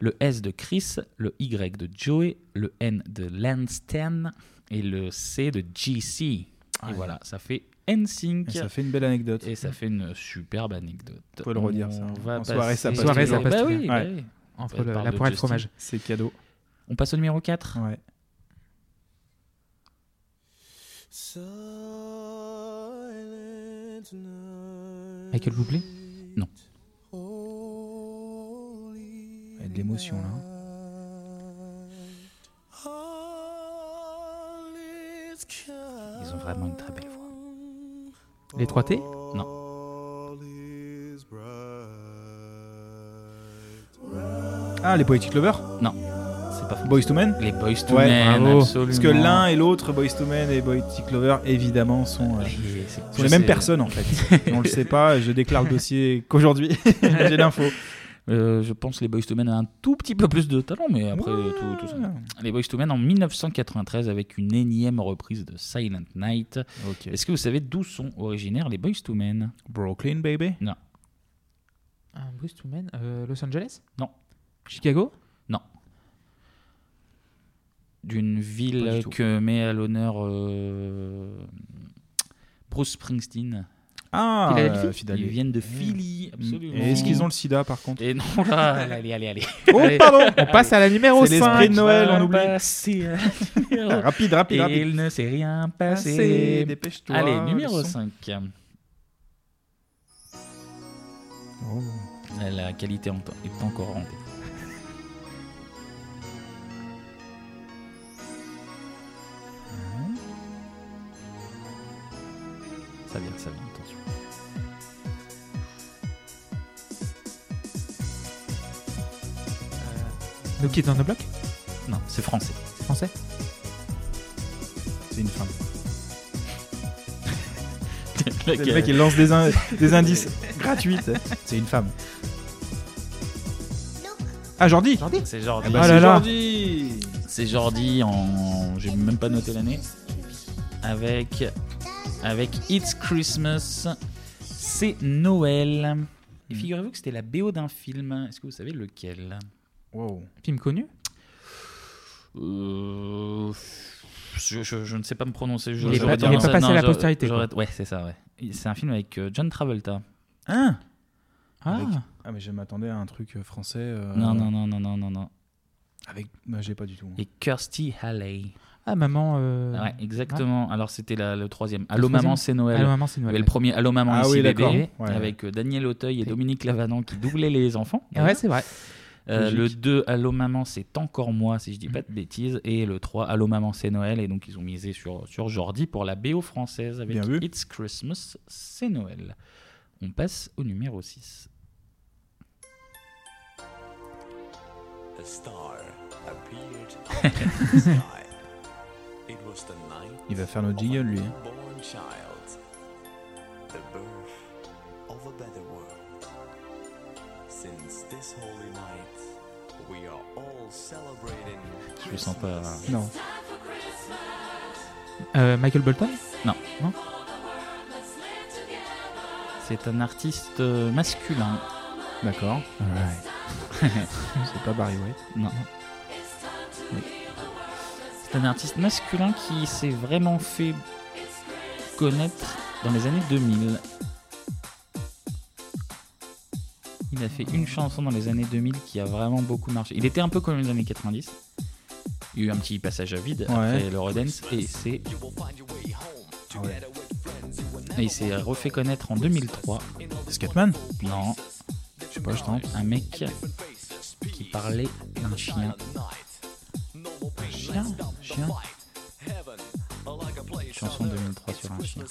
Speaker 1: le S de Chris, le Y de Joey, le N de Lanstan et le C de GC.
Speaker 7: Ah
Speaker 1: et
Speaker 7: ouais.
Speaker 1: voilà, ça fait NSYNC.
Speaker 7: Et ça fait une belle anecdote.
Speaker 1: Et ça fait une superbe anecdote.
Speaker 7: Vous pouvez le redire, ça.
Speaker 1: On va
Speaker 7: En soirée, ça
Speaker 1: passer-
Speaker 7: passe
Speaker 6: Soirée, ça
Speaker 7: toujours.
Speaker 6: passe
Speaker 1: Bah
Speaker 6: très
Speaker 1: oui,
Speaker 6: bien.
Speaker 1: bah
Speaker 7: Ouais.
Speaker 1: oui.
Speaker 6: Entre
Speaker 1: On
Speaker 6: le-
Speaker 1: parle
Speaker 6: la
Speaker 1: de
Speaker 6: poire et le
Speaker 1: Justin.
Speaker 6: fromage.
Speaker 7: C'est cadeau.
Speaker 1: On passe au numéro 4
Speaker 7: Ouais.
Speaker 6: Michael Bublé
Speaker 1: Non.
Speaker 7: Il y a de l'émotion, là. hein.
Speaker 1: Ils ont vraiment une très belle voix.
Speaker 6: Les 3T
Speaker 1: Non.
Speaker 7: Ah, les Poetic Lovers
Speaker 1: Non. C'est pas faux.
Speaker 7: Ah, Boys to Men
Speaker 1: Les Boys to
Speaker 7: Ouais,
Speaker 1: Men,
Speaker 7: bravo.
Speaker 1: absolument.
Speaker 7: Parce que l'un et l'autre, Boys to Men et Poetic Lovers, évidemment, sont, euh, sont les mêmes personnes, en fait. Et on le sait pas, je déclare le dossier qu'aujourd'hui. J'ai l'info.
Speaker 1: Euh, je pense que les Boys to Men ont un tout petit peu plus de talent, mais après euh, tout, tout ça.
Speaker 7: Ah,
Speaker 1: Les Boys to Men en 1993 avec une énième reprise de Silent Night.
Speaker 7: Ok.
Speaker 1: Est-ce que vous savez d'où sont originaires les Boys to Men
Speaker 7: Brooklyn, baby
Speaker 1: Non.
Speaker 6: Un Bruce to Men euh, Los Angeles
Speaker 1: Non.
Speaker 6: Chicago
Speaker 1: Non. D'une
Speaker 7: Pas du
Speaker 1: ville
Speaker 7: tout.
Speaker 1: que met à l'honneur euh, Bruce Springsteen.
Speaker 7: Ah,
Speaker 6: Philadelphie
Speaker 7: euh, Philadelphie.
Speaker 1: Ils viennent de Philly, absolument.
Speaker 7: Et est-ce qu'ils ont le sida, par contre
Speaker 1: Et non, là, allez, allez, allez.
Speaker 7: Oh, pardon
Speaker 6: On passe à la numéro
Speaker 7: C'est l'esprit
Speaker 6: 5
Speaker 7: de Noël, on oublie.
Speaker 1: Passer à la numéro-
Speaker 7: Rapide, rapide,
Speaker 1: Et
Speaker 7: rapide.
Speaker 1: il ne s'est rien
Speaker 6: Ah,
Speaker 7: Passez,
Speaker 1: passé.
Speaker 7: dépêche-toi.
Speaker 1: Allez,
Speaker 7: le
Speaker 1: numéro
Speaker 7: son.
Speaker 1: 5.
Speaker 7: Oh.
Speaker 1: La qualité en- est encore rendue. Ça vient, ça vient, attention.
Speaker 6: No Kids on the Block
Speaker 1: Non, c'est français.
Speaker 6: C'est français
Speaker 7: C'est une femme.
Speaker 1: Le
Speaker 7: C'est le mec qui lance des, in- des indices gratuits. C'est une femme. Ah, Jordi
Speaker 1: C'est Jordi.
Speaker 7: Ah bah, c'est
Speaker 1: Jordi C'est Jordi en. J'ai même pas noté l'année. Avec. Avec It's Christmas. C'est Noël. Et figurez-vous que c'était la BO d'un film. Est-ce que vous savez lequel
Speaker 7: Wow.
Speaker 6: Film connu
Speaker 1: Euh, je, je- je ne sais pas me prononcer. Je,
Speaker 6: Il est
Speaker 1: j'aurais
Speaker 6: pas-
Speaker 1: dit
Speaker 6: il est
Speaker 1: non,
Speaker 6: pas
Speaker 1: ça-
Speaker 6: passé à
Speaker 1: non,
Speaker 6: la
Speaker 1: j'aurais-
Speaker 6: postérité,
Speaker 1: j'aurais- Ouais, c'est ça, ouais. Il- C'est un film avec euh, John Travolta.
Speaker 7: Hein
Speaker 6: Ah.
Speaker 7: Avec- Ah, mais je m'attendais à un truc euh, français. euh,
Speaker 1: Non, non, non, non, non, non, non.
Speaker 7: Avec. Bah, j'ai pas du tout.
Speaker 1: Et Kirsty Halley.
Speaker 6: Ah, maman. euh,
Speaker 1: Ouais, exactement. Alors c'était la- Ah. le troisième. Allô
Speaker 6: Le troisième
Speaker 1: maman, c'est Noël.
Speaker 6: Allô, maman, c'est Noël,
Speaker 1: Il y avait le
Speaker 6: ouais.
Speaker 1: premier Allô maman,
Speaker 6: Ah
Speaker 1: ici
Speaker 6: oui,
Speaker 1: bébé,
Speaker 6: d'accord. Ouais.
Speaker 1: avec euh, Daniel Auteuil et Dominique Lavanant qui doublaient les enfants.
Speaker 6: Ah ouais, c'est vrai.
Speaker 1: Euh, le
Speaker 6: Logique. Mm.
Speaker 1: 2, Allô maman, c'est encore moi, si je dis pas de bêtises. Et le 3, Allô maman, c'est Noël. Et donc ils ont misé sur, sur Jordi pour la BO française avec
Speaker 7: Bien vu.
Speaker 1: It's Christmas, c'est Noël. On passe au numéro 6.
Speaker 16: A star appeared out of the sky. It was the night
Speaker 7: Il va faire notre jingle, lui. hein.
Speaker 16: born child, the birth of a better world. Since this holy night, we are all celebrating.
Speaker 1: Je le sens pas.
Speaker 6: Non. Euh, Michael Bolton
Speaker 1: Non. C'est un artiste euh, masculin.
Speaker 7: D'accord. C'est pas Barry White.
Speaker 1: Non. C'est un artiste masculin qui s'est vraiment fait connaître dans les années 2000. Il a fait une chanson dans les années 2000 qui a vraiment beaucoup marché. Il était un peu comme les années 90. Il y a eu un petit passage à vide
Speaker 7: Ouais.
Speaker 1: après le Redance et c'est et il s'est refait connaître en 2003.
Speaker 7: Skatman
Speaker 1: Non.
Speaker 7: Je sais pas, je tente.
Speaker 1: Un mec qui parlait d'un chien.
Speaker 16: Un
Speaker 1: chien Chien Chanson 2003 sur un chien.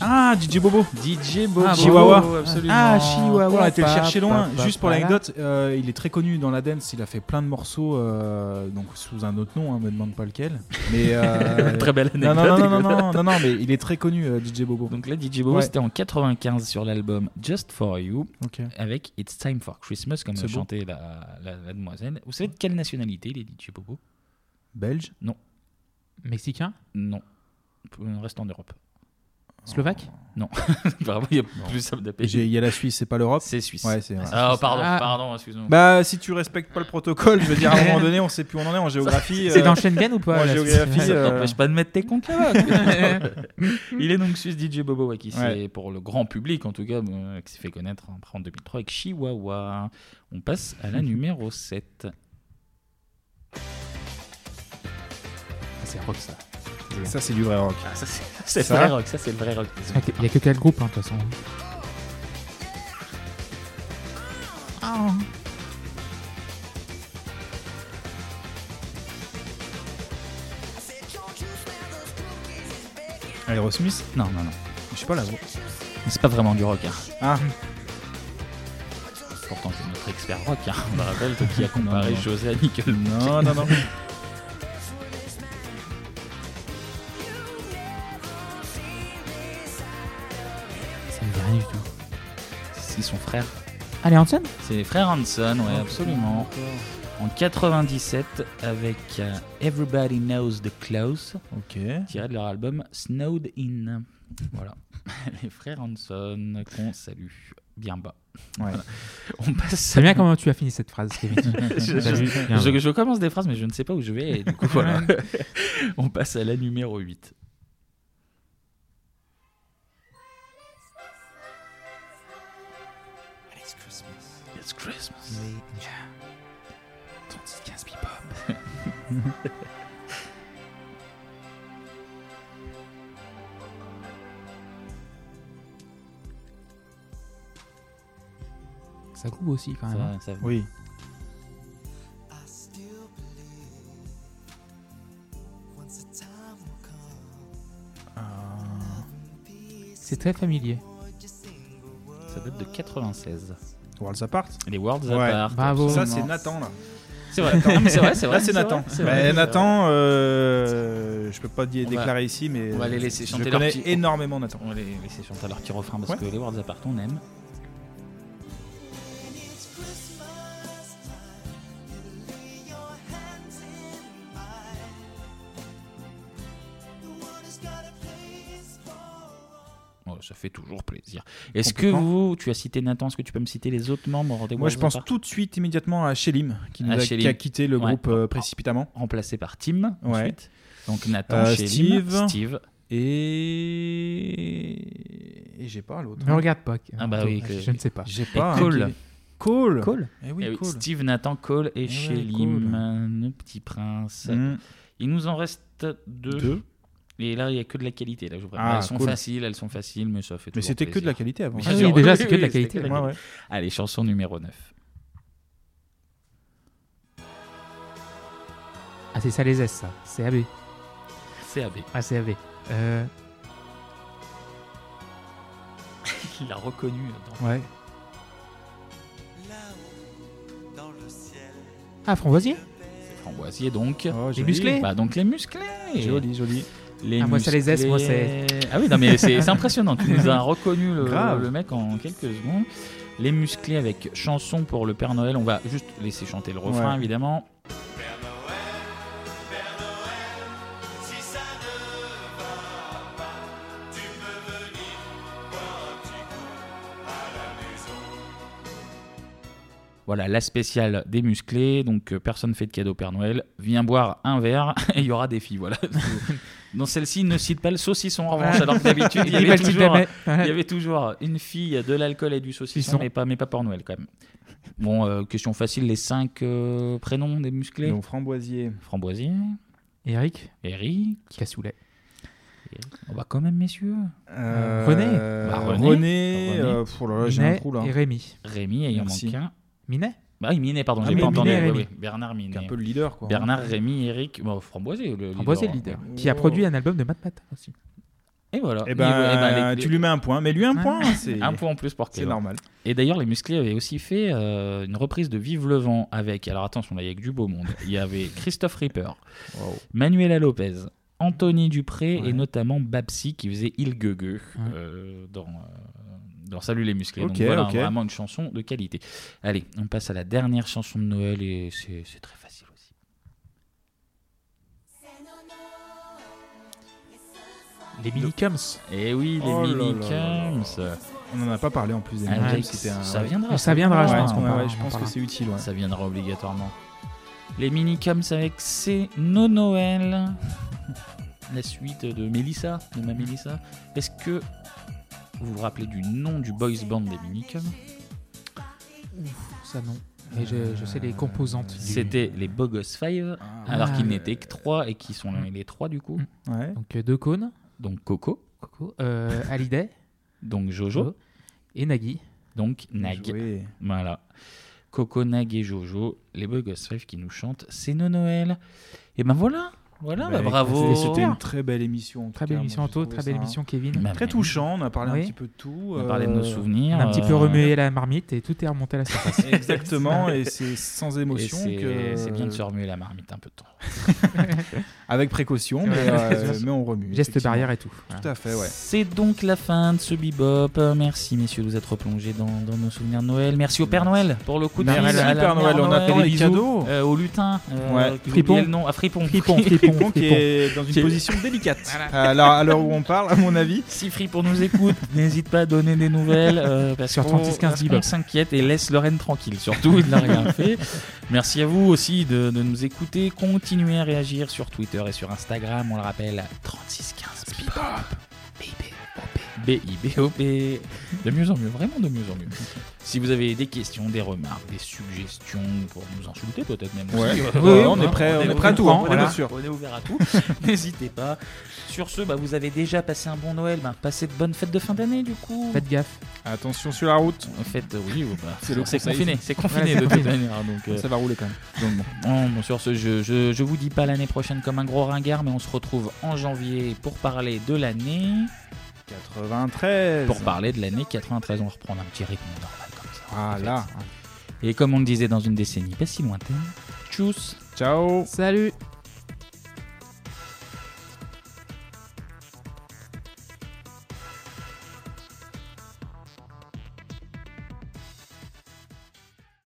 Speaker 7: Ah, DJ Bobo
Speaker 1: DJ
Speaker 7: Bobo
Speaker 6: Bobo,
Speaker 7: Chihuahua
Speaker 6: absolument.
Speaker 7: Ah, Chihuahua On a été le
Speaker 6: Pa,
Speaker 7: chercher loin.
Speaker 6: pa, pa,
Speaker 7: Juste pour
Speaker 6: pa.
Speaker 7: l'anecdote, euh, il est très connu dans la dance. Il a fait plein de morceaux euh, donc sous un autre nom, hein, me demande pas lequel. Mais, euh,
Speaker 1: Très belle
Speaker 7: non,
Speaker 1: anecdote,
Speaker 7: Non, non, non,
Speaker 1: écoute.
Speaker 7: non, non, non, mais il est très connu, euh, DJ Bobo.
Speaker 1: Donc là, DJ Bobo,
Speaker 7: Ouais.
Speaker 1: c'était en 95 sur l'album Just For You,
Speaker 7: Ok.
Speaker 1: avec It's Time For Christmas, comme
Speaker 7: C'est
Speaker 1: le
Speaker 7: beau.
Speaker 1: chantait la, la, la demoiselle. Vous savez de quelle nationalité il est DJ Bobo
Speaker 7: Belge
Speaker 1: Non.
Speaker 6: Mexicain
Speaker 1: Non. On reste en Europe.
Speaker 6: Slovaque
Speaker 7: Oh.
Speaker 1: Non. Apparemment, il y a plus simple d'appel.
Speaker 7: J'ai- Il y a la Suisse, c'est pas l'Europe
Speaker 1: C'est Suisse.
Speaker 7: Ouais, c'est ouais.
Speaker 1: Ah, pardon, pardon, excuse-moi.
Speaker 7: Bah, si tu respectes pas le protocole, je veux dire, à un moment donné, on sait plus où on en est en géographie.
Speaker 6: C'est
Speaker 7: euh,
Speaker 6: dans Schengen ou pas,
Speaker 7: En
Speaker 6: la
Speaker 7: géographie.
Speaker 6: Suisse
Speaker 1: Ça
Speaker 7: euh,
Speaker 1: t'empêche pas de mettre tes comptes là-bas. Euh. il est donc suisse DJ Bobo ouais, qui
Speaker 7: Ouais.
Speaker 1: s'est, pour le grand public en tout cas, euh, qui s'est fait connaître après en 2003 avec Chihuahua. On passe à la numéro 7.
Speaker 6: Ah, C'est rock ça.
Speaker 7: Ah, Ça, c'est du vrai rock.
Speaker 1: ça, c'est- c'est le
Speaker 7: Ça.
Speaker 1: vrai rock. Ça, c'est le vrai rock.
Speaker 6: Il y a que quel groupe, hein, de toute façon
Speaker 7: Aerosmith
Speaker 1: Non, non, non.
Speaker 7: Je sais pas la voix.
Speaker 1: C'est pas vraiment du rock. hein.
Speaker 7: Ah.
Speaker 1: Pourtant, c'est notre expert rock. hein. On le rappelle, toi qui a comparé
Speaker 7: Non, non.
Speaker 1: José à Nickel.
Speaker 7: Non, non, non.
Speaker 6: Ça me dit rien du tout.
Speaker 1: C'est son frère.
Speaker 6: Allez, Hanson
Speaker 1: C'est les frères Hanson, ouais, absolument. En 97, avec euh, Everybody Knows the Close,
Speaker 7: Ok.
Speaker 1: tiré de leur album Snowed In. Voilà. les frères Hanson, qu'on salue bien bas.
Speaker 7: Ouais.
Speaker 1: Voilà. On passe.
Speaker 6: C'est bien comment tu as fini cette phrase, Kevin.
Speaker 1: je,
Speaker 6: T'as vu
Speaker 1: je-
Speaker 6: Bien.
Speaker 1: je- je commence des phrases, mais je ne sais pas où je vais. Et du coup, voilà. On passe à la numéro 8.
Speaker 16: It's Christmas.
Speaker 1: It's Christmas.
Speaker 6: 36-15 bebop. Ça groove aussi quand
Speaker 1: Ça
Speaker 6: même. hein.
Speaker 1: va, ça va.
Speaker 7: Oui.
Speaker 6: C'est très familier.
Speaker 1: Ça date de 96.
Speaker 7: Worlds Apart
Speaker 1: Les Worlds
Speaker 7: Ouais.
Speaker 1: Apart.
Speaker 7: Bravo. Ça, c'est
Speaker 1: absolument.
Speaker 7: Nathan, là.
Speaker 1: C'est vrai. Non, mais c'est vrai, c'est vrai.
Speaker 7: Là, Ah, c'est Nathan.
Speaker 1: vrai, c'est
Speaker 7: Mais
Speaker 1: vrai, c'est
Speaker 7: Nathan, euh, je peux pas dire
Speaker 1: On va-
Speaker 7: déclarer ici, mais euh,
Speaker 1: on va les laisser chanter
Speaker 7: je
Speaker 1: leur
Speaker 7: connais
Speaker 1: petit-
Speaker 7: énormément Nathan.
Speaker 1: On va les laisser chanter leur petit refrain parce que les Worlds Apart, on aime. Oh, ça fait toujours plaisir. Est-ce que
Speaker 7: Complètement.
Speaker 1: vous, tu as cité Nathan, est-ce que tu peux me citer les autres membres des
Speaker 7: Moi, je
Speaker 1: Worlds
Speaker 7: pense
Speaker 1: Apart
Speaker 7: tout de suite immédiatement à Shelim, qui, nous
Speaker 1: À
Speaker 7: a,
Speaker 1: Shelim.
Speaker 7: qui a quitté le
Speaker 1: Ouais.
Speaker 7: groupe euh, précipitamment.
Speaker 1: Remplacé par Tim, ensuite. Donc Nathan,
Speaker 7: Euh,
Speaker 1: Shelim,
Speaker 7: Steve.
Speaker 1: Steve.
Speaker 7: Et. Et j'ai pas l'autre.
Speaker 6: Ne regarde pas.
Speaker 1: Ah bah oui, que-
Speaker 6: Je ne sais pas.
Speaker 7: J'ai
Speaker 1: Et
Speaker 7: pas.
Speaker 1: Cole.
Speaker 7: Cole.
Speaker 1: Cole.
Speaker 7: Eh oui,
Speaker 1: Eh oui,
Speaker 7: Cole. Eh
Speaker 1: Steve, Nathan, Cole et
Speaker 7: ouais,
Speaker 1: Shelim, euh, le petit prince.
Speaker 7: Mm.
Speaker 1: Il nous en reste deux.
Speaker 7: Deux.
Speaker 1: Et là, il n'y a que de la qualité. Là, je vous préviens.
Speaker 7: Ah,
Speaker 1: elles sont
Speaker 7: cool.
Speaker 1: faciles, elles sont faciles, mais ça fait
Speaker 7: Mais
Speaker 1: toujours
Speaker 7: c'était que de
Speaker 1: plaisir.
Speaker 7: la qualité avant.
Speaker 1: Bien
Speaker 7: Ah oui,
Speaker 1: sûr.
Speaker 7: déjà, c'est que de la
Speaker 1: c'était
Speaker 7: qualité. Ouais, ouais.
Speaker 1: Allez, chanson numéro 9.
Speaker 6: Ah, c'est ça les S, ça. C'est AB.
Speaker 1: CAB.
Speaker 6: Ah, c'est AB. Euh,
Speaker 1: Il l'a reconnu. attends.
Speaker 6: ouais.
Speaker 16: Dans le ciel,
Speaker 6: Ah, Framboisier
Speaker 1: Framboisier, donc.
Speaker 6: Les joli. musclés
Speaker 1: Bah, donc les musclés.
Speaker 7: Oh, Joli, joli.
Speaker 1: Les
Speaker 6: Ah, moi, ça les S,
Speaker 1: musclés.
Speaker 6: moi, c'est-
Speaker 1: Ah oui, non, mais c'est c'est impressionnant. Tu nous as reconnu le,
Speaker 6: Grave.
Speaker 1: le mec en quelques secondes. Les musclés avec chanson pour le Père Noël. On va juste laisser chanter le refrain,
Speaker 7: Ouais.
Speaker 1: évidemment.
Speaker 12: Si ça ne va pas, tu peux venir boire un petit coup à la maison.
Speaker 1: Voilà, la spéciale des musclés. Donc, euh, personne fait de cadeau au Père Noël. Viens boire un verre et il y aura des filles. Voilà. Dans celle-ci, ne cite pas le saucisson en revanche, alors que d'habitude, il, y
Speaker 6: Il dit pas
Speaker 1: avait
Speaker 6: le petit
Speaker 1: toujours- hein.
Speaker 6: jamais.
Speaker 1: il y avait toujours une fille, de l'alcool et du saucisson,
Speaker 6: Saucisson.
Speaker 1: mais pas, mais pas pour Noël quand même. Bon, euh, question facile les cinq euh, prénoms des musclés
Speaker 7: Donc, Framboisier.
Speaker 1: Framboisier,
Speaker 6: Eric
Speaker 1: Eric,
Speaker 6: Cassoulet.
Speaker 1: On va quand même, messieurs.
Speaker 7: Euh,
Speaker 6: René.
Speaker 1: Bah,
Speaker 7: René. euh, pff, oh là là, j'ai un
Speaker 6: Minet
Speaker 7: trou là.
Speaker 6: Et Rémi.
Speaker 1: Rémi, et il en
Speaker 7: Merci.
Speaker 1: manque un.
Speaker 6: Minet
Speaker 1: Bah, oui, Minet, pardon,
Speaker 6: Ah,
Speaker 1: j'ai
Speaker 6: mais
Speaker 1: pas
Speaker 6: Minet,
Speaker 1: entendu.
Speaker 6: Rémi.
Speaker 1: oui, oui, Bernard Minet.
Speaker 7: un peu le leader, quoi.
Speaker 1: Bernard, Rémi, Eric, bon, Framboisier, le
Speaker 6: hein. Framboisier, le
Speaker 1: leader. hein.
Speaker 6: leader. Qui a produit un album de Matt Pat aussi.
Speaker 1: Et voilà.
Speaker 7: Eh
Speaker 1: Et
Speaker 7: ben,
Speaker 1: voilà, eh ben, les-
Speaker 7: tu lui mets un point. Mais lui, un
Speaker 6: Ouais.
Speaker 7: point, hein, c'est.
Speaker 1: un point en plus pour
Speaker 7: C'est
Speaker 1: Kevin.
Speaker 7: normal.
Speaker 1: Et d'ailleurs, les musclés avaient aussi fait euh, une reprise de Vive le vent avec. Alors attention, là, il y a que du beau monde. Il y avait Christophe Ripper, Manuela Lopez, Anthony Dupré et notamment Babsi qui faisait Il Gueugue euh, dans, euh, dans Salut les musclés.
Speaker 7: Ok,
Speaker 1: Donc voilà,
Speaker 7: ok.
Speaker 1: vraiment une chanson de qualité. Allez, on passe à la dernière chanson de Noël et c'est c'est très facile aussi.
Speaker 6: Les Minicums.
Speaker 1: Et Eh oui, les
Speaker 7: Oh là là
Speaker 1: Minicums.
Speaker 7: On n'en a pas parlé en plus des
Speaker 1: Avec-
Speaker 7: Minicums, c'était un-
Speaker 1: Ah, Ça viendra.
Speaker 6: Mais ça viendra, je
Speaker 7: Ouais,
Speaker 6: pense.
Speaker 7: ouais,
Speaker 6: qu'on parlera,
Speaker 7: ouais, je
Speaker 6: on
Speaker 7: pense que
Speaker 6: parlera.
Speaker 7: c'est utile. ouais.
Speaker 1: Ça viendra obligatoirement. Les minicums avec C'est nos Noël. La suite de Mélissa, de ma Mélissa. Est-ce que vous vous rappelez du nom du boys band des minicums
Speaker 6: Ça, non. Mais je, je sais les composantes. du-
Speaker 1: C'était les Bogos Five, alors
Speaker 6: Ah,
Speaker 1: qu'ils
Speaker 6: ouais.
Speaker 1: n'étaient que trois et qui sont les trois du coup.
Speaker 7: Ouais.
Speaker 6: Donc, euh, deux cônes.
Speaker 1: Donc Coco,
Speaker 6: Coco. Euh, Hallyday.
Speaker 1: donc Jojo,
Speaker 6: Et Nagui.
Speaker 1: donc Nag.
Speaker 7: Joué.
Speaker 1: Voilà. Coco, Nag et Jojo, les Bogos Five qui nous chantent C'est nos Noël. Et ben voilà, voilà, bah,
Speaker 7: Bah,
Speaker 1: bravo.
Speaker 7: écoutez, C'était une très belle émission. en tout
Speaker 6: Très
Speaker 7: cas,
Speaker 6: belle
Speaker 7: moi,
Speaker 6: émission,
Speaker 7: j'ai
Speaker 6: Anto.
Speaker 7: trouvé
Speaker 6: Très belle
Speaker 7: ça
Speaker 6: émission, Kevin.
Speaker 1: Bah,
Speaker 7: Très
Speaker 1: mais-
Speaker 7: touchant. On a parlé
Speaker 6: Oui.
Speaker 7: un petit peu de tout.
Speaker 1: On a parlé de nos
Speaker 7: euh,
Speaker 1: souvenirs.
Speaker 6: On a un petit peu
Speaker 1: euh,
Speaker 6: remué la marmite et tout est remonté à la surface.
Speaker 7: Exactement, et c'est sans
Speaker 1: et
Speaker 7: émotion
Speaker 1: C'est
Speaker 7: que.
Speaker 1: c'est bien de se remuer la marmite un peu de temps.
Speaker 7: Avec précaution, mais, euh, mais on remue.
Speaker 6: Geste
Speaker 7: effectivement.
Speaker 6: barrière et tout.
Speaker 7: Tout à fait, ouais.
Speaker 1: C'est donc la fin de ce bebop. Merci messieurs de vous être plongés dans, dans nos souvenirs de Noël. Merci au Père Noël pour le coup de
Speaker 7: Merci,
Speaker 1: fil à la
Speaker 7: Père Noël,
Speaker 1: mère
Speaker 7: on attend les
Speaker 1: bisous,
Speaker 7: cadeaux.
Speaker 1: euh, au lutin. euh,
Speaker 7: Ouais.
Speaker 1: que j'ai
Speaker 6: Fripon.
Speaker 1: oublié le nom. Ah, Fripon.
Speaker 6: Fripon,
Speaker 7: Fripon
Speaker 6: fripon,
Speaker 7: qui
Speaker 6: fripon.
Speaker 7: est dans
Speaker 1: Qui est-
Speaker 7: une position délicate. Alors, à l'heure où on parle, à mon avis.
Speaker 1: Si Fripon nous écoute, n'hésite pas à donner des nouvelles. euh, parce
Speaker 6: Sur
Speaker 1: qu'on-
Speaker 6: 36-15
Speaker 1: parce
Speaker 6: Bebop.
Speaker 1: qu'on s'inquiète et laisse Lorraine tranquille. Surtout, il n'a rien fait. Merci à vous aussi de, de nous écouter. Continuez à réagir sur Twitter et sur Instagram. On le rappelle, 3615 Bebop. B-I-B-O-P. De mieux en mieux, vraiment de mieux en mieux. Si vous avez des questions, des remarques, des suggestions pour nous insulter, peut-être même
Speaker 7: Ouais.
Speaker 1: aussi. euh,
Speaker 7: Ouais,
Speaker 1: voilà,
Speaker 7: on est prêt- on est prêt à tout, hein, on est bien sûr.
Speaker 1: On est ouvert à tout. N'hésitez pas. Sur ce, bah, vous avez déjà passé un bon Noël. bah, passez de bonnes fêtes de fin d'année, du coup.
Speaker 6: Faites gaffe.
Speaker 7: Attention sur la route,
Speaker 1: En fait, euh, oui, ou pas.
Speaker 7: C'est le
Speaker 1: c'est
Speaker 7: conseil.
Speaker 1: confiné, c'est confiné
Speaker 6: Voilà, c'est
Speaker 1: de toute
Speaker 6: confiné.
Speaker 1: manière. Donc, euh,
Speaker 7: ça va rouler quand même.
Speaker 1: donc bon. Bon, bon, sur ce, je, je, je vous dis pas l'année prochaine comme un gros ringard, mais on se retrouve en janvier pour parler de l'année
Speaker 7: 93.
Speaker 1: Pour parler de l'année 93, on reprend un petit rythme normal comme ça.
Speaker 7: Ah là.
Speaker 1: Et comme on le disait dans une décennie pas si lointaine, tchuss
Speaker 7: Ciao
Speaker 6: Salut